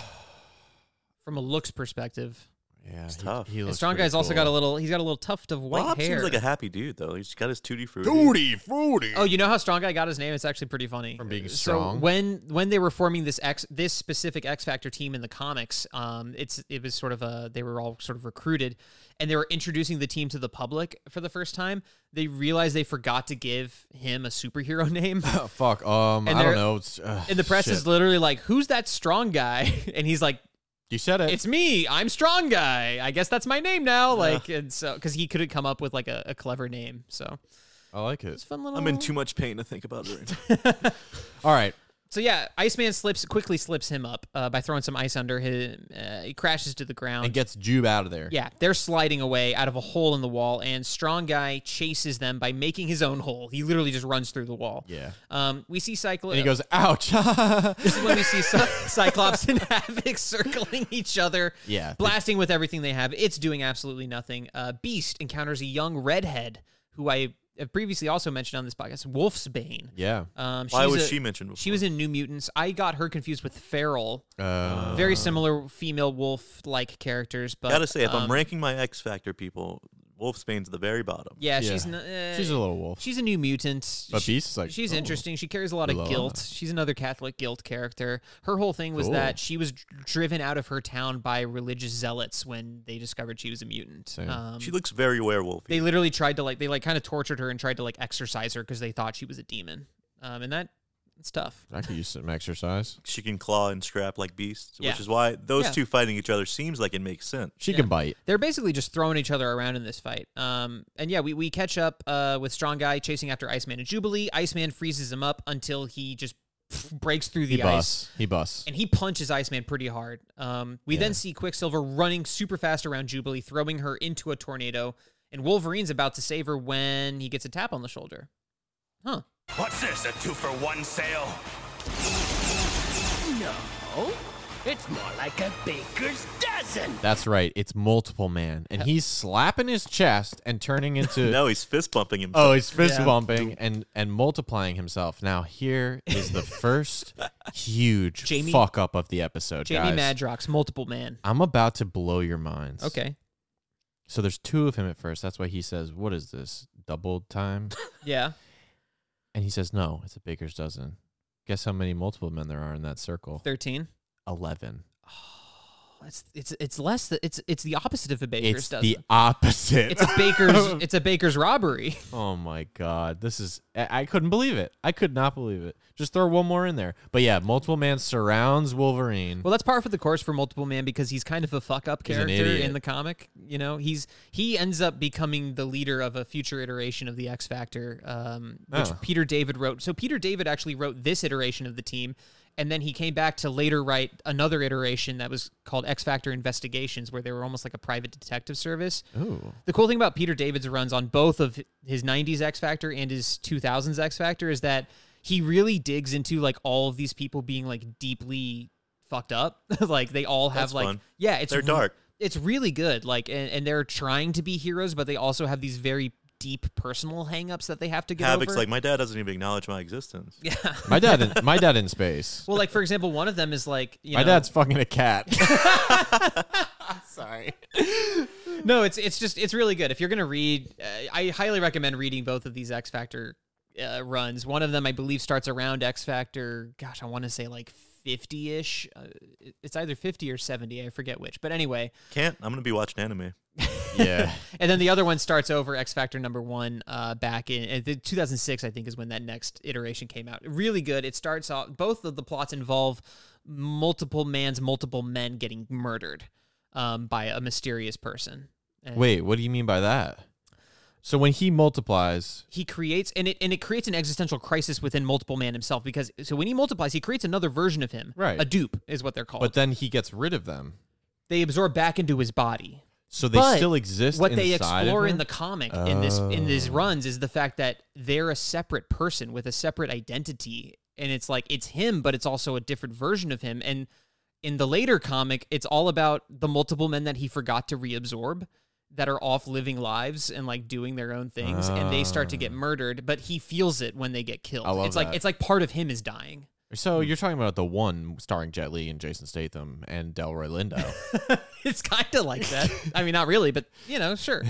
[SPEAKER 3] from a looks perspective,
[SPEAKER 2] Yeah,
[SPEAKER 4] It's
[SPEAKER 2] he-
[SPEAKER 4] tough.
[SPEAKER 2] he
[SPEAKER 3] and
[SPEAKER 2] looks
[SPEAKER 3] strong
[SPEAKER 2] pretty
[SPEAKER 3] guy's also
[SPEAKER 2] cool.
[SPEAKER 3] got a little. He's got a little tuft of white
[SPEAKER 4] Blob
[SPEAKER 3] hair.
[SPEAKER 4] seems like a happy dude though. He's got his tutti frutti.
[SPEAKER 2] fruity.
[SPEAKER 3] Oh, you know how strong guy got his name? It's actually pretty funny. From
[SPEAKER 2] being
[SPEAKER 3] So
[SPEAKER 2] strong?
[SPEAKER 3] when when they were forming this X this specific X Factor team in the comics, um, it's it was sort of a they were all sort of recruited, and they were introducing the team to the public for the first time. They realized they forgot to give him a superhero name.
[SPEAKER 2] Oh, fuck. Um,
[SPEAKER 3] And
[SPEAKER 2] I
[SPEAKER 3] they're-
[SPEAKER 2] don't know. It's, uh,
[SPEAKER 3] And the press
[SPEAKER 2] shit.
[SPEAKER 3] is literally like, "Who's that strong guy?" And he's like,
[SPEAKER 2] You said it.
[SPEAKER 3] "It's me. I'm strong guy. I guess that's my name now." Like, and so because he couldn't come up with like a, a clever name, so
[SPEAKER 2] I like it.
[SPEAKER 3] it's a fun little.
[SPEAKER 4] I'm in too much pain to think about it. Right
[SPEAKER 2] All right.
[SPEAKER 3] So yeah, Iceman slips quickly slips him up uh, by throwing some ice under him. Uh, he crashes to the ground.
[SPEAKER 2] And gets Jube out of there.
[SPEAKER 3] yeah, they're sliding away out of a hole in the wall, and Strong Guy chases them by making his own hole. He literally just runs through the wall.
[SPEAKER 2] Yeah.
[SPEAKER 3] Um, we see Cyclops.
[SPEAKER 2] And he goes, ouch.
[SPEAKER 3] This is when we see Cy- Cyclops and Havoc circling each other.
[SPEAKER 2] Yeah.
[SPEAKER 3] Blasting with everything they have. It's doing absolutely nothing. Uh, Beast encounters a young redhead who I have previously also mentioned on this podcast, Wolfsbane.
[SPEAKER 2] yeah.
[SPEAKER 3] Um,
[SPEAKER 4] Why
[SPEAKER 3] she's
[SPEAKER 4] was
[SPEAKER 3] a-
[SPEAKER 4] she mentioned
[SPEAKER 3] She was in New Mutants. I got her confused with Feral.
[SPEAKER 2] Uh,
[SPEAKER 3] Very similar female wolf like characters, but
[SPEAKER 4] Oh. Gotta say, if I'm
[SPEAKER 3] um,
[SPEAKER 4] ranking my X Factor people, Wolfsbane's at the very bottom.
[SPEAKER 3] yeah,
[SPEAKER 2] Yeah.
[SPEAKER 3] she's n- uh,
[SPEAKER 2] She's a little wolf.
[SPEAKER 3] She's a new mutant.
[SPEAKER 2] But
[SPEAKER 3] She-
[SPEAKER 2] Beast is like,
[SPEAKER 3] she's
[SPEAKER 2] oh,
[SPEAKER 3] interesting. She carries a lot of
[SPEAKER 2] la la.
[SPEAKER 3] guilt. She's another Catholic guilt character. Her whole thing was
[SPEAKER 2] Cool.
[SPEAKER 3] that she was dr- driven out of her town by religious zealots when they discovered she was a mutant. Um,
[SPEAKER 4] She looks very werewolf.
[SPEAKER 3] they literally tried to like they like kind of tortured her and tried to like exorcise her because they thought she was a demon. Um, and that It's tough.
[SPEAKER 2] I could use some exercise.
[SPEAKER 4] She can claw and scrap like beasts,
[SPEAKER 3] Yeah.
[SPEAKER 4] which is why those
[SPEAKER 3] Yeah.
[SPEAKER 4] two fighting each other seems like it makes sense.
[SPEAKER 2] She
[SPEAKER 3] Yeah. They're basically just throwing each other around in this fight. Um, and yeah, we, we catch up uh, with Strong Guy chasing after Iceman and Jubilee. Iceman freezes him up until he just breaks through the
[SPEAKER 2] He
[SPEAKER 3] ice.
[SPEAKER 2] busts. He busts.
[SPEAKER 3] And he punches Iceman pretty hard. Um, we then see Quicksilver running super fast around Jubilee, throwing her into a tornado. And Wolverine's about to save her when he gets a tap on the shoulder. Huh.
[SPEAKER 9] What's this? A two for one sale?
[SPEAKER 14] No, it's more like a baker's dozen.
[SPEAKER 2] That's right. It's multiple man, and he's slapping his chest and turning into.
[SPEAKER 4] No, he's fist bumping himself.
[SPEAKER 2] Oh, he's fist
[SPEAKER 4] Yeah.
[SPEAKER 2] bumping and and multiplying himself. Now here is the first huge
[SPEAKER 3] Jamie-
[SPEAKER 2] fuck up of the episode,
[SPEAKER 3] Jamie
[SPEAKER 2] guys.
[SPEAKER 3] Madrox, multiple man.
[SPEAKER 2] I'm about to blow your minds.
[SPEAKER 3] Okay.
[SPEAKER 2] So there's two of him at first. That's why he says, "What is this? Double time?"
[SPEAKER 3] Yeah.
[SPEAKER 2] and he says, "No, it's a baker's dozen." Guess how many multiple men there are in that circle?
[SPEAKER 3] 13.
[SPEAKER 2] 11.
[SPEAKER 3] It's it's it's less the, it's it's the opposite of a baker's
[SPEAKER 2] It's
[SPEAKER 3] dozen.
[SPEAKER 2] the opposite.
[SPEAKER 3] It's a baker's it's a baker's robbery.
[SPEAKER 2] Oh my god, this is I, I couldn't believe it. I could not believe it. Just throw one more in there. But yeah, multiple man surrounds Wolverine.
[SPEAKER 3] Well, that's par for the course for Multiple Man because he's kind of a fuck up
[SPEAKER 2] He's an
[SPEAKER 3] character
[SPEAKER 2] idiot.
[SPEAKER 3] in the comic. You know, he's he ends up becoming the leader of a future iteration of the X Factor, um, which
[SPEAKER 2] Oh.
[SPEAKER 3] Peter David wrote. So Peter David actually wrote this iteration of the team, and then he came back to later write another iteration that was called X Factor Investigations, where they were almost like a private detective service.
[SPEAKER 2] Ooh.
[SPEAKER 3] The cool thing about Peter David's runs on both of his 90s X Factor and his 2000s X Factor is that he really digs into like all of these people being like deeply fucked up. like they all have
[SPEAKER 4] That's
[SPEAKER 3] like
[SPEAKER 4] fun.
[SPEAKER 3] yeah, it's
[SPEAKER 4] They're
[SPEAKER 3] re-
[SPEAKER 4] dark.
[SPEAKER 3] It's really good. Like and, and they're trying to be heroes, but they also have these very deep personal hangups that they have to get
[SPEAKER 4] Havoc's
[SPEAKER 3] over.
[SPEAKER 4] like my dad doesn't even acknowledge my existence.
[SPEAKER 3] yeah.
[SPEAKER 2] my dad in, my dad in space.
[SPEAKER 3] well, like for example, one of them is like you
[SPEAKER 2] my
[SPEAKER 3] know,
[SPEAKER 2] dad's fucking a cat.
[SPEAKER 3] Sorry. Hmm. no, it's it's just it's really good. If you're gonna read, uh, I highly recommend reading both of these X Factor uh, runs. One of them, I believe, starts around X Factor. Gosh, I want to say like fifty ish. Uh, it- it's either fifty or seventy. I forget which. But anyway,
[SPEAKER 4] Can't. I'm gonna be watching anime.
[SPEAKER 2] yeah.
[SPEAKER 3] and then the other one starts over X Factor number one uh, back in uh, the 2006, I think, is when that next iteration came out. Really good. It starts off, both of the plots involve multiple man's multiple men getting murdered um, by a mysterious person. And
[SPEAKER 2] Wait, what do you mean by that? So when he multiplies,
[SPEAKER 3] He creates and it and it creates an existential crisis within multiple man himself because so when he multiplies he creates another version of him
[SPEAKER 2] Right.
[SPEAKER 3] a dupe is what they're called
[SPEAKER 2] but then he gets rid of them.
[SPEAKER 3] they absorb back into his body
[SPEAKER 2] So they
[SPEAKER 3] But
[SPEAKER 2] still exist
[SPEAKER 3] What
[SPEAKER 2] inside
[SPEAKER 3] they
[SPEAKER 2] of
[SPEAKER 3] explore in
[SPEAKER 2] him?
[SPEAKER 3] the comic in this in these
[SPEAKER 2] Oh.
[SPEAKER 3] runs is the fact that they're a separate person with a separate identity, and it's like it's him, but it's also a different version of him. And in the later comic, it's all about the multiple men that he forgot to reabsorb that are off living lives and like doing their own things, and they start to get murdered. But he feels it when they get killed.
[SPEAKER 2] Ah. I love
[SPEAKER 3] it's like
[SPEAKER 2] that.
[SPEAKER 3] it's like part of him is dying.
[SPEAKER 2] So you're talking about the one starring Jet Li and Jason Statham and Delroy Lindo.
[SPEAKER 3] it's kind of like that. I mean, not really, but you know, sure.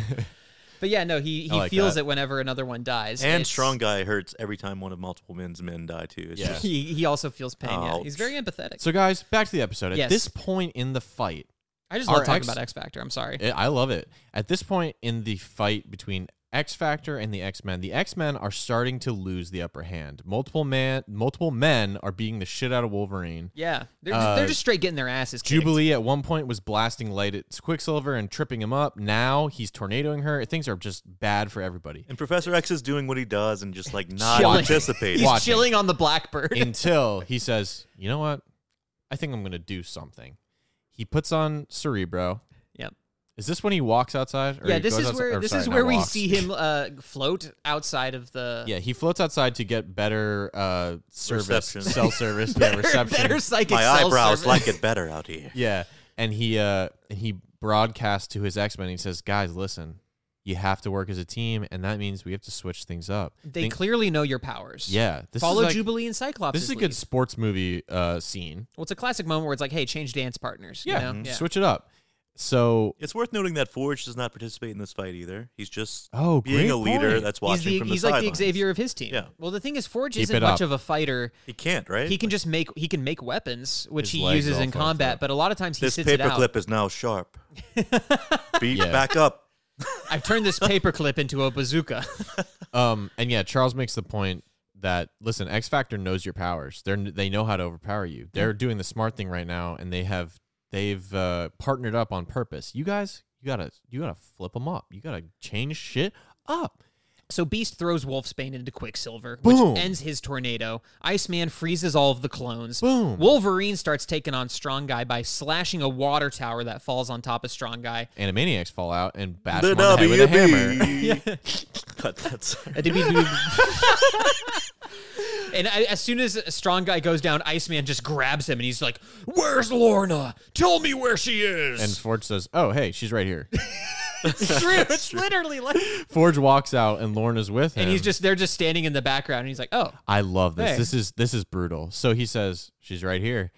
[SPEAKER 3] But yeah, no, he, he
[SPEAKER 2] I like
[SPEAKER 3] feels
[SPEAKER 2] that.
[SPEAKER 3] it whenever another one dies.
[SPEAKER 4] And
[SPEAKER 3] It's-
[SPEAKER 4] strong guy hurts every time one of multiple men's men die too. It's just-
[SPEAKER 3] he he also feels pain. Yeah, he's
[SPEAKER 4] Ouch.
[SPEAKER 3] very empathetic.
[SPEAKER 2] so guys, back to the episode. At
[SPEAKER 3] Yes.
[SPEAKER 2] this point in the fight,
[SPEAKER 3] I just love
[SPEAKER 2] our
[SPEAKER 3] talking about X Factor. I'm sorry.
[SPEAKER 2] I I love it. At this point in the fight between X Factor and the X Men, the X Men are starting to lose the upper hand. Multiple man, multiple men are beating the shit out of Wolverine.
[SPEAKER 3] yeah, they're just,
[SPEAKER 2] Uh,
[SPEAKER 3] they're just straight getting their asses kicked.
[SPEAKER 2] Jubilee at one point was blasting light at Quicksilver and tripping him up. Now he's tornadoing her. Things are just bad for everybody.
[SPEAKER 4] and Professor X is doing what he does and just like not
[SPEAKER 2] Chilling.
[SPEAKER 4] participating.
[SPEAKER 2] He's Watching.
[SPEAKER 3] Chilling on the Blackbird.
[SPEAKER 2] until he says, "You know what? I think I'm going to do something." He puts on Cerebro.
[SPEAKER 3] Yep.
[SPEAKER 2] Is this when he walks outside?
[SPEAKER 3] yeah,
[SPEAKER 2] he
[SPEAKER 3] this
[SPEAKER 2] goes
[SPEAKER 3] is
[SPEAKER 2] outside-
[SPEAKER 3] where
[SPEAKER 2] or
[SPEAKER 3] this
[SPEAKER 2] sorry,
[SPEAKER 3] is
[SPEAKER 2] not
[SPEAKER 3] where we
[SPEAKER 2] walks.
[SPEAKER 3] see him uh, float outside of the
[SPEAKER 2] Yeah, he floats outside to get better uh service,
[SPEAKER 4] Reception.
[SPEAKER 2] cell service, yeah, reception.
[SPEAKER 3] better psychic
[SPEAKER 4] My
[SPEAKER 3] cell
[SPEAKER 4] eyebrows
[SPEAKER 3] service.
[SPEAKER 4] like it better out here.
[SPEAKER 2] Yeah, and he uh and he broadcasts to his X Men. He says, "Guys, listen, you have to work as a team, and that means we have to switch things up."
[SPEAKER 3] They
[SPEAKER 2] Think-
[SPEAKER 3] clearly know your powers.
[SPEAKER 2] Yeah, this is
[SPEAKER 3] follow
[SPEAKER 2] like-
[SPEAKER 3] Jubilee and Cyclops.
[SPEAKER 2] This is a good sports movie uh scene.
[SPEAKER 3] Well, it's a classic moment where it's like, hey, change dance partners. you
[SPEAKER 2] Yeah,
[SPEAKER 3] know?
[SPEAKER 2] mhm. switch it up. So
[SPEAKER 4] It's worth noting that Forge does not participate in this fight either. He's just
[SPEAKER 2] Oh,
[SPEAKER 4] being
[SPEAKER 2] great
[SPEAKER 4] a leader
[SPEAKER 2] point.
[SPEAKER 4] that's
[SPEAKER 3] He's,
[SPEAKER 4] watching
[SPEAKER 3] the,
[SPEAKER 4] from the
[SPEAKER 3] he's like the
[SPEAKER 4] sidelines.
[SPEAKER 3] Xavier of his team.
[SPEAKER 4] Yeah.
[SPEAKER 3] Well, the thing is, Forge
[SPEAKER 4] Keep
[SPEAKER 3] isn't
[SPEAKER 4] it
[SPEAKER 3] much
[SPEAKER 4] up.
[SPEAKER 3] of a fighter.
[SPEAKER 4] He can't, right?
[SPEAKER 3] He can just make he can make weapons, which
[SPEAKER 4] His
[SPEAKER 3] he
[SPEAKER 4] legs
[SPEAKER 3] uses
[SPEAKER 4] all
[SPEAKER 3] in
[SPEAKER 4] fucked
[SPEAKER 3] combat.
[SPEAKER 4] up.
[SPEAKER 3] But a lot of times he
[SPEAKER 4] this
[SPEAKER 3] sits it out.
[SPEAKER 4] paperclip is now sharp. Beat
[SPEAKER 2] Yeah.
[SPEAKER 4] back up.
[SPEAKER 3] I've turned this paperclip into a bazooka.
[SPEAKER 2] Um, and yeah, Charles makes the point that listen, X Factor knows your powers. They they know how to overpower you. They're doing the smart thing right now, and they have they've uh, partnered up on purpose. You guys, you gotta you gotta flip them up. You gotta change shit up.
[SPEAKER 3] So Beast throws Wolfsbane into Quicksilver,
[SPEAKER 2] Boom.
[SPEAKER 3] which ends his tornado. Iceman freezes all of the clones.
[SPEAKER 2] Boom.
[SPEAKER 3] Wolverine starts taking on Strong Guy by slashing a water tower that falls on top of Strong Guy.
[SPEAKER 2] Animaniacs fall out and bash
[SPEAKER 4] The
[SPEAKER 2] them on the head with a hammer.
[SPEAKER 4] WB. Cut that. sorry.
[SPEAKER 3] And I, as soon as Strong Guy goes down, Iceman just grabs him and he's like, Where's Lorna? Tell me where she is.
[SPEAKER 2] And Forge says, "Oh, hey, she's right here."
[SPEAKER 3] it's true. It's literally like.
[SPEAKER 2] Forge walks out, and Lorna's with him.
[SPEAKER 3] And he's just, they're just standing in the background and he's like, Oh.
[SPEAKER 2] I love this.
[SPEAKER 3] Hey.
[SPEAKER 2] This is this is brutal. So he says, "She's right here."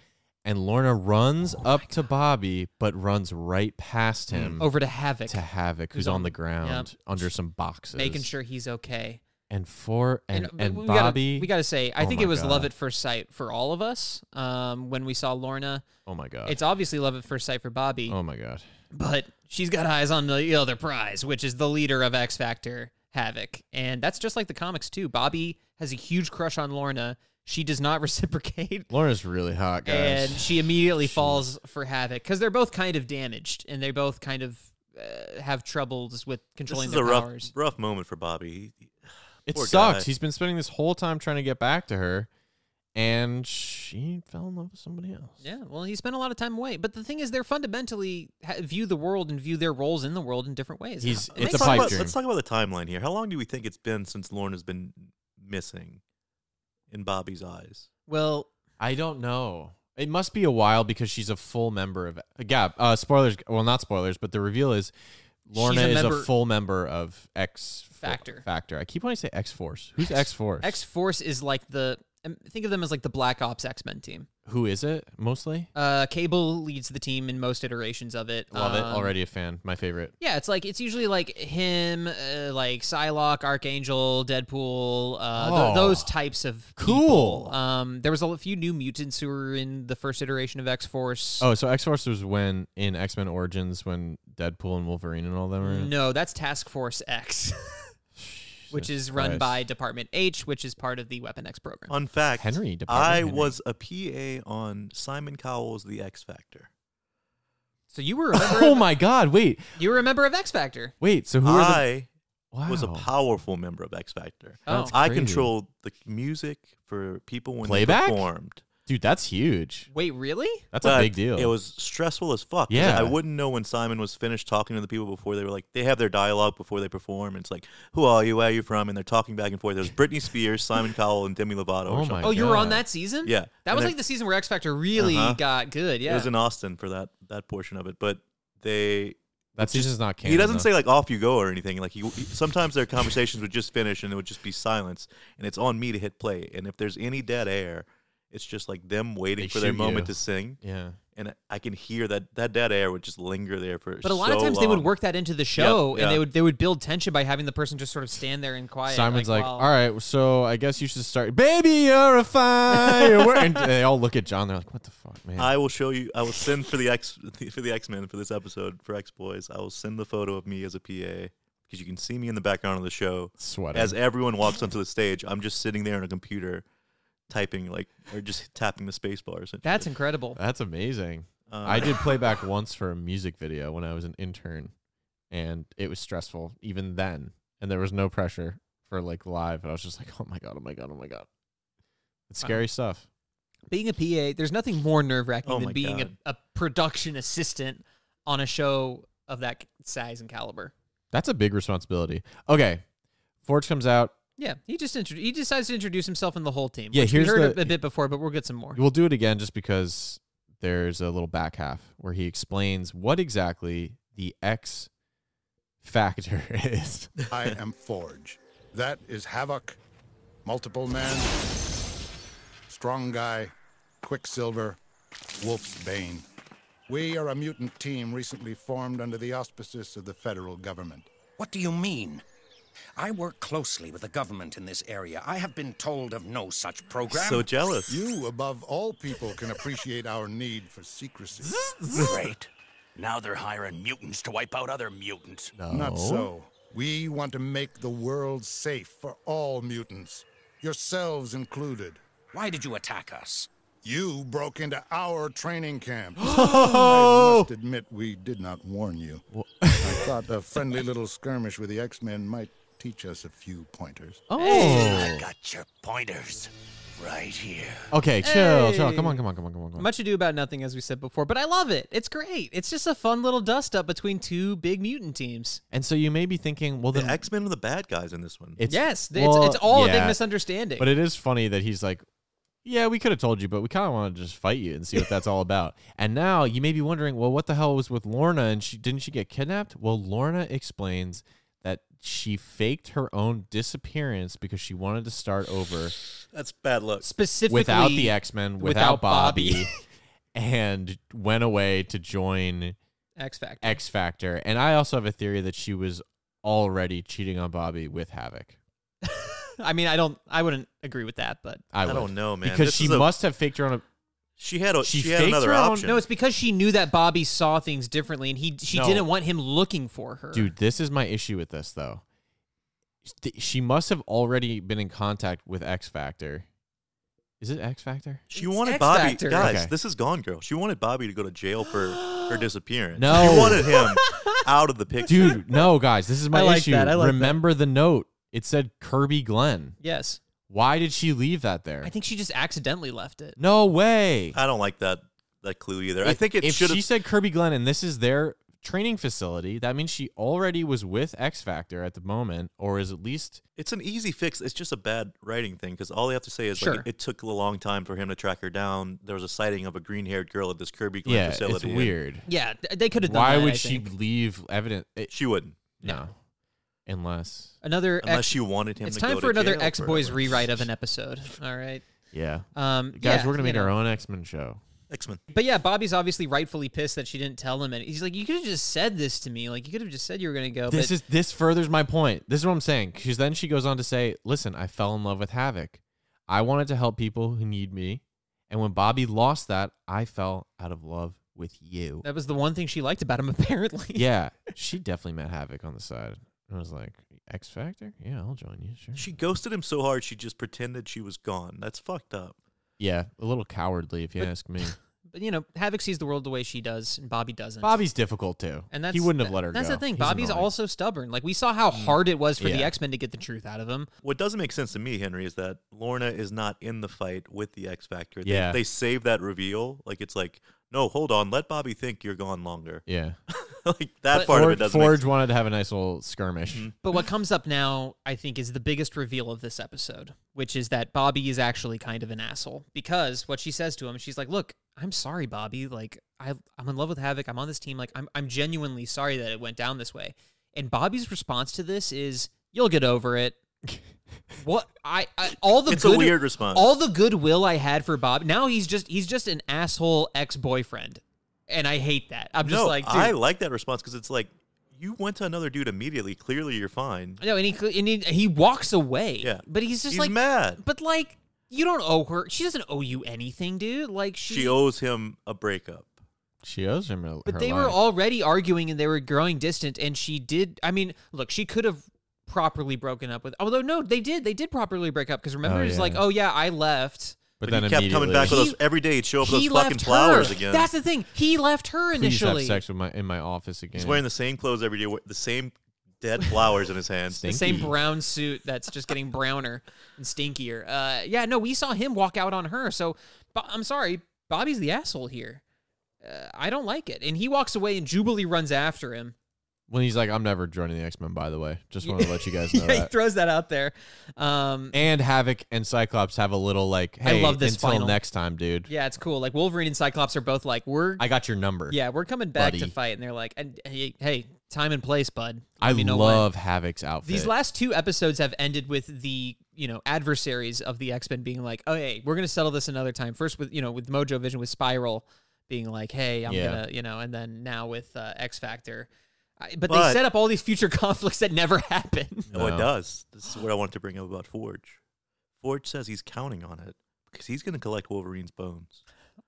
[SPEAKER 2] And Lorna runs
[SPEAKER 3] Oh
[SPEAKER 2] up to Bobby, but runs right past him
[SPEAKER 3] Mm. Over to Havoc.
[SPEAKER 2] Mm. To Havoc, who's,
[SPEAKER 3] Who's
[SPEAKER 2] on,
[SPEAKER 3] on-
[SPEAKER 2] the ground
[SPEAKER 3] yep.
[SPEAKER 2] under some boxes,
[SPEAKER 3] Making sure he's okay.
[SPEAKER 2] And for and and,
[SPEAKER 3] we
[SPEAKER 2] Bobby,
[SPEAKER 3] Gotta, we got to say, I
[SPEAKER 2] oh
[SPEAKER 3] think
[SPEAKER 2] my
[SPEAKER 3] it was love
[SPEAKER 2] God.
[SPEAKER 3] at first sight for all of us um, when we saw Lorna.
[SPEAKER 2] Oh my God.
[SPEAKER 3] It's obviously love at first sight for Bobby,
[SPEAKER 2] Oh my god.
[SPEAKER 3] but she's got eyes on the other prize, which is the leader of X Factor, Havoc, and that's just like the comics too. Bobby has a huge crush on Lorna. She does not reciprocate.
[SPEAKER 2] Lorna's really hot, guys.
[SPEAKER 3] And she immediately falls for Havoc because they're both kind of damaged and they both kind of uh, have troubles with
[SPEAKER 4] This
[SPEAKER 3] controlling
[SPEAKER 4] is
[SPEAKER 3] their
[SPEAKER 4] a rough,
[SPEAKER 3] powers.
[SPEAKER 4] rough moment for Bobby. He-
[SPEAKER 2] it
[SPEAKER 4] poor
[SPEAKER 2] sucks.
[SPEAKER 4] guy.
[SPEAKER 2] He's been spending this whole time trying to get back to her, and she fell in love with somebody else.
[SPEAKER 3] Yeah, well, he spent a lot of time away. But the thing is, they're fundamentally ha- view the world and view their roles in the world in different ways.
[SPEAKER 2] He's-
[SPEAKER 3] It
[SPEAKER 2] it's
[SPEAKER 3] makes
[SPEAKER 2] a
[SPEAKER 4] Talk
[SPEAKER 2] pipe
[SPEAKER 4] about-
[SPEAKER 2] dream.
[SPEAKER 4] Let's talk about the timeline here. How long do we think it's been since Lorna's been missing in Bobby's eyes?
[SPEAKER 3] Well,
[SPEAKER 2] I don't know. It must be a while because she's a full member of. Yeah, uh, spoilers. Well, not spoilers, but the reveal is Lorna
[SPEAKER 3] She's a
[SPEAKER 2] is
[SPEAKER 3] member-
[SPEAKER 2] a full member of X Fo-
[SPEAKER 3] Factor.
[SPEAKER 2] Factor. I keep wanting to say X Force. Who's X Force?
[SPEAKER 3] X Force is like the um, think of them as like the Black Ops X Men team.
[SPEAKER 2] Who is it mostly?
[SPEAKER 3] Uh, Cable leads the team in most iterations of it.
[SPEAKER 2] Love it.
[SPEAKER 3] Um,
[SPEAKER 2] Already a fan. My favorite.
[SPEAKER 3] Yeah, it's like it's usually like him, uh, like Psylocke, Archangel, Deadpool, uh, th-
[SPEAKER 2] Oh.
[SPEAKER 3] those types of people. Um, there was a few new mutants who were in the first iteration of X Force.
[SPEAKER 2] Oh, so X Force was when in X Men Origins when Deadpool and Wolverine and all them were. in it?
[SPEAKER 3] No, that's Task Force X, which is run
[SPEAKER 2] Christ.
[SPEAKER 3] by Department H, which is part of the Weapon X program.
[SPEAKER 4] Fun fact:
[SPEAKER 2] Henry, Department
[SPEAKER 4] I
[SPEAKER 2] Henry.
[SPEAKER 4] was a PA on Simon Cowell's The X Factor.
[SPEAKER 3] So you were a member
[SPEAKER 2] Oh
[SPEAKER 3] of,
[SPEAKER 2] my God! Wait,
[SPEAKER 3] you were a member of X Factor.
[SPEAKER 2] wait. So who are the?
[SPEAKER 4] I was a
[SPEAKER 2] Wow.
[SPEAKER 4] powerful member of X Factor.
[SPEAKER 3] That's
[SPEAKER 4] I
[SPEAKER 2] crazy.
[SPEAKER 4] controlled the music for people when
[SPEAKER 2] Playback?
[SPEAKER 4] they performed.
[SPEAKER 2] Dude, that's huge.
[SPEAKER 3] Wait, really?
[SPEAKER 2] That's
[SPEAKER 4] But
[SPEAKER 2] a big deal.
[SPEAKER 4] It was stressful as fuck. 'cause
[SPEAKER 2] Yeah.
[SPEAKER 4] I wouldn't know when Simon was finished talking to the people before they were like, they have their dialogue before they perform. And it's like, who are you? Where are you from? And they're talking back and forth. There's Britney Spears, Simon Cowell, and Demi Lovato.
[SPEAKER 2] Oh
[SPEAKER 4] or
[SPEAKER 2] my
[SPEAKER 4] something.
[SPEAKER 3] Oh, you were on
[SPEAKER 2] God.
[SPEAKER 3] that season?
[SPEAKER 4] Yeah.
[SPEAKER 3] That
[SPEAKER 4] And
[SPEAKER 3] was
[SPEAKER 4] it-
[SPEAKER 3] like the season where X Factor really
[SPEAKER 4] Uh-huh.
[SPEAKER 3] got good. Yeah.
[SPEAKER 4] It was in Austin for that that portion of it, but they.
[SPEAKER 2] That season's not canon.
[SPEAKER 4] he doesn't
[SPEAKER 2] though.
[SPEAKER 4] say like off you go or anything. Like he, he- sometimes their conversations would just finish and it would just be silence, and it's on me to hit play. And if there's any dead air, it's just like them waiting
[SPEAKER 2] They
[SPEAKER 4] for their
[SPEAKER 2] shoot
[SPEAKER 4] moment
[SPEAKER 2] you.
[SPEAKER 4] to sing.
[SPEAKER 2] Yeah.
[SPEAKER 4] and I- I can hear that that dead air would just linger there for.
[SPEAKER 3] but a lot of
[SPEAKER 4] so
[SPEAKER 3] times they would
[SPEAKER 4] long.
[SPEAKER 3] work that into the show, and they
[SPEAKER 4] yeah.
[SPEAKER 3] would they would build tension by having the person just sort of stand there and quiet.
[SPEAKER 2] Simon's like, all
[SPEAKER 3] while-
[SPEAKER 2] right, so I guess you should start. Baby, you're a firework. and they all look at John. They're like, what the fuck, man?
[SPEAKER 4] I will show you. I will send for the X for the X Men for this episode for X Boys. I will send the photo of me as a PA because you can see me in the background of the show.
[SPEAKER 2] Sweating.
[SPEAKER 4] As everyone walks onto the stage, I'm just sitting there on a computer, typing like or just tapping the space bar. essentially.
[SPEAKER 3] That's incredible.
[SPEAKER 2] That's amazing.
[SPEAKER 4] Um,
[SPEAKER 2] I did playback once for a music video when I was an intern, and it was stressful even then. And there was no pressure for like live. And I was just like, oh my God, oh my God, oh my God. It's
[SPEAKER 3] Wow.
[SPEAKER 2] scary stuff.
[SPEAKER 3] Being a PA, there's nothing more nerve wracking
[SPEAKER 4] Oh
[SPEAKER 3] than
[SPEAKER 4] my
[SPEAKER 3] being a,
[SPEAKER 4] God.
[SPEAKER 3] a production assistant on a show of that c- size and caliber.
[SPEAKER 2] That's a big responsibility. Okay. Forge comes out.
[SPEAKER 3] Yeah, he just intro- he decides to introduce himself and the whole team.
[SPEAKER 2] Yeah,
[SPEAKER 3] which
[SPEAKER 2] here's
[SPEAKER 3] we heard
[SPEAKER 2] the-
[SPEAKER 3] a, a bit before, but we'll get some more.
[SPEAKER 2] We'll do it again just because there's a little back half where he explains what exactly the X factor is.
[SPEAKER 13] I am Forge. That is Havoc, Multiple Man, Strong Guy, Quicksilver, Wolf's Bane. We are a mutant team recently formed under the auspices of the federal government.
[SPEAKER 14] What do you mean? I work closely with the government in this area. I have been told of no such program.
[SPEAKER 4] so jealous.
[SPEAKER 13] You, above all people, can appreciate our need for secrecy.
[SPEAKER 9] Great. Now they're hiring mutants to wipe out other mutants.
[SPEAKER 13] Not so. We want to make the world safe for all mutants. yourselves included.
[SPEAKER 14] Why did you attack us?
[SPEAKER 13] You broke into our training camp. I must admit, we did not warn you. I thought a friendly little skirmish with the X Men might teach us a few pointers.
[SPEAKER 2] Oh.
[SPEAKER 9] I got your pointers right here.
[SPEAKER 2] Okay, chill, chill. Come on, come on, come on, come on, come on.
[SPEAKER 3] Much ado about nothing, as we said before, but I love it. It's great. It's just a fun little dust up between two big mutant teams.
[SPEAKER 2] And so you may be thinking, well,
[SPEAKER 4] the X Men are the bad guys in this one.
[SPEAKER 2] It's,
[SPEAKER 3] Yes, th- it's- it's all a big misunderstanding.
[SPEAKER 2] But it is funny that he's like, yeah, we could have told you, but we kind of want to just fight you and see what that's all about. And now you may be wondering, well, what the hell was with Lorna? And she didn't she get kidnapped? Well, Lorna explains that she faked her own disappearance because she wanted to start over
[SPEAKER 4] That's bad luck.
[SPEAKER 3] Specifically,
[SPEAKER 2] without the X Men, without,
[SPEAKER 3] without Bobby.
[SPEAKER 2] Bobby, and went away to join
[SPEAKER 3] X Factor.
[SPEAKER 2] X Factor. And I also have a theory that she was already cheating on Bobby with Havoc.
[SPEAKER 3] I mean, I don't, I wouldn't agree with that, but
[SPEAKER 2] I,
[SPEAKER 4] I
[SPEAKER 2] would.
[SPEAKER 4] don't know, man.
[SPEAKER 2] Because
[SPEAKER 4] This
[SPEAKER 2] she
[SPEAKER 4] is a-
[SPEAKER 2] must have faked her own.
[SPEAKER 4] She had a,
[SPEAKER 2] She
[SPEAKER 4] she, had
[SPEAKER 2] faked
[SPEAKER 4] another
[SPEAKER 2] her own-
[SPEAKER 4] option.
[SPEAKER 3] no, it's because she knew that Bobby saw things differently, and he she
[SPEAKER 2] No.
[SPEAKER 3] didn't want him looking for her.
[SPEAKER 2] Dude, this is my issue with this though. Th- She must have already been in contact with X Factor. Is it X Factor?
[SPEAKER 4] she
[SPEAKER 3] It's
[SPEAKER 4] wanted
[SPEAKER 3] X
[SPEAKER 4] Bobby.
[SPEAKER 3] Factor.
[SPEAKER 4] Guys,
[SPEAKER 2] Okay.
[SPEAKER 4] this is Gone Girl. She wanted Bobby to go to jail for her disappearance.
[SPEAKER 2] No.
[SPEAKER 4] She wanted him out of the picture.
[SPEAKER 2] Dude, no, guys, this is my
[SPEAKER 3] I like
[SPEAKER 2] issue.
[SPEAKER 3] that, I like that.
[SPEAKER 2] Remember the note. It said Kirby Glenn.
[SPEAKER 3] yes,
[SPEAKER 2] Why did she leave that there?
[SPEAKER 3] I think she just accidentally left it.
[SPEAKER 2] no way.
[SPEAKER 4] I don't like that that clue either. I
[SPEAKER 2] If-
[SPEAKER 4] think it
[SPEAKER 2] if
[SPEAKER 4] should
[SPEAKER 2] she
[SPEAKER 4] have.
[SPEAKER 2] said Kirby Glenn and this is their training facility, that means she already was with X Factor at the moment, or is at least
[SPEAKER 4] It's an easy fix. It's just a bad writing thing because all they have to say is
[SPEAKER 3] Sure.
[SPEAKER 4] like it, it took a long time for him to track her down. There was a sighting of a green haired girl at this Kirby Glen
[SPEAKER 2] yeah,
[SPEAKER 4] facility.
[SPEAKER 2] it's
[SPEAKER 4] and
[SPEAKER 2] weird.
[SPEAKER 3] Yeah, th- they could have done
[SPEAKER 2] Why
[SPEAKER 3] that,
[SPEAKER 2] would
[SPEAKER 3] I
[SPEAKER 2] she
[SPEAKER 3] think.
[SPEAKER 2] leave evidence? It-
[SPEAKER 4] She wouldn't.
[SPEAKER 2] no, unless
[SPEAKER 3] Another
[SPEAKER 4] Unless
[SPEAKER 3] X-
[SPEAKER 4] she wanted him
[SPEAKER 3] It's
[SPEAKER 4] to
[SPEAKER 3] time
[SPEAKER 4] go
[SPEAKER 3] for
[SPEAKER 4] to
[SPEAKER 3] another
[SPEAKER 4] jail
[SPEAKER 3] X Boys
[SPEAKER 4] forever.
[SPEAKER 3] rewrite of an episode. All right.
[SPEAKER 2] yeah,
[SPEAKER 3] Um,
[SPEAKER 2] guys,
[SPEAKER 3] yeah,
[SPEAKER 2] we're gonna
[SPEAKER 3] you
[SPEAKER 2] make
[SPEAKER 3] know.
[SPEAKER 2] our own X Men show.
[SPEAKER 4] X Men.
[SPEAKER 3] But yeah, Bobby's obviously rightfully pissed that she didn't tell him, and he's like, "You could have just said this to me. Like, you could have just said you were gonna go."
[SPEAKER 2] This
[SPEAKER 3] but
[SPEAKER 2] is this furthers my point. This is what I'm saying. Because then she goes on to say, "Listen, I fell in love with Havoc. I wanted to help people who need me, and when Bobby lost that, I fell out of love with you."
[SPEAKER 3] that was the one thing she liked about him, apparently.
[SPEAKER 2] yeah, she definitely met Havoc on the side. I was like, X Factor? Yeah, I'll join you. Sure.
[SPEAKER 4] She ghosted him so hard she just pretended she was gone. That's fucked up.
[SPEAKER 2] yeah, a little cowardly, if you ask me.
[SPEAKER 3] But you know, Havoc sees the world the way she does, and Bobby doesn't.
[SPEAKER 2] Bobby's difficult too,
[SPEAKER 3] and that's
[SPEAKER 2] he wouldn't have let her.
[SPEAKER 3] That's
[SPEAKER 2] go.
[SPEAKER 3] the thing.
[SPEAKER 2] He's
[SPEAKER 3] Bobby's
[SPEAKER 2] annoying.
[SPEAKER 3] also stubborn. Like we saw how hard it was for the
[SPEAKER 2] Yeah.
[SPEAKER 3] X Men to get the truth out of him.
[SPEAKER 4] What doesn't make sense to me, Henry, is that Lorna is not in the fight with the X Factor. They-
[SPEAKER 2] Yeah.
[SPEAKER 4] They, save that reveal. Like it's like, no, hold on, let Bobby think you're gone longer.
[SPEAKER 2] Yeah,
[SPEAKER 4] like that
[SPEAKER 3] But-
[SPEAKER 4] part of
[SPEAKER 2] Forge,
[SPEAKER 4] it doesn't make
[SPEAKER 2] Forge
[SPEAKER 4] sense.
[SPEAKER 2] wanted to have a nice little skirmish.
[SPEAKER 3] But what comes up now, I think, is the biggest reveal of this episode, which is that Bobby is actually kind of an asshole because what she says to him, she's like, "Look, I'm sorry, Bobby. Like, I, I'm in love with Havoc. I'm on this team. Like, I'm, I'm genuinely sorry that it went down this way." And Bobby's response to this is, "You'll get over it." what I, I all the
[SPEAKER 4] It's a
[SPEAKER 3] good,
[SPEAKER 4] weird response.
[SPEAKER 3] All the goodwill I had for Bob. Now he's just he's just an asshole ex boyfriend, and I hate that. I'm just
[SPEAKER 4] no,
[SPEAKER 3] like, dude,
[SPEAKER 4] I like that response because it's like you went to another dude immediately. Clearly, you're fine.
[SPEAKER 3] No, and he cle- and he, he walks away.
[SPEAKER 4] Yeah.
[SPEAKER 3] but he's just
[SPEAKER 4] He's
[SPEAKER 3] like
[SPEAKER 4] mad.
[SPEAKER 3] But like, you don't owe her. She doesn't owe you anything, dude. Like she.
[SPEAKER 4] She owes him a breakup.
[SPEAKER 2] She owes him her,
[SPEAKER 3] but
[SPEAKER 2] her
[SPEAKER 3] they
[SPEAKER 2] life.
[SPEAKER 3] were already arguing and they were growing distant, and she did. I mean, look, she could have properly broken up with. Although no, they did. They did properly break up because remember
[SPEAKER 2] Oh,
[SPEAKER 3] it's
[SPEAKER 2] yeah.
[SPEAKER 3] like, oh yeah, I left.
[SPEAKER 2] But,
[SPEAKER 4] But
[SPEAKER 2] then
[SPEAKER 4] he kept coming
[SPEAKER 2] immediately-
[SPEAKER 4] back with
[SPEAKER 3] He-
[SPEAKER 4] those every day. He'd show up with
[SPEAKER 3] he
[SPEAKER 4] those fucking
[SPEAKER 3] left
[SPEAKER 4] flowers
[SPEAKER 3] her.
[SPEAKER 4] again.
[SPEAKER 3] That's the thing. He left her
[SPEAKER 2] Please have
[SPEAKER 3] initially.
[SPEAKER 2] sex with my in my office again.
[SPEAKER 4] He's wearing the same clothes every day, with the same dead flowers in his hands.
[SPEAKER 3] the same
[SPEAKER 2] Stinky.
[SPEAKER 3] brown suit that's just getting browner and stinkier. Uh, yeah, no, we saw him walk out on her. So Bo- I'm sorry, Bobby's the asshole here. Uh, I don't like it. And he walks away, and Jubilee runs after him.
[SPEAKER 2] when he's like, "I'm never joining the X Men." By the way, just wanted to let you guys know
[SPEAKER 3] yeah, he
[SPEAKER 2] that.
[SPEAKER 3] throws that out there. Um,
[SPEAKER 2] and Havoc and Cyclops have a little like,
[SPEAKER 3] I
[SPEAKER 2] "Hey,
[SPEAKER 3] love this
[SPEAKER 2] until
[SPEAKER 3] final."
[SPEAKER 2] next time, dude.
[SPEAKER 3] yeah, it's cool. Like Wolverine and Cyclops are both like, we're
[SPEAKER 2] I got your number."
[SPEAKER 3] yeah, we're coming back to
[SPEAKER 2] buddy.
[SPEAKER 3] fight, and they're like, and hey, hey, time and place, bud. Let
[SPEAKER 2] I
[SPEAKER 3] me know when.
[SPEAKER 2] love Havoc's outfit.
[SPEAKER 3] These last two episodes have ended with the you know adversaries of the X Men being like, "Oh, hey, we're gonna settle this another time." First with you know with Mojo Vision with Spiral being like, "Hey, I'm
[SPEAKER 2] Yeah.
[SPEAKER 3] gonna you know," and then now with uh, X Factor. I- But, they
[SPEAKER 4] But-
[SPEAKER 3] set up all these future conflicts that never happen.
[SPEAKER 4] No,
[SPEAKER 2] No.
[SPEAKER 4] Oh, it does. This is what I wanted to bring up about Forge. Forge says he's counting on it because he's going to collect Wolverine's bones.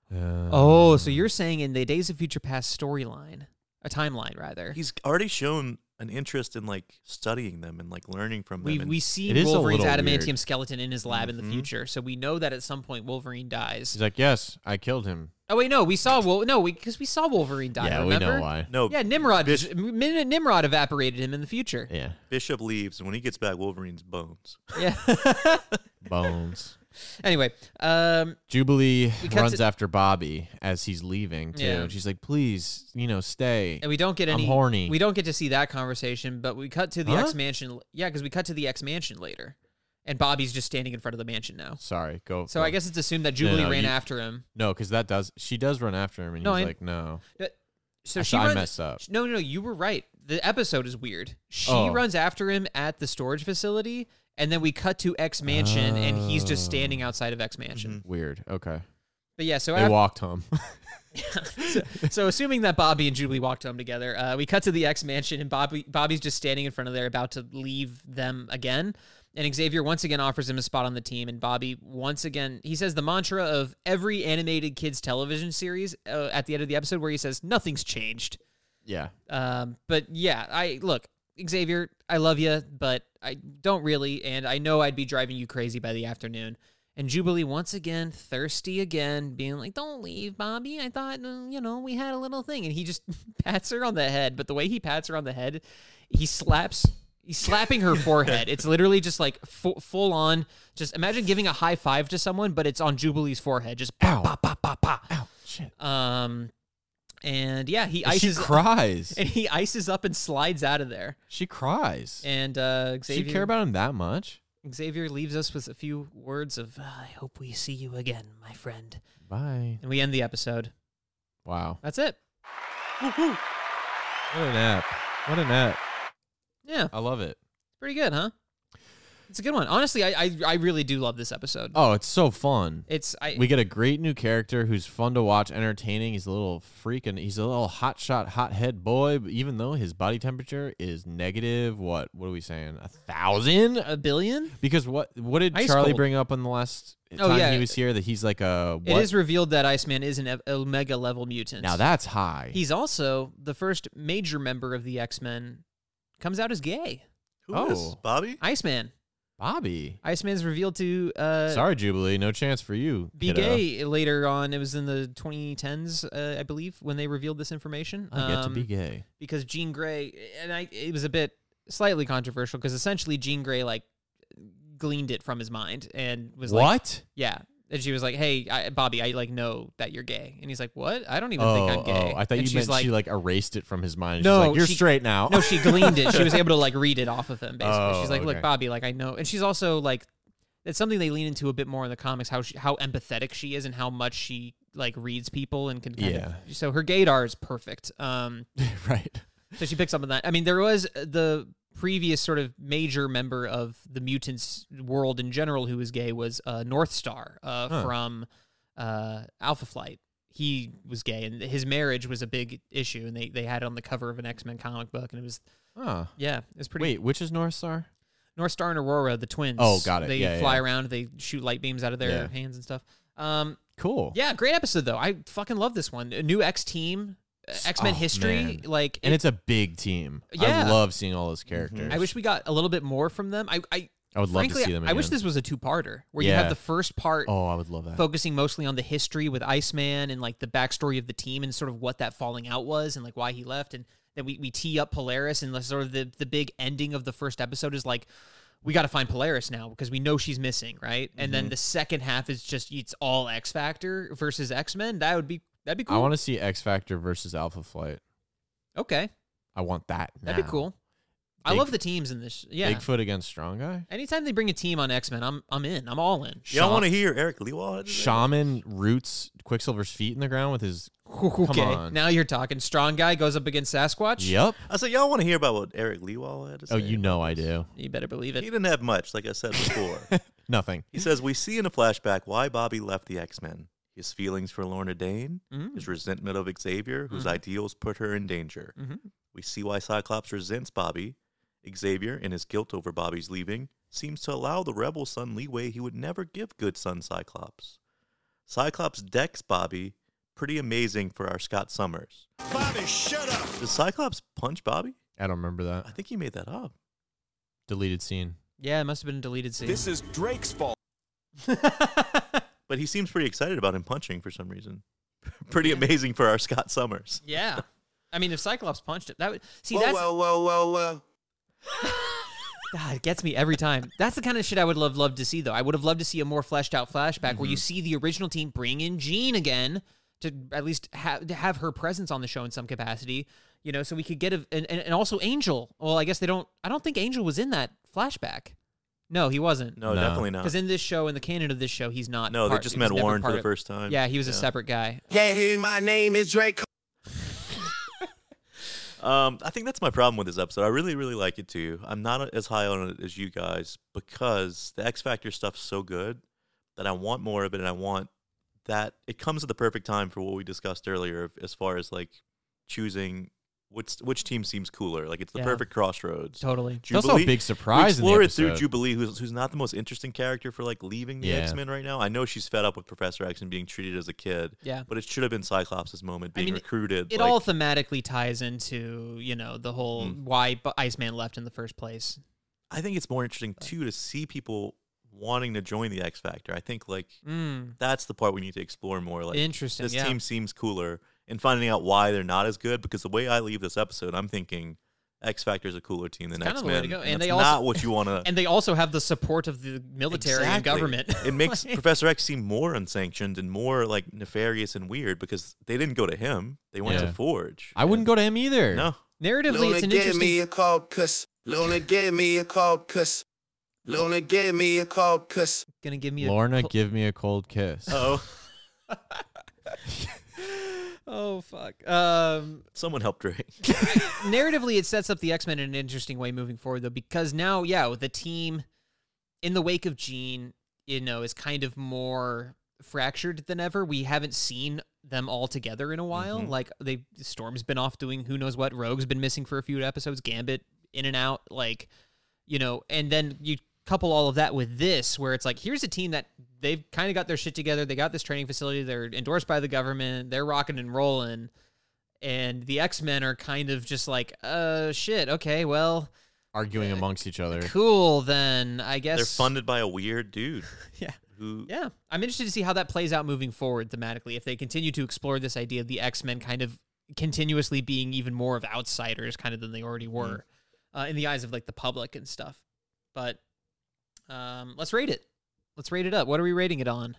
[SPEAKER 2] Uh,
[SPEAKER 3] Oh, so you're saying in the Days of Future Past storyline, a timeline rather,
[SPEAKER 4] He's already shown an interest in like studying them and like learning from them.
[SPEAKER 3] We,
[SPEAKER 4] and-
[SPEAKER 3] we see Wolverine's adamantium skeleton in his lab in the future, so we know that at some point Wolverine dies.
[SPEAKER 2] Mm-hmm. He's like, yes, I killed him.
[SPEAKER 3] Oh wait, no, we saw Wol- no, because we, saw Wolverine die.
[SPEAKER 2] Yeah, we know
[SPEAKER 3] remember?
[SPEAKER 2] why. No,
[SPEAKER 3] yeah, Nimrod, M- M- Nimrod evaporated him in the future.
[SPEAKER 2] Yeah,
[SPEAKER 4] Bishop leaves, and when he gets back, Wolverine's bones.
[SPEAKER 3] yeah.
[SPEAKER 2] Bones.
[SPEAKER 3] anyway, um,
[SPEAKER 2] Jubilee
[SPEAKER 3] We cut
[SPEAKER 2] runs
[SPEAKER 3] to-
[SPEAKER 2] after Bobby as he's leaving too.
[SPEAKER 3] Yeah.
[SPEAKER 2] And she's like, please, you know, stay.
[SPEAKER 3] and we don't get
[SPEAKER 2] I'm
[SPEAKER 3] any
[SPEAKER 2] horny.
[SPEAKER 3] We don't get to see that conversation, but we cut to the
[SPEAKER 2] Huh?
[SPEAKER 3] X mansion. Yeah, because we cut to the X mansion later, and Bobby's just standing in front of the mansion now.
[SPEAKER 2] Sorry, go.
[SPEAKER 3] So
[SPEAKER 2] go.
[SPEAKER 3] I guess it's assumed that
[SPEAKER 2] No,
[SPEAKER 3] Jubilee
[SPEAKER 2] no,
[SPEAKER 3] ran
[SPEAKER 2] you-
[SPEAKER 3] after him.
[SPEAKER 2] No, because that does she does run after him, and
[SPEAKER 3] No,
[SPEAKER 2] he's
[SPEAKER 3] I-
[SPEAKER 2] like, no.
[SPEAKER 3] Uh, So
[SPEAKER 2] I
[SPEAKER 3] she
[SPEAKER 2] saw I
[SPEAKER 3] runs,
[SPEAKER 2] messed up.
[SPEAKER 3] No, no, no, you were right. The episode is weird. She
[SPEAKER 2] Oh.
[SPEAKER 3] runs after him at the storage facility, and then we cut to X Mansion, and he's just standing outside of X Mansion.
[SPEAKER 2] Weird. Okay.
[SPEAKER 3] But yeah, so
[SPEAKER 2] Oh. Mm-hmm. they
[SPEAKER 3] af-
[SPEAKER 2] walked home.
[SPEAKER 3] so, so assuming that Bobby and Jubilee walked home together, uh, we cut to the X Mansion, and Bobby Bobby's just standing in front of there, about to leave them again. And Xavier once again offers him a spot on the team, and Bobby once again he says the mantra of every animated kids television series uh, at the end of the episode, where he says nothing's changed.
[SPEAKER 2] yeah.
[SPEAKER 3] Um, but yeah, I look, Xavier, I love you, but I don't really, and I know I'd be driving you crazy by the afternoon. And Jubilee once again, thirsty again, being like, "Don't leave, Bobby. I thought, mm, you know, we had a little thing." And he just pats her on the head, but the way he pats her on the head, he slaps. He's slapping her forehead. It's literally just like full, full on. Just imagine giving a high five to someone, but it's on Jubilee's forehead. Just pow, pow, pow, pow, pow. Ow,
[SPEAKER 2] shit.
[SPEAKER 3] Um, and yeah, he
[SPEAKER 2] And she
[SPEAKER 3] ices.
[SPEAKER 2] cries.
[SPEAKER 3] and he ices up and slides out of there.
[SPEAKER 2] She cries.
[SPEAKER 3] And uh,
[SPEAKER 2] Does she
[SPEAKER 3] Xavier
[SPEAKER 2] care about him that much?
[SPEAKER 3] Xavier leaves us with a few words of "Uh, "I hope we see you again, my friend."
[SPEAKER 2] Bye.
[SPEAKER 3] And we end the episode.
[SPEAKER 2] Wow.
[SPEAKER 3] That's it.
[SPEAKER 2] What an app. What an app.
[SPEAKER 3] Yeah.
[SPEAKER 2] I love it.
[SPEAKER 3] Pretty good, huh? It's a good one. Honestly, I I, I really do love this episode.
[SPEAKER 2] Oh, it's so fun.
[SPEAKER 3] It's- I-
[SPEAKER 2] we get a great new character who's fun to watch, entertaining. He's a little freak and he's a little hot shot, hot head boy. But even though his body temperature is negative, what what are we saying? A thousand,
[SPEAKER 3] a billion?
[SPEAKER 2] Because what what did
[SPEAKER 3] Ice
[SPEAKER 2] Charlie
[SPEAKER 3] cold.
[SPEAKER 2] bring up on the last
[SPEAKER 3] Oh,
[SPEAKER 2] time
[SPEAKER 3] yeah.
[SPEAKER 2] he was here that he's like a
[SPEAKER 3] It
[SPEAKER 2] what?
[SPEAKER 3] is revealed that Iceman is an e- Omega level mutant.
[SPEAKER 2] now that's high.
[SPEAKER 3] he's also the first major member of the X Men. Comes out as gay.
[SPEAKER 4] Who
[SPEAKER 2] Oh.
[SPEAKER 4] is Bobby?
[SPEAKER 3] Iceman.
[SPEAKER 2] Bobby.
[SPEAKER 3] Iceman's revealed to uh,
[SPEAKER 2] Sorry, Jubilee, no chance for you.
[SPEAKER 3] be
[SPEAKER 2] kiddo.
[SPEAKER 3] gay later on. It was in the 2010s, uh, I believe, when they revealed this information. Um,
[SPEAKER 2] I get Oh, to be gay.
[SPEAKER 3] because Jean Grey, and I, it was a bit slightly controversial because essentially Jean Grey like gleaned it from his mind and was like,
[SPEAKER 2] What?
[SPEAKER 3] Yeah, and she was like, "Hey, I, Bobby, I like know that you're gay," and he's like, "What? I don't even
[SPEAKER 2] Oh,
[SPEAKER 3] think I'm gay."
[SPEAKER 2] oh, I thought
[SPEAKER 3] And
[SPEAKER 2] you
[SPEAKER 3] she's
[SPEAKER 2] meant
[SPEAKER 3] like,
[SPEAKER 2] she like erased it from his mind.
[SPEAKER 3] no,
[SPEAKER 2] she's like, you're
[SPEAKER 3] she-
[SPEAKER 2] straight now.
[SPEAKER 3] No, she gleaned it. She was able to like read it off of him. Basically,
[SPEAKER 2] Oh,
[SPEAKER 3] she's like, "Look,
[SPEAKER 2] okay.
[SPEAKER 3] Bobby, like I know," and she's also like, it's something they lean into a bit more in the comics how she, how empathetic she is and how much she like reads people and can kind
[SPEAKER 2] Yeah.
[SPEAKER 3] of. So her gaydar is perfect. Um,
[SPEAKER 2] right.
[SPEAKER 3] so she picks up on that. I mean, there was uh, the previous sort of major member of the mutants world in general who was gay was uh, North Star uh,
[SPEAKER 2] Huh.
[SPEAKER 3] from uh, Alpha Flight. He was gay, and his marriage was a big issue, and they, they had it on the cover of an X Men comic book, and it was
[SPEAKER 2] Huh.
[SPEAKER 3] yeah, it's pretty.
[SPEAKER 2] Wait, which is North Star?
[SPEAKER 3] North Star and Aurora, the twins.
[SPEAKER 2] Oh, got it.
[SPEAKER 3] They
[SPEAKER 2] Yeah,
[SPEAKER 3] fly
[SPEAKER 2] yeah.
[SPEAKER 3] around, they shoot light beams out of their
[SPEAKER 2] Yeah.
[SPEAKER 3] hands and stuff. Um,
[SPEAKER 2] Cool.
[SPEAKER 3] yeah, great episode though. I fucking love this one. A new X team, X Men
[SPEAKER 2] Oh,
[SPEAKER 3] history,
[SPEAKER 2] man.
[SPEAKER 3] like
[SPEAKER 2] and it's a big team.
[SPEAKER 3] Yeah.
[SPEAKER 2] Mm-hmm. I love seeing all those characters.
[SPEAKER 3] I wish we got a little bit more from them. I I,
[SPEAKER 2] I would love to
[SPEAKER 3] frankly,
[SPEAKER 2] see them
[SPEAKER 3] I wish
[SPEAKER 2] again.
[SPEAKER 3] this was a two-parter where you have
[SPEAKER 2] Yeah.
[SPEAKER 3] the first part
[SPEAKER 2] Oh, I would love that.
[SPEAKER 3] focusing mostly on the history with Iceman and like the backstory of the team and sort of what that falling out was and like why he left and then we, we tee up Polaris and the, sort of the the big ending of the first episode is like we got to find Polaris now because we know she's missing, right? And then
[SPEAKER 2] Mhm.
[SPEAKER 3] the second half is just it's all X Factor versus X-Men. That would be that'd be cool.
[SPEAKER 2] I want to see X Factor versus Alpha Flight.
[SPEAKER 3] okay.
[SPEAKER 2] I want that.
[SPEAKER 3] That'd be
[SPEAKER 2] now.
[SPEAKER 3] cool. I
[SPEAKER 2] Big-
[SPEAKER 3] love the teams in this. Yeah.
[SPEAKER 2] Bigfoot against Strong Guy.
[SPEAKER 3] Anytime they bring a team on X Men, I'm I'm in. I'm all in.
[SPEAKER 4] Y'all want to hear Eric Lewald?
[SPEAKER 2] Shaman roots Quicksilver's feet in the ground with his.
[SPEAKER 3] Okay,
[SPEAKER 2] Come on.
[SPEAKER 3] now you're talking. Strong guy goes up against Sasquatch.
[SPEAKER 2] Yep.
[SPEAKER 4] I said, y'all want to hear about what Eric Lewald had to say?
[SPEAKER 2] Oh, you know I do.
[SPEAKER 3] You better believe
[SPEAKER 4] He
[SPEAKER 3] it.
[SPEAKER 4] didn't have much, like I said before.
[SPEAKER 2] Nothing.
[SPEAKER 4] he says, We see in a flashback why Bobby left the X Men his feelings for Lorna Dane,
[SPEAKER 2] Mm-hmm.
[SPEAKER 3] Mm.
[SPEAKER 4] his resentment of Xavier, whose
[SPEAKER 3] Mhm.
[SPEAKER 4] ideals put her in danger.
[SPEAKER 3] Mhm.
[SPEAKER 4] We see why Cyclops resents Bobby. Xavier, in his guilt over Bobby's leaving, seems to allow the rebel son leeway he would never give good son Cyclops. Cyclops decks Bobby. Pretty amazing for our Scott Summers.
[SPEAKER 5] Bobby, shut up!
[SPEAKER 4] Does Cyclops punch Bobby?
[SPEAKER 2] I don't remember that.
[SPEAKER 4] I think he made that up.
[SPEAKER 2] Deleted scene.
[SPEAKER 3] Yeah, it must have been a deleted scene.
[SPEAKER 6] This is Drake's fault.
[SPEAKER 4] But he seems pretty excited about him punching for some reason. pretty amazing for our Scott Summers.
[SPEAKER 3] Yeah. I mean, if Cyclops punched it, that would see
[SPEAKER 1] Whoa,
[SPEAKER 3] that's
[SPEAKER 1] whoa, whoa, whoa, whoa.
[SPEAKER 3] God, it gets me every time. That's the kind of shit I would love loved to see though. I would have loved to see a more fleshed out flashback where you
[SPEAKER 4] Mm-hmm.
[SPEAKER 3] see the original team bring in Jean again to at least have to have her presence on the show in some capacity. You know, so we could get a and, and and also Angel. Well, I guess they don't. I don't think Angel was in that flashback. No, he wasn't.
[SPEAKER 4] No, No. definitely not.
[SPEAKER 3] Because in this show, in the canon of this show, he's not.
[SPEAKER 4] No, they
[SPEAKER 3] part-
[SPEAKER 4] just
[SPEAKER 3] he was
[SPEAKER 4] met
[SPEAKER 3] never
[SPEAKER 4] Warren for
[SPEAKER 3] part
[SPEAKER 4] the
[SPEAKER 3] of-
[SPEAKER 4] first time.
[SPEAKER 3] Yeah, he was a
[SPEAKER 4] Yeah.
[SPEAKER 3] separate guy.
[SPEAKER 1] Yeah, hey, my name is Drake.
[SPEAKER 4] Um, I think that's my problem with this episode. I really, really like it too. I'm not as high on it as you guys because the X Factor stuff's so good that I want more of it, and I want that it comes at the perfect time for what we discussed earlier, of- as far as like choosing which which team seems cooler. Like it's the
[SPEAKER 2] Yeah.
[SPEAKER 4] perfect crossroads.
[SPEAKER 2] Totally. It's also a big
[SPEAKER 4] we
[SPEAKER 2] surprise in the
[SPEAKER 4] explore it through
[SPEAKER 2] episode.
[SPEAKER 4] Jubilee, who's who's not the most interesting character for like leaving the
[SPEAKER 2] Yeah.
[SPEAKER 4] X Men right now. I know she's fed up with Professor X and being treated as a kid.
[SPEAKER 3] Yeah.
[SPEAKER 4] But it should have been Cyclops' moment being recruited.
[SPEAKER 3] It
[SPEAKER 4] like- Hmm.
[SPEAKER 3] all thematically ties into you know the whole why Bu- Iceman left in the first place.
[SPEAKER 4] I think it's more interesting too to see people wanting to join the X Factor. I think like
[SPEAKER 3] Mm.
[SPEAKER 4] that's the part we need to explore more. Like
[SPEAKER 3] Interesting,
[SPEAKER 4] This
[SPEAKER 3] yeah.
[SPEAKER 4] team seems cooler and finding out why they're not as good. Because the way I leave this episode, I'm thinking X Factor is a cooler team than
[SPEAKER 3] It's kind
[SPEAKER 4] X
[SPEAKER 3] of the way
[SPEAKER 4] Men.
[SPEAKER 3] to go.
[SPEAKER 4] And,
[SPEAKER 3] And,
[SPEAKER 4] that's
[SPEAKER 3] they also
[SPEAKER 4] not what you want to.
[SPEAKER 3] And they also have the support of the military and government.
[SPEAKER 4] it makes
[SPEAKER 3] Like-
[SPEAKER 4] Professor X seem more unsanctioned and more like nefarious and weird because they didn't go to him. They went
[SPEAKER 2] Yeah.
[SPEAKER 4] to Forge.
[SPEAKER 2] I wouldn't go to him either.
[SPEAKER 4] No.
[SPEAKER 3] narratively,
[SPEAKER 1] Luna,
[SPEAKER 3] it's an
[SPEAKER 1] give
[SPEAKER 3] interesting.
[SPEAKER 1] me a call, cuss. Luna, give me a call, cuss. Luna, give me a call, cuss.
[SPEAKER 3] Gonna give me
[SPEAKER 2] Lorna, give me a cold kiss.
[SPEAKER 4] Oh.
[SPEAKER 3] Oh fuck. Um,
[SPEAKER 4] Someone help Drake.
[SPEAKER 3] narratively, it sets up the X Men in an interesting way moving forward, though, because now, yeah, the team in the wake of Jean, you know, is kind of more fractured than ever. We haven't seen them all together in a while.
[SPEAKER 11] Mhm.
[SPEAKER 3] Like they Storm's been off doing who knows what. Rogue's been missing for a few episodes. Gambit in and out. Like you know, and then you couple all of that with this, where it's like, here's a team that they've kind of got their shit together. They got this training facility. They're endorsed by the government. They're rocking and rolling. And the X Men are kind of just like, uh, shit. Okay, well,
[SPEAKER 2] Arguing amongst each other.
[SPEAKER 3] cool then. I guess
[SPEAKER 4] They're funded by a weird dude.
[SPEAKER 3] Yeah.
[SPEAKER 4] Who
[SPEAKER 3] Yeah, I'm interested to see how that plays out moving forward thematically. If they continue to explore this idea of the X Men kind of continuously being even more of outsiders, kind of than they already were, uh, in the eyes of like the public and stuff. But um, let's rate it. Let's rate it up. What are we rating it on?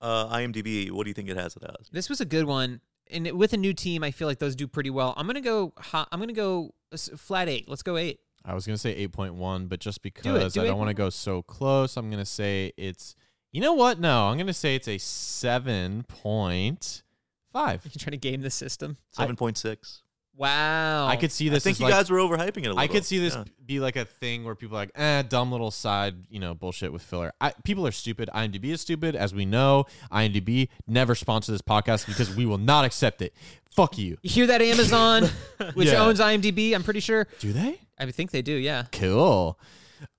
[SPEAKER 4] uh, IMDb, what do you think it has it as?
[SPEAKER 3] This was a good one, and it- with a new team, I feel like those do pretty well. I'm gonna go. hi- I'm gonna go uh, s- flat eight. Let's go eight.
[SPEAKER 2] I was gonna say eight point one, but just because
[SPEAKER 3] do
[SPEAKER 2] I don't want to
[SPEAKER 3] 8.1.
[SPEAKER 2] go so close, I'm gonna say it's. You know what? No, I'm gonna say it's a seven point five.
[SPEAKER 3] You trying to game the system?
[SPEAKER 4] Seven point six.
[SPEAKER 3] Wow.
[SPEAKER 2] I could see
[SPEAKER 4] I
[SPEAKER 2] this.
[SPEAKER 4] think
[SPEAKER 2] as
[SPEAKER 4] you
[SPEAKER 2] like-
[SPEAKER 4] guys were overhyping it a
[SPEAKER 2] I
[SPEAKER 4] little,
[SPEAKER 2] could see this
[SPEAKER 4] yeah.
[SPEAKER 2] be like a thing where people are like, eh, dumb little side, you know, bullshit with filler. I, people are stupid. IMDb is stupid, as we know. IMDb never sponsor this podcast because we will not accept it. Fuck you.
[SPEAKER 3] You hear that, Amazon, which
[SPEAKER 2] Yeah.
[SPEAKER 3] owns IMDb? I'm pretty sure.
[SPEAKER 2] Do they?
[SPEAKER 3] I think they do. Yeah.
[SPEAKER 2] Cool.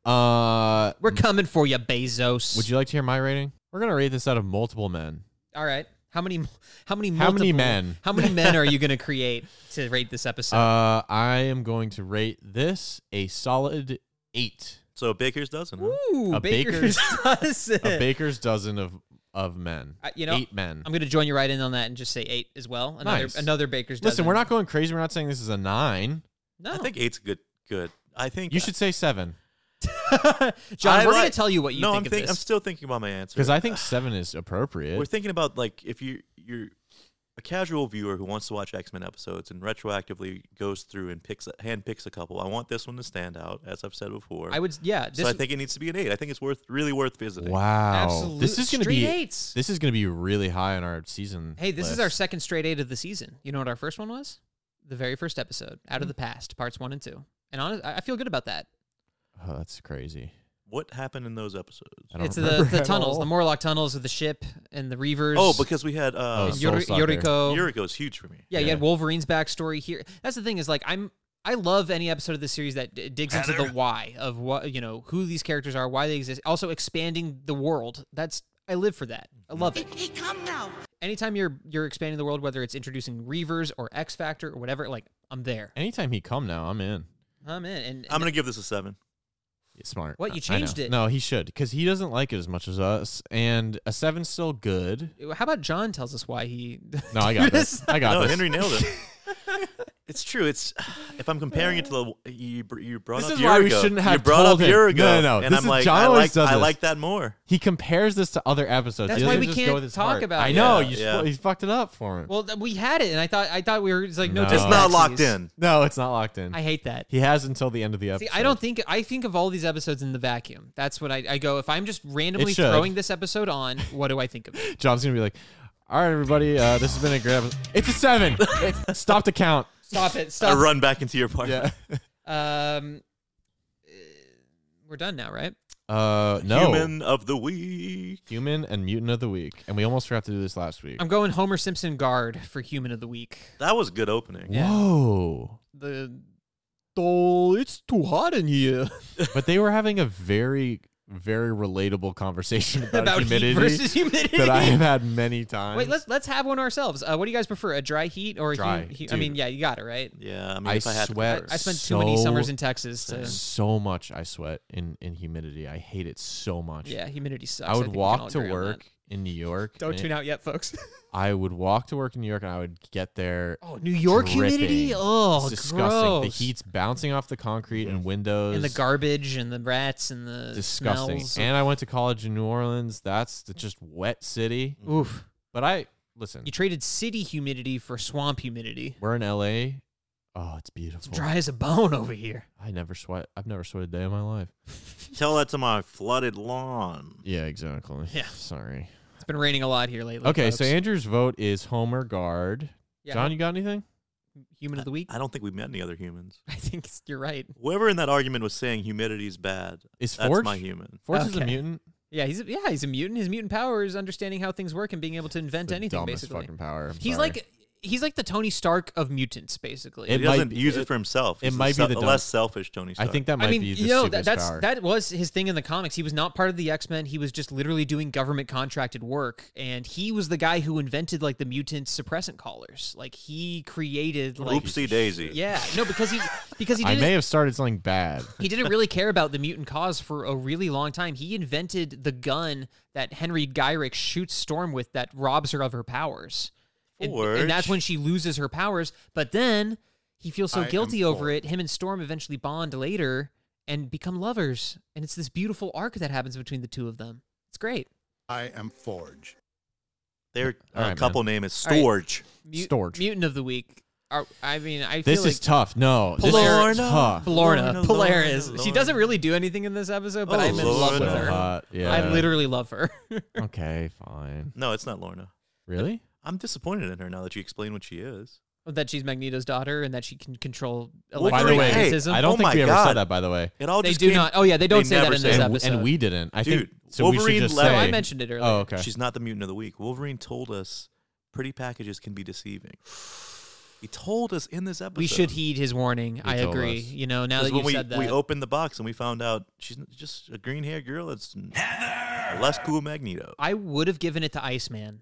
[SPEAKER 2] Uh,
[SPEAKER 3] We're coming for you, Bezos.
[SPEAKER 2] would you like to hear my rating? We're gonna rate this out of multiple men.
[SPEAKER 3] All right. How many? How many?
[SPEAKER 2] How many
[SPEAKER 3] multiple-
[SPEAKER 2] men?
[SPEAKER 3] How many men are you going to create to rate this episode?
[SPEAKER 2] Uh, I am going to rate this a solid eight.
[SPEAKER 4] So Baker's dozen. Huh?
[SPEAKER 3] Ooh,
[SPEAKER 2] Uh, a
[SPEAKER 3] baker's dozen.
[SPEAKER 2] a baker's dozen of of men.
[SPEAKER 3] Uh, Eh. you know,
[SPEAKER 2] eight men.
[SPEAKER 3] I'm going to join you right in on that and just say eight as well. Another
[SPEAKER 2] Nice.
[SPEAKER 3] another baker's dozen.
[SPEAKER 2] Listen, we're not going crazy. We're not saying this is a nine.
[SPEAKER 3] No.
[SPEAKER 4] I think eight's good. Good. I think
[SPEAKER 2] You should say seven
[SPEAKER 3] John,
[SPEAKER 4] I
[SPEAKER 3] we're going
[SPEAKER 4] like-
[SPEAKER 3] to tell you what you
[SPEAKER 4] no,
[SPEAKER 3] think
[SPEAKER 4] I'm
[SPEAKER 3] of
[SPEAKER 4] think-
[SPEAKER 3] this.
[SPEAKER 4] I'm still thinking about my answer
[SPEAKER 2] because I think seven is appropriate.
[SPEAKER 4] We're thinking about like if you you're a casual viewer who wants to watch X Men episodes and retroactively goes through and picks hand picks a couple. I want this one to stand out, as I've said before.
[SPEAKER 3] I would- yeah,
[SPEAKER 4] so
[SPEAKER 3] this-
[SPEAKER 4] I think it needs to be an eight. I think it's worth really worth visiting.
[SPEAKER 2] wow,
[SPEAKER 3] Absolute-
[SPEAKER 2] this is going to be
[SPEAKER 3] straight eights.
[SPEAKER 2] this is going to be really high on our season.
[SPEAKER 3] hey, this is
[SPEAKER 2] list.
[SPEAKER 3] our second straight eight of the season. You know what our first one was? The very first episode, Out
[SPEAKER 2] Hmm.
[SPEAKER 3] of the Past, parts one and two. And honest, I I feel good about that.
[SPEAKER 2] Oh, that's crazy.
[SPEAKER 4] What happened in those episodes?
[SPEAKER 2] I don't
[SPEAKER 3] It's
[SPEAKER 2] remember
[SPEAKER 3] the, the
[SPEAKER 2] at
[SPEAKER 3] tunnels,
[SPEAKER 2] all.
[SPEAKER 3] the Morlock tunnels with the ship and the Reavers.
[SPEAKER 4] Oh, because we had uh,
[SPEAKER 2] Oh,
[SPEAKER 3] And Yuri- Soul Sucker. Yuriko.
[SPEAKER 4] Yuriko's huge for me.
[SPEAKER 3] Yeah, you had Wolverine's backstory here. That's the thing is like I'm I love any episode of this series that d- digs into the why of what you know who these characters are, why they exist. Also expanding the world. That's I live for that. I love it.
[SPEAKER 15] He come now.
[SPEAKER 3] anytime you're you're expanding the world, whether it's introducing Reavers or X Factor or whatever, like I'm there.
[SPEAKER 2] Anytime he come now, I'm in.
[SPEAKER 3] I'm in. And,
[SPEAKER 4] I'm gonna give this a seven.
[SPEAKER 2] Smart.
[SPEAKER 3] What,
[SPEAKER 2] I
[SPEAKER 3] you
[SPEAKER 2] know.
[SPEAKER 3] changed it?
[SPEAKER 2] No, he should because he doesn't like it as much as us. And a seven's still good.
[SPEAKER 3] How about John tells us why he?
[SPEAKER 2] No, I got this. I got
[SPEAKER 4] no,
[SPEAKER 2] this.
[SPEAKER 4] Henry nailed it. it's true. It's if I'm comparing it to the you, br- you brought
[SPEAKER 2] This
[SPEAKER 4] up
[SPEAKER 2] is
[SPEAKER 4] year
[SPEAKER 2] why we
[SPEAKER 4] ago.
[SPEAKER 2] shouldn't
[SPEAKER 4] you
[SPEAKER 2] have
[SPEAKER 4] brought
[SPEAKER 2] told
[SPEAKER 4] up
[SPEAKER 2] him.
[SPEAKER 4] year ago.
[SPEAKER 2] No, no, no.
[SPEAKER 4] and
[SPEAKER 2] this
[SPEAKER 4] I'm
[SPEAKER 2] is,
[SPEAKER 4] like,
[SPEAKER 2] John
[SPEAKER 4] I
[SPEAKER 2] always
[SPEAKER 4] like,
[SPEAKER 2] does
[SPEAKER 4] I
[SPEAKER 2] this.
[SPEAKER 4] like that more.
[SPEAKER 2] He compares this to other episodes.
[SPEAKER 3] That's
[SPEAKER 2] he
[SPEAKER 3] why
[SPEAKER 2] doesn't
[SPEAKER 3] we
[SPEAKER 2] just
[SPEAKER 3] can't
[SPEAKER 2] go with his
[SPEAKER 3] talk
[SPEAKER 2] heart.
[SPEAKER 3] about
[SPEAKER 2] I
[SPEAKER 3] it.
[SPEAKER 2] know
[SPEAKER 3] Yeah,
[SPEAKER 2] you. spo-
[SPEAKER 3] yeah.
[SPEAKER 2] He's fucked it up for him.
[SPEAKER 3] Well, th- we had it, and I thought I thought we were it's like no,
[SPEAKER 2] No.
[SPEAKER 3] take
[SPEAKER 2] It's not
[SPEAKER 3] backsies.
[SPEAKER 2] locked in. No, it's not locked in.
[SPEAKER 3] I hate that.
[SPEAKER 2] He has until the end of the episode.
[SPEAKER 3] See, I don't think I think of all these episodes in the vacuum. That's what I, I go. If I'm just randomly
[SPEAKER 2] should.
[SPEAKER 3] throwing this episode on, what do I think of it?
[SPEAKER 2] John's gonna be like, "All right, everybody, uh, this has been a great episode. It's a seven. It's- Stop the count.
[SPEAKER 3] Stop it. Stop.
[SPEAKER 4] I run back into your apartment.
[SPEAKER 3] Um, uh, we're done now, right?
[SPEAKER 2] Uh, no.
[SPEAKER 4] Human of the week.
[SPEAKER 2] Human and mutant of the week, and we almost forgot to do this last week.
[SPEAKER 3] I'm going Homer Simpson guard for human of the week.
[SPEAKER 4] That was a good opening.
[SPEAKER 2] Whoa.
[SPEAKER 3] The
[SPEAKER 2] Oh, it's too hot in here. but they were having a very, very relatable conversation about,
[SPEAKER 3] About heat
[SPEAKER 2] humidity
[SPEAKER 3] versus humidity.
[SPEAKER 2] that I have had many times.
[SPEAKER 3] wait, let's let's have one ourselves. Uh, what do you guys prefer, a dry heat or a
[SPEAKER 2] Dry,
[SPEAKER 3] hu- hu- I mean, yeah, you got it right.
[SPEAKER 4] Yeah, I mean,
[SPEAKER 2] I
[SPEAKER 4] if I had to
[SPEAKER 2] sweat.
[SPEAKER 4] prefer.
[SPEAKER 3] I spent too many
[SPEAKER 2] so-
[SPEAKER 3] summers in Texas to-
[SPEAKER 2] so much. I sweat in in humidity. I hate it so much.
[SPEAKER 3] Yeah, humidity sucks.
[SPEAKER 2] I
[SPEAKER 3] I
[SPEAKER 2] would
[SPEAKER 3] think we can all
[SPEAKER 2] walk to
[SPEAKER 3] agree on
[SPEAKER 2] work in New York.
[SPEAKER 3] Don't
[SPEAKER 2] and
[SPEAKER 3] tune
[SPEAKER 2] it-
[SPEAKER 3] out yet, folks.
[SPEAKER 2] I would walk to work in New York, and I would get there.
[SPEAKER 3] Oh, New York humidity? Oh,
[SPEAKER 2] it's disgusting. The
[SPEAKER 3] gross.
[SPEAKER 2] heat's bouncing off the concrete and windows.
[SPEAKER 3] and the garbage and the rats and the
[SPEAKER 2] disgusting.
[SPEAKER 3] smells of-
[SPEAKER 2] And I went to college in New Orleans. That's the just wet city.
[SPEAKER 3] Oof.
[SPEAKER 2] But I listen.
[SPEAKER 3] you traded city humidity for swamp humidity.
[SPEAKER 2] We're in LA. Oh, it's beautiful.
[SPEAKER 3] dry as a bone over here.
[SPEAKER 2] I never sweat. I've never sweated a day in my life.
[SPEAKER 4] Tell that to my flooded lawn.
[SPEAKER 2] Yeah, exactly.
[SPEAKER 3] Yeah.
[SPEAKER 2] Sorry.
[SPEAKER 3] It's been raining a lot here lately.
[SPEAKER 2] Okay,
[SPEAKER 3] folks.
[SPEAKER 2] so Andrew's vote is Homer Guard.
[SPEAKER 3] Yeah.
[SPEAKER 2] John, you got anything?
[SPEAKER 3] human of the week.
[SPEAKER 4] I don't think we met any other humans.
[SPEAKER 3] I think you're right.
[SPEAKER 4] Whoever in that argument was saying humidity is bad.
[SPEAKER 2] Is
[SPEAKER 4] that's
[SPEAKER 2] Forge?
[SPEAKER 4] my human.
[SPEAKER 2] Forge is
[SPEAKER 3] Okay.
[SPEAKER 2] a mutant.
[SPEAKER 3] Yeah, he's yeah, he's a mutant. His mutant power is understanding how things work and being able to invent
[SPEAKER 2] The
[SPEAKER 3] anything.
[SPEAKER 2] dumbest
[SPEAKER 3] Basically,
[SPEAKER 2] fucking power. I'm
[SPEAKER 3] he's
[SPEAKER 2] sorry.
[SPEAKER 3] like he's like the Tony Stark of mutants. Basically,
[SPEAKER 4] He doesn't use it for himself.
[SPEAKER 2] It
[SPEAKER 4] He's a
[SPEAKER 2] might
[SPEAKER 4] se-
[SPEAKER 2] be the
[SPEAKER 4] a less
[SPEAKER 2] dumbest-
[SPEAKER 4] selfish Tony
[SPEAKER 2] I think
[SPEAKER 4] Stark.
[SPEAKER 2] that might
[SPEAKER 3] I mean,
[SPEAKER 2] be the
[SPEAKER 3] you know, that,
[SPEAKER 2] stupidest
[SPEAKER 3] that's
[SPEAKER 2] power.
[SPEAKER 3] that was his thing in the comics. He was not part of the X Men. He was just literally doing government contracted work, and he was the guy who invented like the mutant suppressant collars. Like he created like
[SPEAKER 4] Oopsie daisy.
[SPEAKER 3] Yeah, no, because he because he
[SPEAKER 2] I
[SPEAKER 3] didn't
[SPEAKER 2] may have started something bad.
[SPEAKER 3] he didn't really care about the mutant cause for a really long time. He invented the gun that Henry Gyrick shoots Storm with that robs her of her powers. And, and that's
[SPEAKER 4] Forge.
[SPEAKER 3] when she loses her powers. But then he feels so
[SPEAKER 4] I am
[SPEAKER 3] guilty over it. Him and Storm eventually bond later and become lovers. And it's this beautiful arc that happens between the two of them. It's great.
[SPEAKER 13] I am Forge.
[SPEAKER 4] Their uh,
[SPEAKER 2] All right, man.
[SPEAKER 4] couple name is
[SPEAKER 3] All right.
[SPEAKER 4] Storge.
[SPEAKER 3] Mu-
[SPEAKER 2] Storge.
[SPEAKER 3] Mutant of the Week. Are- I mean, I feel
[SPEAKER 2] This
[SPEAKER 3] like
[SPEAKER 2] is uh, tough. No, this
[SPEAKER 3] Polor-
[SPEAKER 2] is tough.
[SPEAKER 3] Lorna,
[SPEAKER 4] Lorna,
[SPEAKER 3] Polaris.
[SPEAKER 4] Lorna,
[SPEAKER 3] She
[SPEAKER 4] Lorna.
[SPEAKER 3] doesn't really do anything in this episode, but
[SPEAKER 4] Oh,
[SPEAKER 3] I'm in love with
[SPEAKER 4] Lorna.
[SPEAKER 3] her.
[SPEAKER 2] Hot, Uh, yeah.
[SPEAKER 3] I literally love her.
[SPEAKER 2] Okay, fine.
[SPEAKER 4] No, it's not Lorna.
[SPEAKER 2] Really?
[SPEAKER 4] I'm disappointed in her now that you explain what she is.
[SPEAKER 3] that she's Magneto's daughter and that she can control
[SPEAKER 4] Well,
[SPEAKER 2] By the way,
[SPEAKER 3] electromagnetism.
[SPEAKER 2] I don't
[SPEAKER 4] Oh
[SPEAKER 2] think
[SPEAKER 4] my
[SPEAKER 2] we ever said
[SPEAKER 4] God.
[SPEAKER 2] that. By the way,
[SPEAKER 4] It all
[SPEAKER 3] They
[SPEAKER 4] just
[SPEAKER 3] do
[SPEAKER 4] came-
[SPEAKER 3] not- oh, yeah, they don't say that
[SPEAKER 4] never
[SPEAKER 3] in
[SPEAKER 4] say
[SPEAKER 3] this
[SPEAKER 4] it.
[SPEAKER 2] and, and we didn't. I
[SPEAKER 4] Dude,
[SPEAKER 2] think so. we should
[SPEAKER 4] Wolverine
[SPEAKER 2] just
[SPEAKER 4] left-
[SPEAKER 2] say.
[SPEAKER 4] No,
[SPEAKER 3] I mentioned it earlier.
[SPEAKER 2] Oh, okay.
[SPEAKER 4] She's not the mutant of the week. Wolverine told us pretty packages can be deceiving. He told us in this episode.
[SPEAKER 3] we should heed his warning. I
[SPEAKER 2] told
[SPEAKER 3] agree.
[SPEAKER 2] us.
[SPEAKER 3] You know, now
[SPEAKER 4] 'Cause
[SPEAKER 3] that
[SPEAKER 4] when
[SPEAKER 3] you
[SPEAKER 4] we,
[SPEAKER 3] said that,
[SPEAKER 4] we opened the box and we found out she's n- just a green haired girl that's n- less cool Magneto.
[SPEAKER 3] I would have given it to Iceman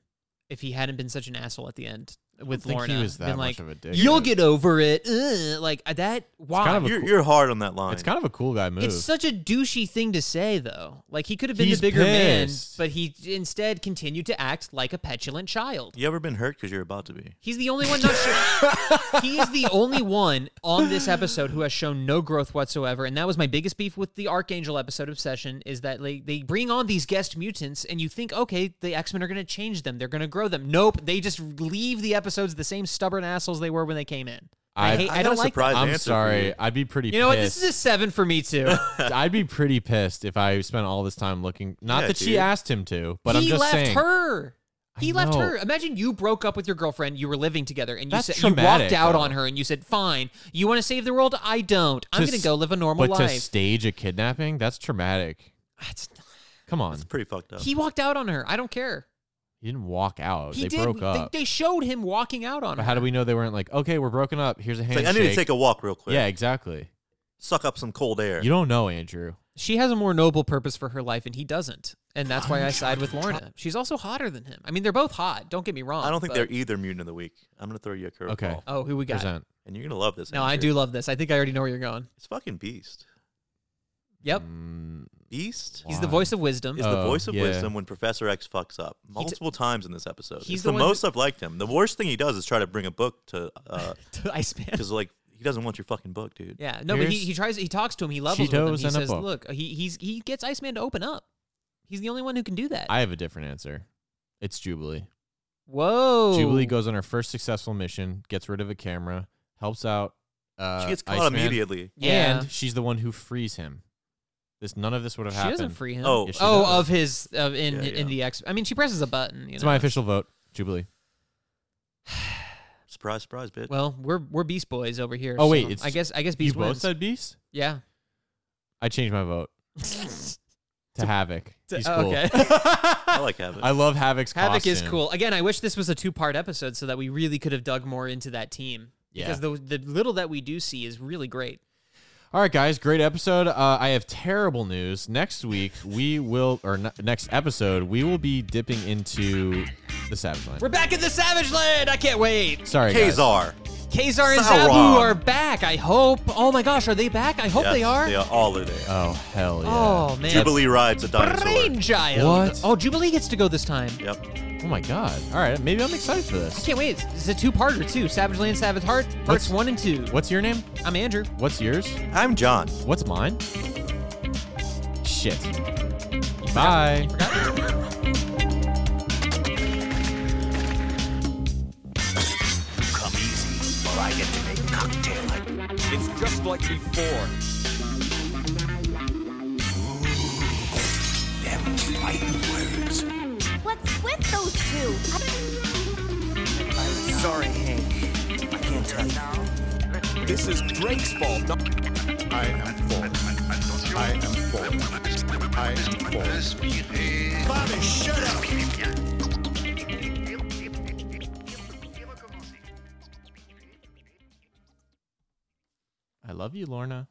[SPEAKER 3] if he hadn't been such an asshole at the end with
[SPEAKER 2] think he
[SPEAKER 3] Lorna.
[SPEAKER 2] was that
[SPEAKER 3] Been
[SPEAKER 2] much
[SPEAKER 3] like,
[SPEAKER 2] of a dick.
[SPEAKER 3] You'll get over it. Ugh. Like uh, that. Why?
[SPEAKER 2] kind of a
[SPEAKER 4] You're,
[SPEAKER 2] cool-
[SPEAKER 4] you're hard on that line.
[SPEAKER 2] It's kind of a cool guy move.
[SPEAKER 3] It's such a douchey thing to say, though. Like he could have been
[SPEAKER 2] He's
[SPEAKER 3] the bigger
[SPEAKER 2] pissed.
[SPEAKER 3] man, but he instead continued to act like a petulant child.
[SPEAKER 4] you ever been hurt because you're about to be?
[SPEAKER 3] He's the only one not sure. he is the only one on this episode who has shown no growth whatsoever, and that was my biggest beef with the Archangel episode obsession is that like they bring on these guest mutants, and you think, okay, the X Men are going to change them, they're going to grow them. Nope, they just leave the episodes the same stubborn assholes they were when they came in. I, hate, I,
[SPEAKER 4] got
[SPEAKER 3] don't like.
[SPEAKER 4] a
[SPEAKER 3] That.
[SPEAKER 4] surprise
[SPEAKER 2] I'm
[SPEAKER 4] answer for
[SPEAKER 2] sorry.
[SPEAKER 4] you.
[SPEAKER 2] I'd be pretty.
[SPEAKER 3] You know what?
[SPEAKER 2] pissed.
[SPEAKER 3] This is a seven for me too.
[SPEAKER 2] I'd be pretty pissed if I spent all this time looking. Not
[SPEAKER 4] Yeah,
[SPEAKER 2] that she
[SPEAKER 4] dude.
[SPEAKER 2] asked him to, but
[SPEAKER 3] he
[SPEAKER 2] I'm just
[SPEAKER 3] left
[SPEAKER 2] saying.
[SPEAKER 3] her. He left
[SPEAKER 2] know.
[SPEAKER 3] her. Imagine you broke up with your girlfriend. You were living together, and you
[SPEAKER 2] That's
[SPEAKER 3] said you walked
[SPEAKER 2] traumatic,
[SPEAKER 3] out
[SPEAKER 2] though.
[SPEAKER 3] on her, and you said, "Fine, you want to save the world? I don't. I'm
[SPEAKER 2] to
[SPEAKER 3] going to
[SPEAKER 2] s-
[SPEAKER 3] go live a normal
[SPEAKER 2] but to
[SPEAKER 3] life."
[SPEAKER 2] stage a kidnapping, that's traumatic.
[SPEAKER 3] That's-
[SPEAKER 2] Come on.
[SPEAKER 4] It's pretty fucked up.
[SPEAKER 3] he walked out on her. I don't care.
[SPEAKER 2] He didn't walk out. Oh,
[SPEAKER 3] He
[SPEAKER 2] they
[SPEAKER 3] did.
[SPEAKER 2] broke up.
[SPEAKER 3] They, they showed him walking out on
[SPEAKER 2] but
[SPEAKER 3] her.
[SPEAKER 2] how do we know they weren't like, okay, we're broken up. Here's a
[SPEAKER 4] It's
[SPEAKER 2] handshake.
[SPEAKER 4] like, I need to take a walk real quick.
[SPEAKER 2] Yeah, exactly.
[SPEAKER 4] Suck up some cold air.
[SPEAKER 2] You don't know, Andrew.
[SPEAKER 3] She has a more noble purpose for her life, and he doesn't. And that's why I side with Lorna. She's also hotter than him. I mean, they're both hot. Don't get me wrong.
[SPEAKER 4] I don't think
[SPEAKER 3] but-
[SPEAKER 4] they're e either mutant of the week. I'm gonna throw you a curveball.
[SPEAKER 2] Okay.
[SPEAKER 3] Oh, who we got? Present.
[SPEAKER 4] And you're gonna love this.
[SPEAKER 3] No, I do love this. I think I already know where you're going.
[SPEAKER 4] It's fucking Beast.
[SPEAKER 3] Yep.
[SPEAKER 2] Mm,
[SPEAKER 4] Beast.
[SPEAKER 3] He's the voice of wisdom.
[SPEAKER 4] Is
[SPEAKER 2] Oh,
[SPEAKER 4] the voice of wisdom when Professor X fucks up multiple times in this episode. He's the, most I've liked him. The worst thing he does is try to bring a book to, uh,
[SPEAKER 3] to Iceman
[SPEAKER 4] because like he doesn't want your fucking book, dude.
[SPEAKER 3] Yeah. No, but he, he tries. He talks to him. He levels with him.
[SPEAKER 2] Cheetos
[SPEAKER 3] He
[SPEAKER 2] and a
[SPEAKER 3] says,
[SPEAKER 2] book.
[SPEAKER 3] "Look, he he's he gets Iceman to open up. He's the only one who can do that."
[SPEAKER 2] I have a different answer. It's Jubilee.
[SPEAKER 3] Whoa.
[SPEAKER 2] Jubilee goes on her first successful mission, gets rid of a camera, helps out. Uh,
[SPEAKER 4] She gets caught
[SPEAKER 2] Iceman,
[SPEAKER 4] immediately.
[SPEAKER 3] Yeah.
[SPEAKER 2] and she's the one who frees him. This none of this would have
[SPEAKER 3] She
[SPEAKER 2] happened.
[SPEAKER 3] doesn't free him.
[SPEAKER 2] Yes, she
[SPEAKER 3] oh,
[SPEAKER 2] does.
[SPEAKER 3] of his of in
[SPEAKER 2] Yeah, yeah.
[SPEAKER 3] in the X. I mean, she presses a button. You
[SPEAKER 2] it's
[SPEAKER 3] know?
[SPEAKER 2] my official vote. Jubilee.
[SPEAKER 4] Surprise, surprise, bitch.
[SPEAKER 3] Well, we're we're Beast Boys over here.
[SPEAKER 2] Oh wait,
[SPEAKER 3] so
[SPEAKER 2] it's
[SPEAKER 3] I guess I guess
[SPEAKER 2] you
[SPEAKER 3] Beast
[SPEAKER 2] both
[SPEAKER 3] wins.
[SPEAKER 2] said Beast.
[SPEAKER 3] Yeah.
[SPEAKER 2] I changed my vote to Havoc.
[SPEAKER 3] to-
[SPEAKER 2] He's
[SPEAKER 3] oh,
[SPEAKER 2] cool.
[SPEAKER 3] okay.
[SPEAKER 4] I like Havoc.
[SPEAKER 2] I love Havoc's
[SPEAKER 3] Havoc is
[SPEAKER 2] costume.
[SPEAKER 3] cool. Again, I wish this was a two part episode so that we really could have dug more into that team.
[SPEAKER 2] Yeah.
[SPEAKER 3] Because the the little that we do see is really great.
[SPEAKER 2] All right, guys, great episode. Uh, I have terrible news. Next week, we will, or n- next episode, we will be dipping into the Savage Land.
[SPEAKER 3] We're back in the Savage Land. I can't wait.
[SPEAKER 2] Sorry, guys.
[SPEAKER 4] Kazar.
[SPEAKER 3] Kazar and
[SPEAKER 2] Sauron.
[SPEAKER 3] Sabu are back. I hope. Oh my gosh, are they back? I hope
[SPEAKER 4] Yes,
[SPEAKER 3] they are.
[SPEAKER 4] They are all are there.
[SPEAKER 2] Oh hell yeah!
[SPEAKER 3] Oh, man.
[SPEAKER 4] Jubilee rides a dinosaur.
[SPEAKER 3] Brain Giant.
[SPEAKER 2] What?
[SPEAKER 3] Oh, Jubilee gets to go this time.
[SPEAKER 4] Yep.
[SPEAKER 2] Oh my god! All right, maybe I'm excited for
[SPEAKER 3] I
[SPEAKER 2] this.
[SPEAKER 3] can't wait. It's a two-parter too. Savage Land, Savage Heart, parts
[SPEAKER 2] What's-
[SPEAKER 3] one and two.
[SPEAKER 2] What's your name?
[SPEAKER 3] I'm Andrew.
[SPEAKER 2] What's yours?
[SPEAKER 4] I'm John.
[SPEAKER 2] What's mine? Shit. Bye.
[SPEAKER 8] Come easy, or I get to make cocktail.
[SPEAKER 6] It's just like before.
[SPEAKER 8] Them fighting words.
[SPEAKER 10] What's with those two?
[SPEAKER 8] I'm sorry, Hank. I can't tell you. This is Drake's fault.
[SPEAKER 13] I am for. I am for. I am for.
[SPEAKER 5] Bobby, shut up!
[SPEAKER 2] I love you, Lorna.